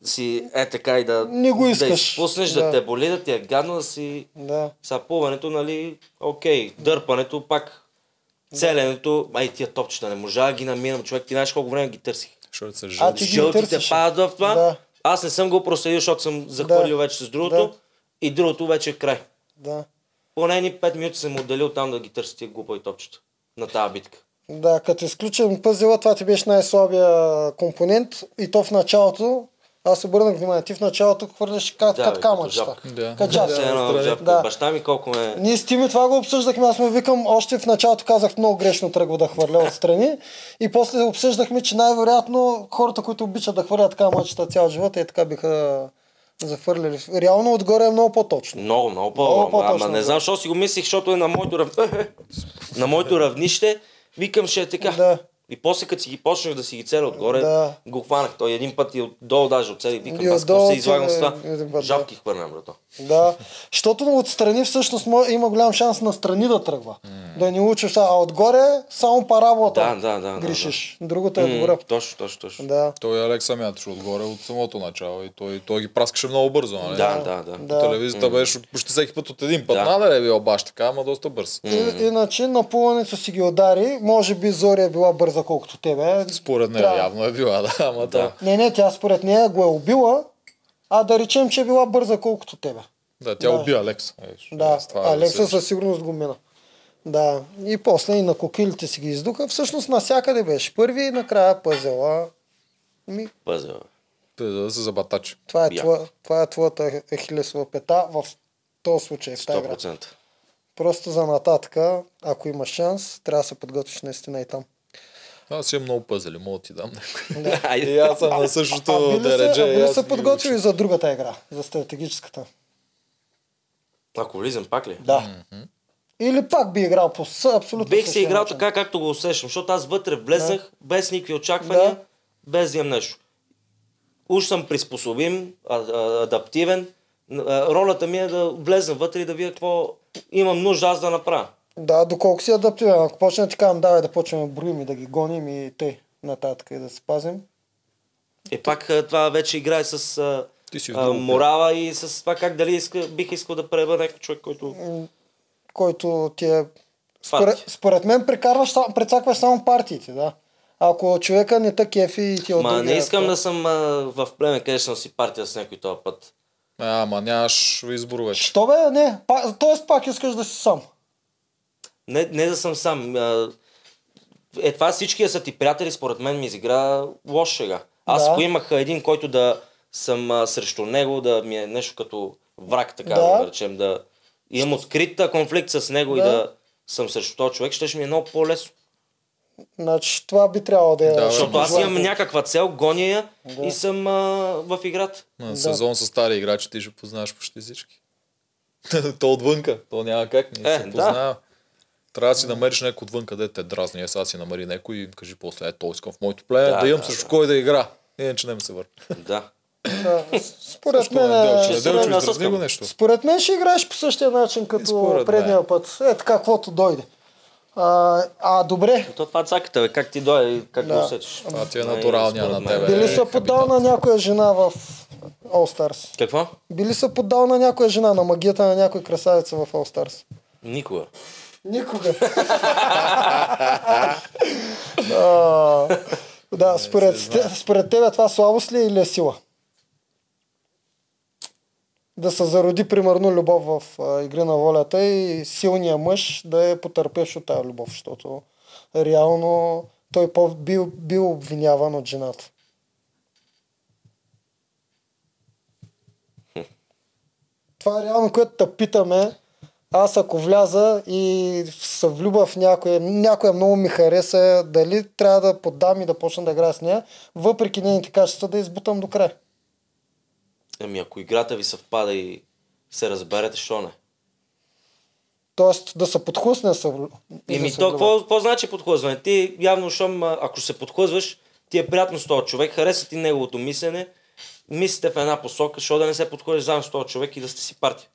[SPEAKER 2] си е така и да...
[SPEAKER 3] Не го
[SPEAKER 2] Да
[SPEAKER 3] искаш.
[SPEAKER 2] изпуснеш, да,
[SPEAKER 3] Да.
[SPEAKER 2] те боли, да ти е гадно, да си...
[SPEAKER 3] Да.
[SPEAKER 2] Сега плуването, нали, окей, дърпането пак. Целенето, ай тия топчета, не можа да ги намирам, човек, ти знаеш колко време ги търсих.
[SPEAKER 1] Защото се
[SPEAKER 3] А,
[SPEAKER 1] жълти.
[SPEAKER 3] ти ги
[SPEAKER 2] Жълтите
[SPEAKER 3] търсеше.
[SPEAKER 2] падат в това.
[SPEAKER 3] Да.
[SPEAKER 2] Аз не съм го проследил, защото съм захвърлил
[SPEAKER 3] Да.
[SPEAKER 2] вече с другото.
[SPEAKER 3] Да.
[SPEAKER 2] И другото вече е край.
[SPEAKER 3] Да.
[SPEAKER 2] Поне ни 5 минути съм отделил там да ги търся тия глупави топчета. На тази битка.
[SPEAKER 3] Да, като изключен пъзела, това ти беше най-слабия компонент и то в началото. Аз обърнах внимание, ти в началото хвърляш как,
[SPEAKER 2] Да,
[SPEAKER 3] да,
[SPEAKER 2] бе,
[SPEAKER 3] кат
[SPEAKER 2] като
[SPEAKER 3] камъчета.
[SPEAKER 2] жабка.
[SPEAKER 1] Да.
[SPEAKER 3] Качат.
[SPEAKER 2] Все едно в жабка.
[SPEAKER 3] Да.
[SPEAKER 2] Баща ми колко ме...
[SPEAKER 3] Ние с Тими това го обсъждахме, аз му викам, още в началото казах много грешно тръгва да хвърля отстрани и после обсъждахме, че най-вероятно хората, които обичат да хвърлят камъчета цял живот, е така биха захвърляли. Реално отгоре е много по-точно.
[SPEAKER 2] Много, много
[SPEAKER 3] Много
[SPEAKER 2] по-добро. Ама
[SPEAKER 3] по-точно,
[SPEAKER 2] не
[SPEAKER 3] да.
[SPEAKER 2] знам, защо си го мислих, защото е на моето, рав... на моето равнище. Викам, ще е така.
[SPEAKER 3] Да.
[SPEAKER 2] И после, като си ги почнах да си ги целя отгоре,
[SPEAKER 3] Да.
[SPEAKER 2] го хванах. Той един път и отдолу даже оцелих. Викам,
[SPEAKER 3] И
[SPEAKER 2] аз какво
[SPEAKER 3] отдолу
[SPEAKER 2] се излагам с
[SPEAKER 3] целя
[SPEAKER 2] това?
[SPEAKER 3] един път, да.
[SPEAKER 2] Жабки хвърлям, брато.
[SPEAKER 3] Да, защото отстрани всъщност мо- има голям шанс настрани да тръгва. Да не учиш, а отгоре само
[SPEAKER 2] Да,
[SPEAKER 3] параболата
[SPEAKER 2] да, да. да,
[SPEAKER 3] грешиш. Другото
[SPEAKER 2] да.
[SPEAKER 3] е добра.
[SPEAKER 2] М, Точно, точно, точно.
[SPEAKER 3] Да.
[SPEAKER 1] Той Алекс Амятош отгоре от самото начало и той, той ги праскаше много бързо, нали?
[SPEAKER 2] Да, да, да.
[SPEAKER 1] По
[SPEAKER 3] Да.
[SPEAKER 1] телевизията беше почти всеки път от един път.
[SPEAKER 2] Да.
[SPEAKER 1] Надале е бил баш така, ама доста бърз.
[SPEAKER 3] И, иначе напуването си ги удари. Може би Зори е била бърза колкото тебе.
[SPEAKER 1] Според нея
[SPEAKER 3] Трябва.
[SPEAKER 1] явно е била, да, ама да.
[SPEAKER 3] Не, не, тя според нея го е убила, а да речем, че е била бърза колкото тебе.
[SPEAKER 1] Да, тя
[SPEAKER 3] Да.
[SPEAKER 1] уби Алекс. Е, ще-
[SPEAKER 3] Да,
[SPEAKER 1] с това
[SPEAKER 3] Алекса
[SPEAKER 1] усещаш.
[SPEAKER 3] със сигурност го мина. Да, и после и на кокилите си ги издуха. Всъщност навсякъде беше първи и накрая пъзела. Ми,
[SPEAKER 2] Пазел.
[SPEAKER 1] Те Да се забатачи.
[SPEAKER 3] това, е
[SPEAKER 2] Я.
[SPEAKER 3] твоя, това е твоята Ехилесова пета в този случай, в тази игра.
[SPEAKER 2] 100%.
[SPEAKER 3] Просто за нататъка, ако имаш шанс, трябва да се подготвиш наистина и там.
[SPEAKER 1] Аз имам много пъзели, мога да ти дам някой. И
[SPEAKER 2] Айде.
[SPEAKER 1] аз съм на
[SPEAKER 3] а
[SPEAKER 1] същото
[SPEAKER 3] били се,
[SPEAKER 1] дередже.
[SPEAKER 3] а били
[SPEAKER 1] аз
[SPEAKER 3] се
[SPEAKER 1] ги уча.
[SPEAKER 3] подготвили за другата игра, за стратегическата.
[SPEAKER 2] Ако влизам пак ли?
[SPEAKER 3] Да. Или пак би играл по с- абсолютно
[SPEAKER 2] Бих се
[SPEAKER 3] същия
[SPEAKER 2] играл
[SPEAKER 3] начин.
[SPEAKER 2] така, както го усещам, защото аз вътре влезнах без никакви очаквания,
[SPEAKER 3] Да.
[SPEAKER 2] без да имам нещо. Уж съм приспособим, а, а, адаптивен. Н- а, Ролята ми е да влезна вътре и да видя какво имам нужда аз да направя.
[SPEAKER 3] Да, доколко си адаптивен. Ако почне да ти казвам, давай да почнем да броим и да ги гоним и те нататък и да се пазим.
[SPEAKER 2] И пак а, това вече играе с а,
[SPEAKER 1] Ти си в
[SPEAKER 2] а,
[SPEAKER 1] друго поле.
[SPEAKER 2] морала и с това как дали иска, бих искал да преба някакъв човек, който...
[SPEAKER 3] който ти е... Според,
[SPEAKER 2] Партия.
[SPEAKER 3] според мен прекарваш, сам- прецакваш само партиите, да. Ако човека не те кефи и ти е от
[SPEAKER 2] Ма не
[SPEAKER 3] другия
[SPEAKER 2] искам
[SPEAKER 3] пол.
[SPEAKER 2] да съм а, в племе, където съм си партия с някой този път.
[SPEAKER 1] А, Ама нямаш избор вече.
[SPEAKER 3] Е, Що бе, не. Па, тоест пак искаш да си сам.
[SPEAKER 2] Не, не да съм сам. а, Е, това всичкия са ти приятели, според мен ми изигра лош шега. Аз
[SPEAKER 3] Да.
[SPEAKER 2] ако имах а, един, който да съм а, срещу него, да ми е нещо като враг, така
[SPEAKER 3] Да.
[SPEAKER 2] да, да речем, да имам открит а, конфликт с него и
[SPEAKER 3] Да.
[SPEAKER 2] да съм срещу този човек, ще, ми е много по-лесно.
[SPEAKER 3] Значи това би трябвало да е.
[SPEAKER 1] Да,
[SPEAKER 2] Защото аз
[SPEAKER 3] желанието.
[SPEAKER 2] имам някаква цел, гоня я и съм а, в играта.
[SPEAKER 1] На сезон с стари играчи ти ще познаваш почти всички. то отвънка, то няма как, не
[SPEAKER 2] Е,
[SPEAKER 1] се
[SPEAKER 2] да.
[SPEAKER 1] познава. Трябва да си намериш някой отвънка, де те дразни. Аз сега си намери някой и им кажи после, е, той искам в моето племе да,
[SPEAKER 2] Да,
[SPEAKER 1] имам
[SPEAKER 2] да,
[SPEAKER 1] срещу
[SPEAKER 2] да.
[SPEAKER 1] кой да игра. Иначе не ми се върна.
[SPEAKER 2] Да.
[SPEAKER 3] Да. Според
[SPEAKER 1] Що е
[SPEAKER 3] мен,
[SPEAKER 1] Делчо?
[SPEAKER 3] е,
[SPEAKER 2] Ще
[SPEAKER 1] Е,
[SPEAKER 2] се
[SPEAKER 1] Делчо,
[SPEAKER 2] върна
[SPEAKER 1] издръпни
[SPEAKER 2] с
[SPEAKER 1] го
[SPEAKER 2] към.
[SPEAKER 1] нещо.
[SPEAKER 3] според мен ще играеш по същия начин, като
[SPEAKER 1] според
[SPEAKER 3] предния
[SPEAKER 1] мен.
[SPEAKER 3] път. Е така, каквото дойде. А, а добре,
[SPEAKER 2] То това е цаката, бе, как ти дойде, и как
[SPEAKER 3] Да.
[SPEAKER 2] го усетиш.
[SPEAKER 1] Това ти е
[SPEAKER 2] Не,
[SPEAKER 1] натуралния
[SPEAKER 2] според
[SPEAKER 1] на
[SPEAKER 2] мен.
[SPEAKER 1] тебе.
[SPEAKER 3] били
[SPEAKER 1] Е,
[SPEAKER 3] са поддал на някоя жена в All Stars.
[SPEAKER 2] Какво?
[SPEAKER 3] Били са поддал на някоя жена, на магията на някой красавица в All Stars.
[SPEAKER 2] Никога.
[SPEAKER 3] Никога. а, да, според, те- според тебе това слабост ли е или е сила? Да се зароди, примерно, любов в а, игри на волята и силният мъж да е потърпеш от тази любов, защото реално той по- бил, бил обвиняван от жената. Това е реално, което те питаме. Аз ако вляза и се влюба в някоя, някоя много ми хареса, дали трябва да поддам и да почна да играя с нея, въпреки нейните качества да я избутам до край.
[SPEAKER 2] Ами ако играта ви съвпада и се разберете, що не?
[SPEAKER 3] Тоест да се подхлъсне са.
[SPEAKER 2] Еми то, какво, какво значи подхлъзване? Ти явно, щом, а, ако се подхлъзваш, ти е приятно с този човек, хареса ти неговото мислене, мислите в една посока, що да не се подходиш заедно с този човек и да сте си партия.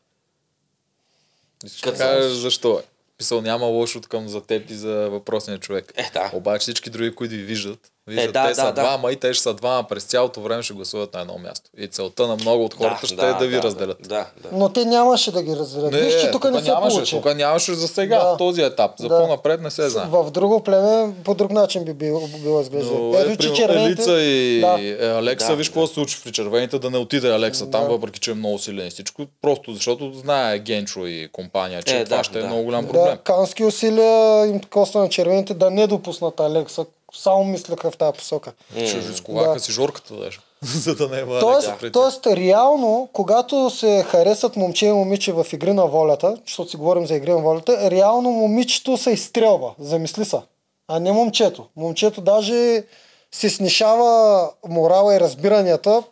[SPEAKER 1] Ще кажеш защо е. Писал няма лошо от към за теб и за въпросния човек.
[SPEAKER 2] Е, да. Е,
[SPEAKER 1] Обаче всички други, които ви виждат, виждат
[SPEAKER 2] да,
[SPEAKER 1] те
[SPEAKER 2] да,
[SPEAKER 1] са
[SPEAKER 2] да.
[SPEAKER 1] двама и те ще са двама през цялото време ще гласуват на едно място. И целта на много от хората ще е да ви разделят.
[SPEAKER 2] Да, да.
[SPEAKER 3] Но те нямаше да ги разберат. Виж, че тук не се
[SPEAKER 1] е, нямаше,
[SPEAKER 3] получи.
[SPEAKER 1] Тук нямаше за сега,
[SPEAKER 3] Да.
[SPEAKER 1] в този етап. За
[SPEAKER 3] Да.
[SPEAKER 1] по-напред не се знае.
[SPEAKER 3] В друго племе по друг начин би било, било изглеждало.
[SPEAKER 1] Но е,
[SPEAKER 3] Ето, че
[SPEAKER 1] примерно,
[SPEAKER 3] червените...
[SPEAKER 1] Елица и
[SPEAKER 3] Да.
[SPEAKER 1] да. Алекса,
[SPEAKER 2] Да,
[SPEAKER 1] виж
[SPEAKER 2] да.
[SPEAKER 1] какво се случи при червените, да не отиде Алекса там, въпреки че е много силен и всичко. Просто защото знае Генчо и компания, че
[SPEAKER 2] Е,
[SPEAKER 1] това
[SPEAKER 2] да,
[SPEAKER 1] ще е
[SPEAKER 2] да.
[SPEAKER 1] много голям
[SPEAKER 3] Да,
[SPEAKER 1] проблем.
[SPEAKER 3] кански усилия им коста на червените да не допуснат Алекса. Само мислеха в тази посока.
[SPEAKER 2] Е,
[SPEAKER 1] Чужи с колака
[SPEAKER 3] Да.
[SPEAKER 1] си жорката даже, за да не има
[SPEAKER 3] Тоест,
[SPEAKER 1] Алекса при
[SPEAKER 3] тоест, реално, когато се харесат момче и момиче в игри на волята, защото си говорим за игри на волята, реално момичето се изстрелва, замисли са, а не момчето. Момчето даже се снишава морала и разбиранията.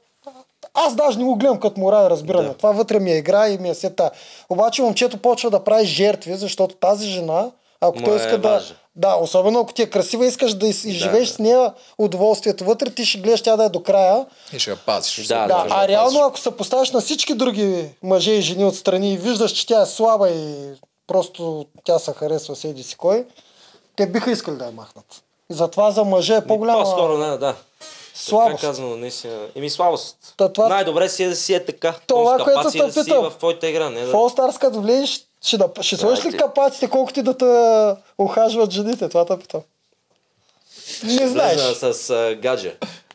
[SPEAKER 3] Аз даже не го гледам като морал и разбиране. Да. Това вътре ми е игра и ми е сета. Обаче момчето почва да прави жертви, защото тази жена, ако
[SPEAKER 2] Му
[SPEAKER 3] той
[SPEAKER 2] е
[SPEAKER 3] иска да,
[SPEAKER 2] важна.
[SPEAKER 3] да, особено ако ти е красива, искаш да из- изживееш
[SPEAKER 2] да.
[SPEAKER 3] с нея удоволствието вътре, ти ще гледаш тя да е до края.
[SPEAKER 1] теб. И ще я пазиш. ще
[SPEAKER 2] Да, значи-
[SPEAKER 1] я
[SPEAKER 3] Да,
[SPEAKER 1] държиш,
[SPEAKER 3] а
[SPEAKER 1] пазиш.
[SPEAKER 3] реално ако се поставиш на всички други мъже и жени отстрани и виждаш, че тя е слаба и просто тя се харесва с еди си кой, те биха искали да я махнат. И затова за мъже е
[SPEAKER 2] По-скоро,
[SPEAKER 3] по-голяма
[SPEAKER 2] не, да.
[SPEAKER 3] слабост.
[SPEAKER 2] Така казано, наистина. Еми слабост.
[SPEAKER 3] Та това-
[SPEAKER 2] Най-добре си е да си е така.
[SPEAKER 3] Това,
[SPEAKER 2] С
[SPEAKER 3] което
[SPEAKER 2] капаци
[SPEAKER 3] те
[SPEAKER 2] да си
[SPEAKER 3] питам.
[SPEAKER 2] в твоята игра. Не,
[SPEAKER 3] В
[SPEAKER 2] да...
[SPEAKER 3] All Stars като влезеш, ще, да, ще сложиш ли
[SPEAKER 2] ти-
[SPEAKER 3] капаците, колкото и да те охажват жените? Това те питам. Не
[SPEAKER 2] Влезна
[SPEAKER 3] знаеш.
[SPEAKER 2] с а, гадже.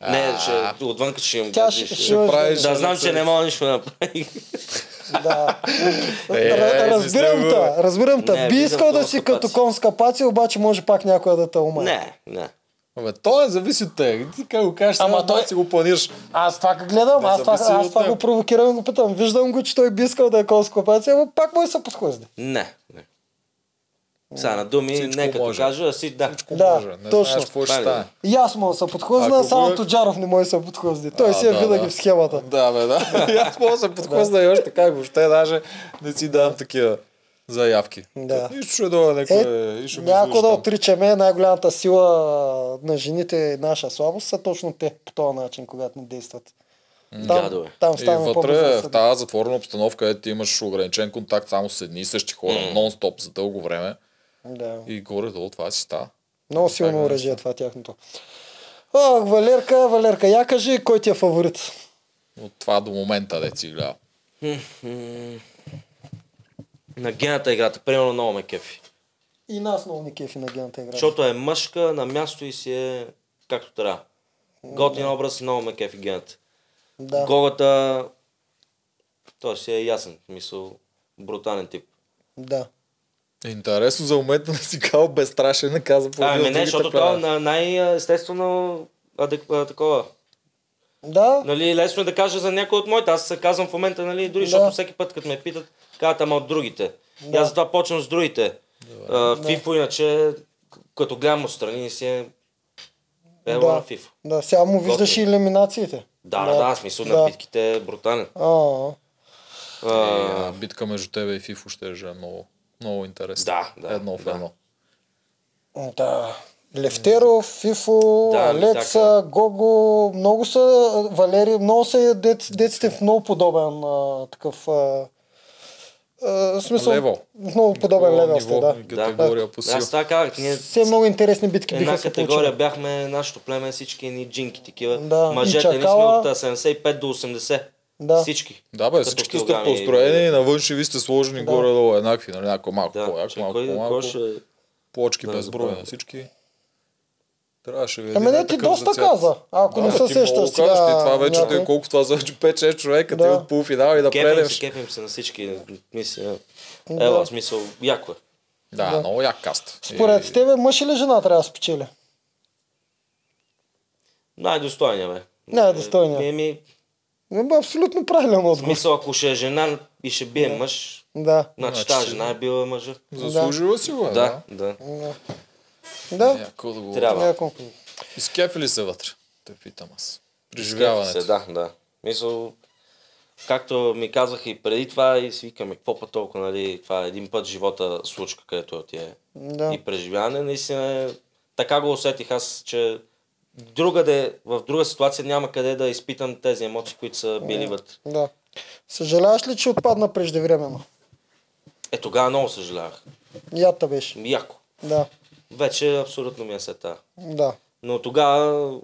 [SPEAKER 2] Не, ще, отвънка ще им
[SPEAKER 3] Тя
[SPEAKER 2] гадже.
[SPEAKER 3] ще,
[SPEAKER 2] ще-
[SPEAKER 3] ще имаш-
[SPEAKER 1] правиш-
[SPEAKER 2] Да, знам, че не мога нищо да направи.
[SPEAKER 3] Да.
[SPEAKER 1] Е,
[SPEAKER 3] Ра-
[SPEAKER 1] е,
[SPEAKER 3] разбирам
[SPEAKER 1] измисляй го,
[SPEAKER 3] те, разбирам те.
[SPEAKER 2] Не,
[SPEAKER 3] Би
[SPEAKER 2] виждам
[SPEAKER 3] искал да
[SPEAKER 2] толкова
[SPEAKER 3] си като
[SPEAKER 2] капаци.
[SPEAKER 3] кон с капаци, обаче може пак някой да те умае.
[SPEAKER 2] Не, не.
[SPEAKER 1] Абе, то е зависи от те. Ти как го кажеш,
[SPEAKER 3] Ама
[SPEAKER 1] ама
[SPEAKER 3] той-
[SPEAKER 1] той си го планираш.
[SPEAKER 3] Аз това как гледам,
[SPEAKER 1] Да,
[SPEAKER 3] аз това,
[SPEAKER 1] зависи
[SPEAKER 3] аз
[SPEAKER 1] от
[SPEAKER 3] това
[SPEAKER 1] теб.
[SPEAKER 3] го провокирам и го питам. Виждам го, че той би искал да е конскопация, но пак му е се подхлъзди.
[SPEAKER 2] Не, не. Сега на думи,
[SPEAKER 1] Всичко
[SPEAKER 2] не като
[SPEAKER 1] може.
[SPEAKER 2] кажа, а си да.
[SPEAKER 1] Всичко
[SPEAKER 3] Да,
[SPEAKER 1] може. Не
[SPEAKER 3] точно.
[SPEAKER 1] знаеш какво ще
[SPEAKER 2] Правильно.
[SPEAKER 1] стане.
[SPEAKER 3] И аз мога да се подхлъзна,
[SPEAKER 1] Ако
[SPEAKER 3] само
[SPEAKER 1] бъде-
[SPEAKER 3] Тоджаров не може да се подхлъзди. Той
[SPEAKER 1] А,
[SPEAKER 3] си е
[SPEAKER 1] да,
[SPEAKER 3] винаги
[SPEAKER 1] да.
[SPEAKER 3] в схемата.
[SPEAKER 1] Да, бе, да. И аз мога да се подхлъзна и още как въобще даже не си давам такива заявки.
[SPEAKER 3] Да.
[SPEAKER 1] И ще дойде някой.
[SPEAKER 3] Е,
[SPEAKER 1] и ще ми
[SPEAKER 3] някой да
[SPEAKER 1] излъжда.
[SPEAKER 3] отричаме най-голямата сила на жените и наша слабост са точно те по този начин, когато не действат. Там,
[SPEAKER 2] Гадове.
[SPEAKER 3] там
[SPEAKER 1] И
[SPEAKER 3] става
[SPEAKER 1] вътре в
[SPEAKER 3] по-безопасно.
[SPEAKER 1] тази затворена обстановка, където ти имаш ограничен контакт само с едни и същи хора, нон-стоп за дълго време.
[SPEAKER 3] Да.
[SPEAKER 1] И горе-долу това си става.
[SPEAKER 3] Много
[SPEAKER 1] Така
[SPEAKER 3] силно
[SPEAKER 1] е.
[SPEAKER 3] оръжие това тяхното. Ох, Валерка, Валерка, я кажи кой ти е фаворит.
[SPEAKER 1] От това до момента, де си гледал.
[SPEAKER 2] На гената играта, примерно много ме кефи.
[SPEAKER 3] И нас много ни кефи на гената игра.
[SPEAKER 2] Защото е мъжка на място и си е както трябва. Готин образ, много ме кефи гената.
[SPEAKER 3] Да.
[SPEAKER 2] Голата, той си е ясен, в мисъл, брутален тип.
[SPEAKER 3] Да.
[SPEAKER 1] Е, Интересно за момента не си казал безстрашен, не каза по
[SPEAKER 2] Ами не, защото това е на- най-естествено адек- а, такова.
[SPEAKER 3] Да,
[SPEAKER 2] Нали, лесно е да кажа за някой от моите. Аз се казвам в момента, нали, дори,
[SPEAKER 3] Да.
[SPEAKER 2] защото всеки път, като ме питат, казват, ама от другите. И аз затова почвам с другите. А, в FIFA, иначе, к- като гледам отстрани, си е... Ево
[SPEAKER 3] Да.
[SPEAKER 2] на FIFA.
[SPEAKER 3] да, сега му виждаш и
[SPEAKER 2] Готино.
[SPEAKER 3] елиминациите.
[SPEAKER 2] Да, да, да, смисъл на битките е брутален.
[SPEAKER 3] А,
[SPEAKER 2] А,
[SPEAKER 1] Битка между тебе и Фифо ще е много, много интересно.
[SPEAKER 2] Да, да,
[SPEAKER 1] Едно в
[SPEAKER 2] да.
[SPEAKER 1] едно.
[SPEAKER 3] да. Левтеров, Фифо,
[SPEAKER 2] Да, ми
[SPEAKER 3] Алекса, Гого, много са, Валери, много са дет, деците в много подобен а, такъв... А, а, в смисъл,
[SPEAKER 1] Левел.
[SPEAKER 3] Много подобен левел сте,
[SPEAKER 1] ниво
[SPEAKER 3] да.
[SPEAKER 1] и категория по сила.
[SPEAKER 2] Аз това казах, ние
[SPEAKER 3] Все много интересни битки биха
[SPEAKER 2] една
[SPEAKER 3] се
[SPEAKER 2] категория
[SPEAKER 3] получили.
[SPEAKER 2] бяхме, нашето племе, всички ни джинки такива.
[SPEAKER 3] Да, и
[SPEAKER 2] Мъжете ни сме
[SPEAKER 3] чакала.
[SPEAKER 2] от а, 75 до 80.
[SPEAKER 3] Да.
[SPEAKER 2] Всички.
[SPEAKER 1] Да, бе,
[SPEAKER 2] Като
[SPEAKER 1] всички сте
[SPEAKER 2] килограми.
[SPEAKER 1] построени и навън ще ви сте сложени
[SPEAKER 3] Да.
[SPEAKER 1] горе-долу еднакви, нали? Някой малко
[SPEAKER 2] Да,
[SPEAKER 1] по-як,
[SPEAKER 2] че
[SPEAKER 1] малко
[SPEAKER 2] кой,
[SPEAKER 1] по-малко.
[SPEAKER 2] кой ще...
[SPEAKER 1] Плочки
[SPEAKER 2] Да,
[SPEAKER 1] без брой на
[SPEAKER 2] забравя.
[SPEAKER 1] всички. Трябваше ви.
[SPEAKER 3] Ами
[SPEAKER 1] един
[SPEAKER 3] не, ти
[SPEAKER 1] такъв
[SPEAKER 3] доста
[SPEAKER 1] за цвят.
[SPEAKER 3] каза. Ако не
[SPEAKER 1] бе,
[SPEAKER 3] се
[SPEAKER 1] ти много
[SPEAKER 3] сещаш сега...
[SPEAKER 1] казваш, ти това вече
[SPEAKER 3] някой.
[SPEAKER 1] някой... колко това за 5-6 човека, ти
[SPEAKER 3] Да.
[SPEAKER 1] от полуфинал и да
[SPEAKER 2] Кефим се,
[SPEAKER 1] предеш.
[SPEAKER 2] кефим се на всички. Мисля. Ела, в смисъл, яко е.
[SPEAKER 1] Да,
[SPEAKER 3] Да.
[SPEAKER 1] много як каст.
[SPEAKER 3] Според тебе мъж или жена трябва да спечели?
[SPEAKER 2] Най-достойния, бе.
[SPEAKER 3] Най-достойния.
[SPEAKER 2] Еми,
[SPEAKER 3] Ами, Абсолютно правилен
[SPEAKER 2] в
[SPEAKER 3] отговор.
[SPEAKER 2] смисъл, ако ще е жена и ще бие мъж,
[SPEAKER 3] Да.
[SPEAKER 2] значи
[SPEAKER 1] Значи
[SPEAKER 2] тази
[SPEAKER 1] си-
[SPEAKER 2] жена е била мъжа.
[SPEAKER 1] Заслужила си го, е,
[SPEAKER 2] Да,
[SPEAKER 1] да.
[SPEAKER 2] да.
[SPEAKER 3] Да.
[SPEAKER 1] Яко да го...
[SPEAKER 2] Трябва.
[SPEAKER 3] Яко.
[SPEAKER 1] Изкефи ли се вътре? Те питам аз. Преживяването.
[SPEAKER 2] Се, Да, да. Мисъл, както ми казаха и преди това, и си викаме, какво па толкова, нали, това е един път живота случка, където ти е.
[SPEAKER 3] Да.
[SPEAKER 2] И преживяване, наистина е... Така го усетих аз, че другаде, в друга ситуация няма къде да изпитам тези емоции, които са били вътре.
[SPEAKER 3] Да. Съжаляваш ли, че отпадна преждевременно?
[SPEAKER 2] Е, тогава много съжалявах.
[SPEAKER 3] Ята беше.
[SPEAKER 2] Яко.
[SPEAKER 3] Да,
[SPEAKER 2] Вече абсолютно ми е сета.
[SPEAKER 3] да.
[SPEAKER 2] Но тогава,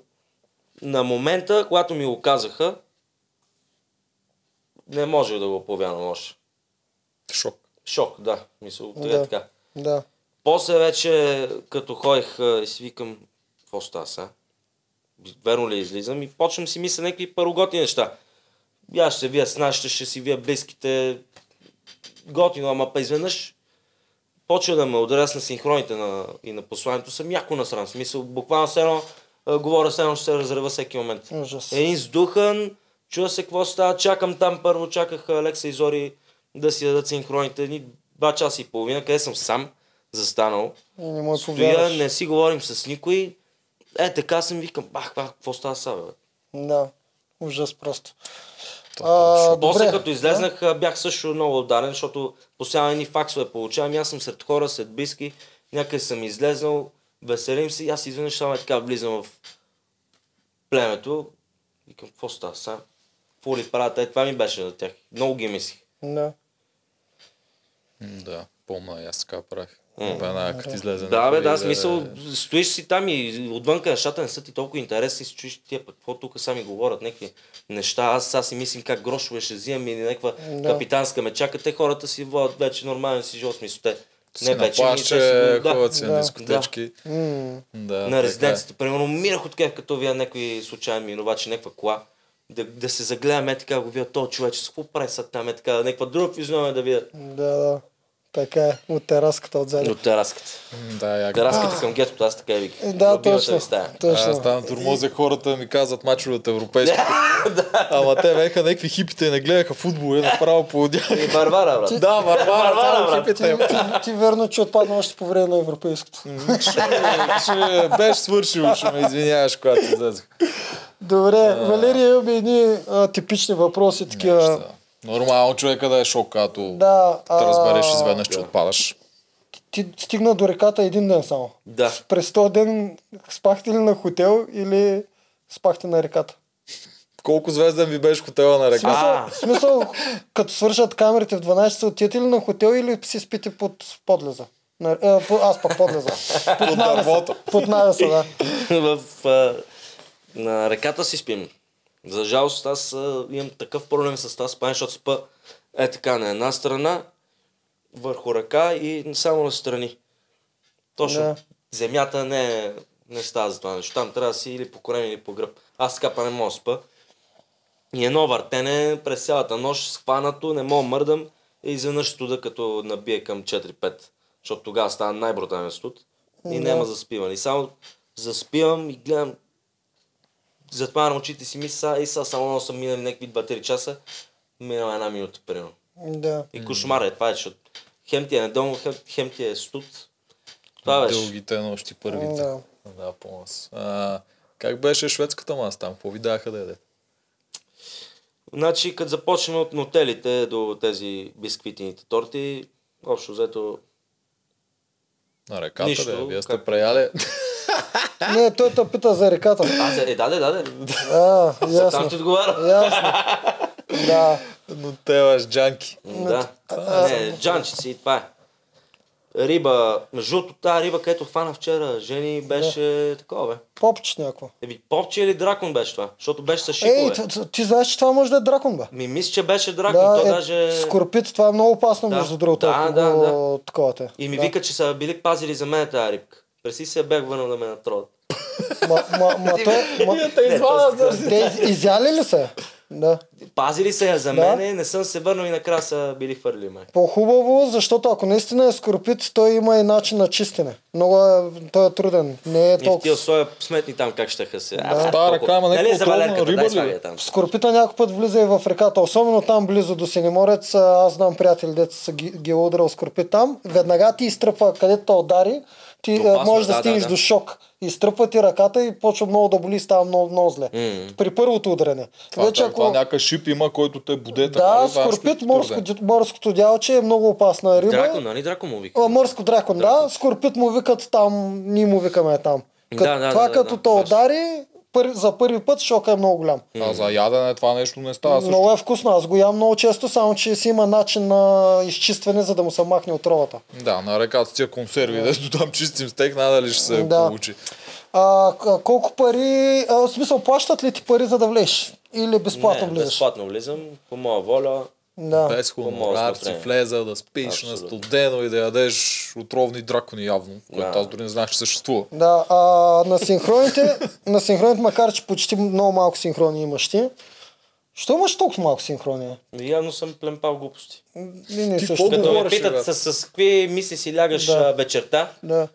[SPEAKER 2] на момента, когато ми го казаха, не може да го повярвам още.
[SPEAKER 1] Шок.
[SPEAKER 2] Шок, да. Мисъл, да.
[SPEAKER 3] Да.
[SPEAKER 2] е така.
[SPEAKER 3] Да.
[SPEAKER 2] После вече, като ходих а, и си викам, какво става сега? Верно ли излизам? И почвам си мисля някакви първоготни неща. И Аз ще се вия с нашите, ще си вия близките. Готино, ама па изведнъж почва да ме ударя с на синхроните на, и на посланието. Съм яко насран. В Смисъл, буквално все едно, а, говоря все едно, ще се разрева всеки момент.
[SPEAKER 3] Ужас.
[SPEAKER 2] Един сдухан, чува се какво става, чакам там първо, чаках Алекса и Зори да си дадат синхроните, едни два часа и половина, къде съм сам, застанал.
[SPEAKER 3] И не мога да
[SPEAKER 2] Стоя,
[SPEAKER 3] повярваш.
[SPEAKER 2] не си говорим с никой. Е, така съм викам, бах, бах, какво става сега, бе?
[SPEAKER 3] Да. Ужас просто.
[SPEAKER 1] това
[SPEAKER 3] А,
[SPEAKER 2] После
[SPEAKER 3] добре.
[SPEAKER 2] като излезнах, бях също много ударен, защото постоянно едни факсове получавам. и Аз съм сред хора, сред близки, някъде съм излезнал, веселим се и аз изведнъж само е така влизам в племето. Викам, какво става сега? Какво ли правят? Е, това ми беше за тях. Много ги мислих.
[SPEAKER 3] Да.
[SPEAKER 1] М, Да, помня, и аз така правих. Веднага като излезе.
[SPEAKER 2] Да, бе,
[SPEAKER 1] някой
[SPEAKER 2] да,
[SPEAKER 1] и
[SPEAKER 2] смисъл, стоиш си там и отвънка нещата не са ти толкова интересни, си чуеш тия пък, какво тук сами говорят, някакви неща, аз сега си мислим как грошове ще взимам или някаква
[SPEAKER 3] Да.
[SPEAKER 2] капитанска ме чака, те хората си водят вече нормален си живот, смисъл, те
[SPEAKER 1] Не
[SPEAKER 2] не вече, ами те си
[SPEAKER 1] плаща,
[SPEAKER 2] го- да,
[SPEAKER 1] ходят си
[SPEAKER 3] да,
[SPEAKER 1] на дискотечки.
[SPEAKER 3] М,
[SPEAKER 1] Да, така
[SPEAKER 2] на
[SPEAKER 1] е.
[SPEAKER 2] резиденцията. Примерно умирах от кеф, като вия някакви случайни минувачи, някаква кола. Да, да се загледаме така, го вия то човече, с какво прави са там, е така, някаква друга физиономия да видят
[SPEAKER 3] да, да. Така е. От тераската отзад.
[SPEAKER 2] от тераската.
[SPEAKER 1] М, Да, яко.
[SPEAKER 2] Тераската към гетото, аз така и вика.
[SPEAKER 3] Е, Да, точно.
[SPEAKER 2] стая.
[SPEAKER 3] Точно.
[SPEAKER 1] Аз там турмоза хората ми казват мачове от европейски. Ама те бяха някакви хипите и не гледаха футбол и направо поудяха.
[SPEAKER 2] И Варвара, брат.
[SPEAKER 1] Да, Варвара,
[SPEAKER 2] Варвара,
[SPEAKER 1] само
[SPEAKER 2] брат.
[SPEAKER 1] хипите.
[SPEAKER 3] Ти, ти верно, че отпадна още по време на европейското.
[SPEAKER 1] М, че- че Беше свършил, ще ме извиняваш, когато излезех.
[SPEAKER 3] Добре, Валерия имаме едни а, типични въпроси, такива.
[SPEAKER 1] Да. Нормално човека да е шок, като да,
[SPEAKER 3] Да, а,
[SPEAKER 1] разбереш изведнъж, че отпадаш.
[SPEAKER 3] Ти стигна до реката един ден само.
[SPEAKER 2] Да.
[SPEAKER 3] През този ден спахте ли на хотел или спахте на реката?
[SPEAKER 1] Колко звезден ви беше хотела на река?
[SPEAKER 2] А.
[SPEAKER 3] Смисъл, в смисъл, като свършат камерите в 12 часа, отидете ли на хотел или си спите под подлеза? На, а, по, аз под подлеза.
[SPEAKER 1] Под дървото.
[SPEAKER 3] Под навеса, да.
[SPEAKER 2] в а, на реката си спим. За жалост аз а, имам такъв проблем с това спане, защото спа е така на една страна, върху ръка и само настрани. Точно.
[SPEAKER 3] Да.
[SPEAKER 2] Земята не, е- не става за това нещо. Там трябва да си или по корем, или по гръб. Аз така па не мога да спа. И едно въртене през цялата нощ, схванато, не мога да мърдам и изведнъж студа като набие към 4-5. Защото тогава става най-брутален студ и
[SPEAKER 3] Да.
[SPEAKER 2] няма заспиване. И само заспивам и гледам затварям очите си мисля и сега само много са минали някакви 2-3 часа, минава една минута примерно.
[SPEAKER 3] Да.
[SPEAKER 2] И кошмар е, това е, защото хем ти е недолно, хем, хем ти е студ. Това беше.
[SPEAKER 1] Дългите нощи, първите.
[SPEAKER 3] Да.
[SPEAKER 1] Да, да помня се. А, Как беше шведската маса там? Какво ви даха да ядете?
[SPEAKER 2] Значи, като започнем от нотелите до тези бисквитините торти, общо взето
[SPEAKER 1] На реката
[SPEAKER 2] Нищо,
[SPEAKER 1] Нищо, Вие сте
[SPEAKER 2] как-
[SPEAKER 1] преяли.
[SPEAKER 3] Не, той те пита за реката.
[SPEAKER 2] Аз е, е да, да, да, да.
[SPEAKER 3] А,
[SPEAKER 2] За там
[SPEAKER 3] ясно.
[SPEAKER 2] ти отговаря.
[SPEAKER 3] Ясно. Да.
[SPEAKER 1] Но те ваш джанки.
[SPEAKER 2] Да. Не, джанчици и това е. Риба, между другото, тази риба, където хвана вчера, Жени, беше такова, бе.
[SPEAKER 3] Попче някакво.
[SPEAKER 2] Еби, попче или дракон беше това? Защото беше с шикове.
[SPEAKER 3] Ей, т- т- ти знаеш, че това може да е дракон, бе.
[SPEAKER 2] Ми мисля, че беше дракон,
[SPEAKER 3] Да,
[SPEAKER 2] то
[SPEAKER 3] е,
[SPEAKER 2] даже...
[SPEAKER 3] Скорпит, това е много опасно,
[SPEAKER 2] Да.
[SPEAKER 3] между другото.
[SPEAKER 2] Да,
[SPEAKER 3] ако
[SPEAKER 2] да,
[SPEAKER 3] го- Такова те.
[SPEAKER 2] И ми
[SPEAKER 3] Да.
[SPEAKER 2] вика, че са били пазили за мен тази рибка. Преси се я бях върнал да ме натродят.
[SPEAKER 3] Ма, ма, ма, той- ма,
[SPEAKER 2] те извадят заради
[SPEAKER 3] те из- изяли ли се? Да.
[SPEAKER 2] Пазили са я за
[SPEAKER 3] Да.
[SPEAKER 2] мене, не съм се върнал и накрая са били хвърли ме.
[SPEAKER 3] По-хубаво, защото ако наистина е скорпит, той има и начин на чистене. Много е, той е труден. Не е
[SPEAKER 2] И в тия
[SPEAKER 3] толкова.
[SPEAKER 2] условия сметни там как ще се.
[SPEAKER 1] Да. Стара кама, някаква
[SPEAKER 2] Нали за
[SPEAKER 1] отровна
[SPEAKER 2] валерката,
[SPEAKER 1] риба
[SPEAKER 2] дай
[SPEAKER 1] ли? е?
[SPEAKER 2] слагай я там.
[SPEAKER 3] Скорпита някой път влиза и в реката, особено там близо до Синеморец. а, Аз знам приятели, деца са ги, ги е удрал скорпит там. Веднага ти изтръпва, където те удари, ти
[SPEAKER 2] Опасно,
[SPEAKER 3] Опасно, можеш да,
[SPEAKER 2] да, да,
[SPEAKER 3] стигнеш
[SPEAKER 2] да.
[SPEAKER 3] до шок. Изтръпва ти ръката и почва много да боли, става много, много зле.
[SPEAKER 2] Мгм.
[SPEAKER 3] При първото ударене.
[SPEAKER 1] Това, Вече, ако... това някакъв шип има, който те буде. така нали,
[SPEAKER 3] да,
[SPEAKER 1] ли? Това нещо
[SPEAKER 3] скорпит,
[SPEAKER 1] ти
[SPEAKER 3] морско,
[SPEAKER 1] тръгне.
[SPEAKER 3] дю- морското дялче е много опасна риба.
[SPEAKER 2] Драко, нали? Драко му вика.
[SPEAKER 3] А, морско дракон, да. Скорпит му викат там, ние му викаме там.
[SPEAKER 2] Да,
[SPEAKER 3] Като,
[SPEAKER 2] да,
[SPEAKER 3] това
[SPEAKER 2] да,
[SPEAKER 3] като
[SPEAKER 2] да, да.
[SPEAKER 3] те удари, пър, за първи път шока е много голям.
[SPEAKER 1] А за ядене това нещо не става. Също.
[SPEAKER 3] Много е вкусно, аз го ям много често, само че си има начин на изчистване, за да му се махне отровата.
[SPEAKER 1] Да, на реката с тия консерви, дето там чистим стек, надали ще се
[SPEAKER 3] Да.
[SPEAKER 1] получи.
[SPEAKER 3] А, к- колко пари, а, в смисъл плащат ли ти пари за да влезеш? Или безплатно
[SPEAKER 2] Не,
[SPEAKER 3] влизаш?
[SPEAKER 2] Безплатно влизам, по моя воля.
[SPEAKER 3] Да.
[SPEAKER 1] Без хуморар
[SPEAKER 2] По-малко
[SPEAKER 1] си
[SPEAKER 2] време.
[SPEAKER 1] влеза да спиш на
[SPEAKER 2] Абсолютно.
[SPEAKER 1] студено и да ядеш отровни дракони явно, което
[SPEAKER 2] Да.
[SPEAKER 1] аз дори не знаех, че съществува.
[SPEAKER 3] Да, а, на синхроните, на синхроните, макар че почти много малко синхрони имаш ти, що имаш толкова малко синхрони?
[SPEAKER 2] Явно съм племпал глупости.
[SPEAKER 3] Не, не
[SPEAKER 1] Ти
[SPEAKER 3] също.
[SPEAKER 1] какво
[SPEAKER 2] Като ме
[SPEAKER 1] говориш, бе?
[SPEAKER 2] питат с, с какви мисли си лягаш
[SPEAKER 3] Да.
[SPEAKER 2] а, вечерта,
[SPEAKER 3] Да.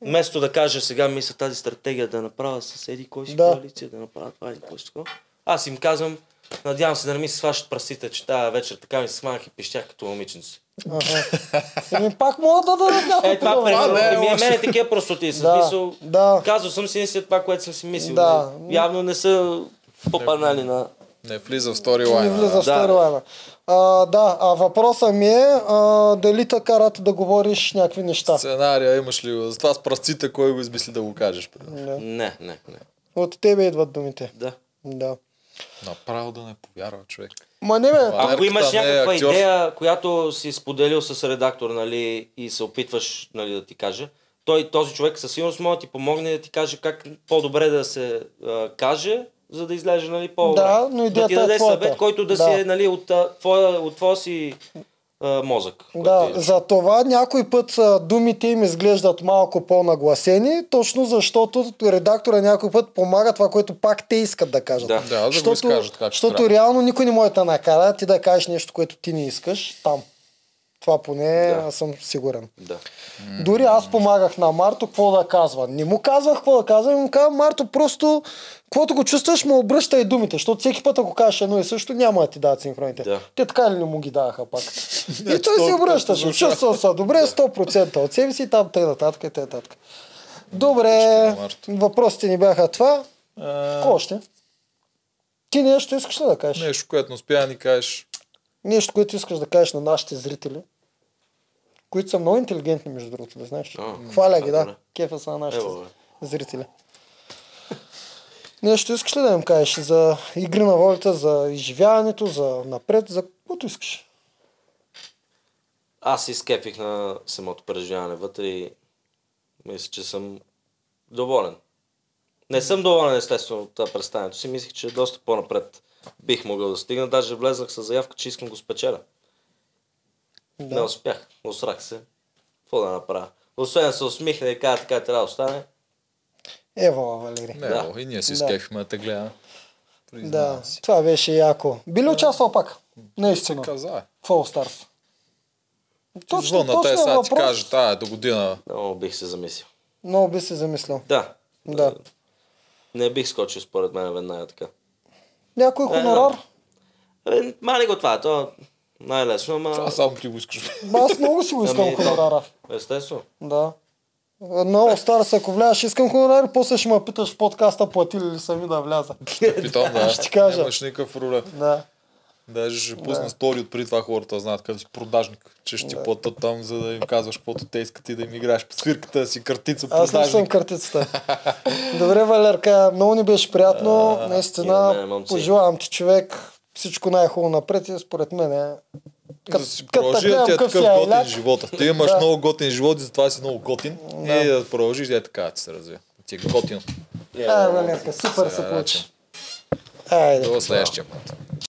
[SPEAKER 2] вместо да кажа сега мисля тази стратегия да направя с еди кой си
[SPEAKER 3] Да.
[SPEAKER 2] коалиция, да направя това еди кой си такова. Аз им казвам, надявам се да не ми се сващат пръстите, че тази вечер така ми се сманах и пищях като момиченце.
[SPEAKER 3] Ага. Еми, Ами, пак мога да дадат някой
[SPEAKER 2] Е, това
[SPEAKER 1] това не е
[SPEAKER 2] през... Ми е
[SPEAKER 1] лошо.
[SPEAKER 2] мене такива простоти.
[SPEAKER 3] Да,
[SPEAKER 2] Да, смисъл,
[SPEAKER 3] да.
[SPEAKER 2] Казал съм си не си това, което съм си мислил.
[SPEAKER 3] Да.
[SPEAKER 2] Не, Явно не са попанали на...
[SPEAKER 1] Не влиза в стори
[SPEAKER 3] Не влиза
[SPEAKER 1] лайна.
[SPEAKER 3] в
[SPEAKER 2] Да.
[SPEAKER 3] да. А, да, а въпросът ми е а, дали те карат да говориш някакви неща.
[SPEAKER 1] Сценария имаш ли? го? За това с пръстите, кой го измисли да го кажеш? бе?
[SPEAKER 3] Да.
[SPEAKER 2] Не, не, не.
[SPEAKER 3] От тебе идват думите.
[SPEAKER 2] Да.
[SPEAKER 3] Да.
[SPEAKER 1] Направо да не повярва човек.
[SPEAKER 3] Ма не бе,
[SPEAKER 2] Ако
[SPEAKER 1] Валерката
[SPEAKER 2] имаш
[SPEAKER 1] не е
[SPEAKER 2] някаква
[SPEAKER 1] актьор.
[SPEAKER 2] идея, която си споделил с редактор, нали, и се опитваш, нали, да ти каже, той, този човек със сигурност може да ти помогне да ти каже как по-добре да се а, каже, за да излезе, нали, по
[SPEAKER 3] Да, но
[SPEAKER 2] да
[SPEAKER 3] идеята
[SPEAKER 2] ти
[SPEAKER 3] е
[SPEAKER 2] даде
[SPEAKER 3] твоята.
[SPEAKER 2] съвет, който да,
[SPEAKER 3] Да.
[SPEAKER 2] си е, нали, от, а, твоя, от твоя си а, мозък. който
[SPEAKER 3] да,
[SPEAKER 2] е.
[SPEAKER 3] за това някой път а, думите им изглеждат малко по-нагласени, точно защото редактора някой път помага това, което пак те искат да кажат.
[SPEAKER 2] Да.
[SPEAKER 1] Да, да го изкажат как ще
[SPEAKER 3] защото
[SPEAKER 1] трябва.
[SPEAKER 3] реално никой не може да те накара ти да кажеш нещо, което ти не искаш там. Това поне
[SPEAKER 2] Да.
[SPEAKER 3] аз съм сигурен.
[SPEAKER 2] да.
[SPEAKER 3] Дори аз помагах на Марто какво да казва. Не му казвах какво да казва, му казвам, Марто просто, каквото го чувстваш, му обръща и думите, защото всеки път, ако кажеш едно и също, няма да ти дадат синхроните.
[SPEAKER 2] Да.
[SPEAKER 3] Те така ли не му ги даваха пак? и той се
[SPEAKER 1] толкова
[SPEAKER 3] обръща,
[SPEAKER 1] душа.
[SPEAKER 3] чувствал се добре, 100% от себе си и там, тъй нататък и тъй нататък. Добре,
[SPEAKER 1] Марто.
[SPEAKER 3] въпросите ни бяха това.
[SPEAKER 1] А,
[SPEAKER 3] Какво още? Ти нещо искаш ли да кажеш?
[SPEAKER 1] Нещо, което не успя да ни кажеш.
[SPEAKER 3] Нещо, което искаш да кажеш на нашите зрители, които са много интелигентни, между другото, да знаеш.
[SPEAKER 2] А,
[SPEAKER 3] Хваля ги,
[SPEAKER 2] а,
[SPEAKER 3] да.
[SPEAKER 2] добре.
[SPEAKER 3] Кефа са на нашите
[SPEAKER 2] Ево, бе.
[SPEAKER 3] зрители. Нещо искаш ли да им кажеш за игри на волята, за изживяването, за напред, за каквото искаш?
[SPEAKER 2] Аз се изкепих на самото преживяване вътре и мисля, че съм доволен. Не съм доволен естествено от това представянето си. Мислих, че доста по-напред бих могъл да стигна. Даже влезнах с заявка, че искам го спечеля. Да. Не успях. Осрах се. Какво да направя? Освен да се усмихне и кажа така, трябва да остане.
[SPEAKER 3] Ева, Валери.
[SPEAKER 1] Не,
[SPEAKER 2] Да.
[SPEAKER 1] бе, и ние си
[SPEAKER 3] Е, Да.
[SPEAKER 1] изкефихме да те гледаме. Признавам
[SPEAKER 3] да, Е,
[SPEAKER 1] си.
[SPEAKER 3] това беше яко. Би ли участвал пак? Наистина.
[SPEAKER 1] Каза.
[SPEAKER 3] Fall Stars.
[SPEAKER 1] Извън на
[SPEAKER 3] е
[SPEAKER 1] тези сега ти кажа, тая е до година.
[SPEAKER 2] Много бих се замислил.
[SPEAKER 3] Много би се замислил.
[SPEAKER 2] Да.
[SPEAKER 3] Да.
[SPEAKER 2] Не бих скочил според мен веднага така.
[SPEAKER 3] Някой е
[SPEAKER 2] Не,
[SPEAKER 3] хонорар?
[SPEAKER 2] да. Абе, Мали го това, то е най-лесно, ама...
[SPEAKER 1] Аз само ти го искаш.
[SPEAKER 3] Ма Аз много си го искам
[SPEAKER 2] Ами, да.
[SPEAKER 3] хонорара.
[SPEAKER 2] Естествено.
[SPEAKER 3] Да. Много стар са, ако влязаш, искам хонорар, после ще ме питаш в подкаста, платили ли са ми да вляза.
[SPEAKER 1] Питам, да.
[SPEAKER 3] ще ти кажа.
[SPEAKER 1] Нямаш никакъв проблем.
[SPEAKER 3] Да.
[SPEAKER 1] Даже ще пусна стори от преди това хората да знаят къде си продажник, че ще ти платят там, за да им казваш каквото те искат и да им играеш по свирката си, картица,
[SPEAKER 3] Аз не съм
[SPEAKER 1] продажник.
[SPEAKER 3] картицата. Добре, Валерка, много ни беше приятно.
[SPEAKER 2] и на
[SPEAKER 3] Наистина,
[SPEAKER 2] мен, момци.
[SPEAKER 3] пожелавам ти човек всичко най-хубаво напред и според мен е...
[SPEAKER 1] Да си
[SPEAKER 3] Като
[SPEAKER 1] продължи да
[SPEAKER 3] гледам
[SPEAKER 1] ти е
[SPEAKER 3] къв
[SPEAKER 1] такъв
[SPEAKER 3] си
[SPEAKER 1] готин
[SPEAKER 3] айляк.
[SPEAKER 1] живота. Ти имаш
[SPEAKER 3] Да.
[SPEAKER 1] много готин живот и затова си много готин. И да продължиш да е така да ти се развива. Ти е готин.
[SPEAKER 3] Ай, Валерка, супер се
[SPEAKER 1] Сега
[SPEAKER 3] получи. Айде.
[SPEAKER 1] До е следващия път.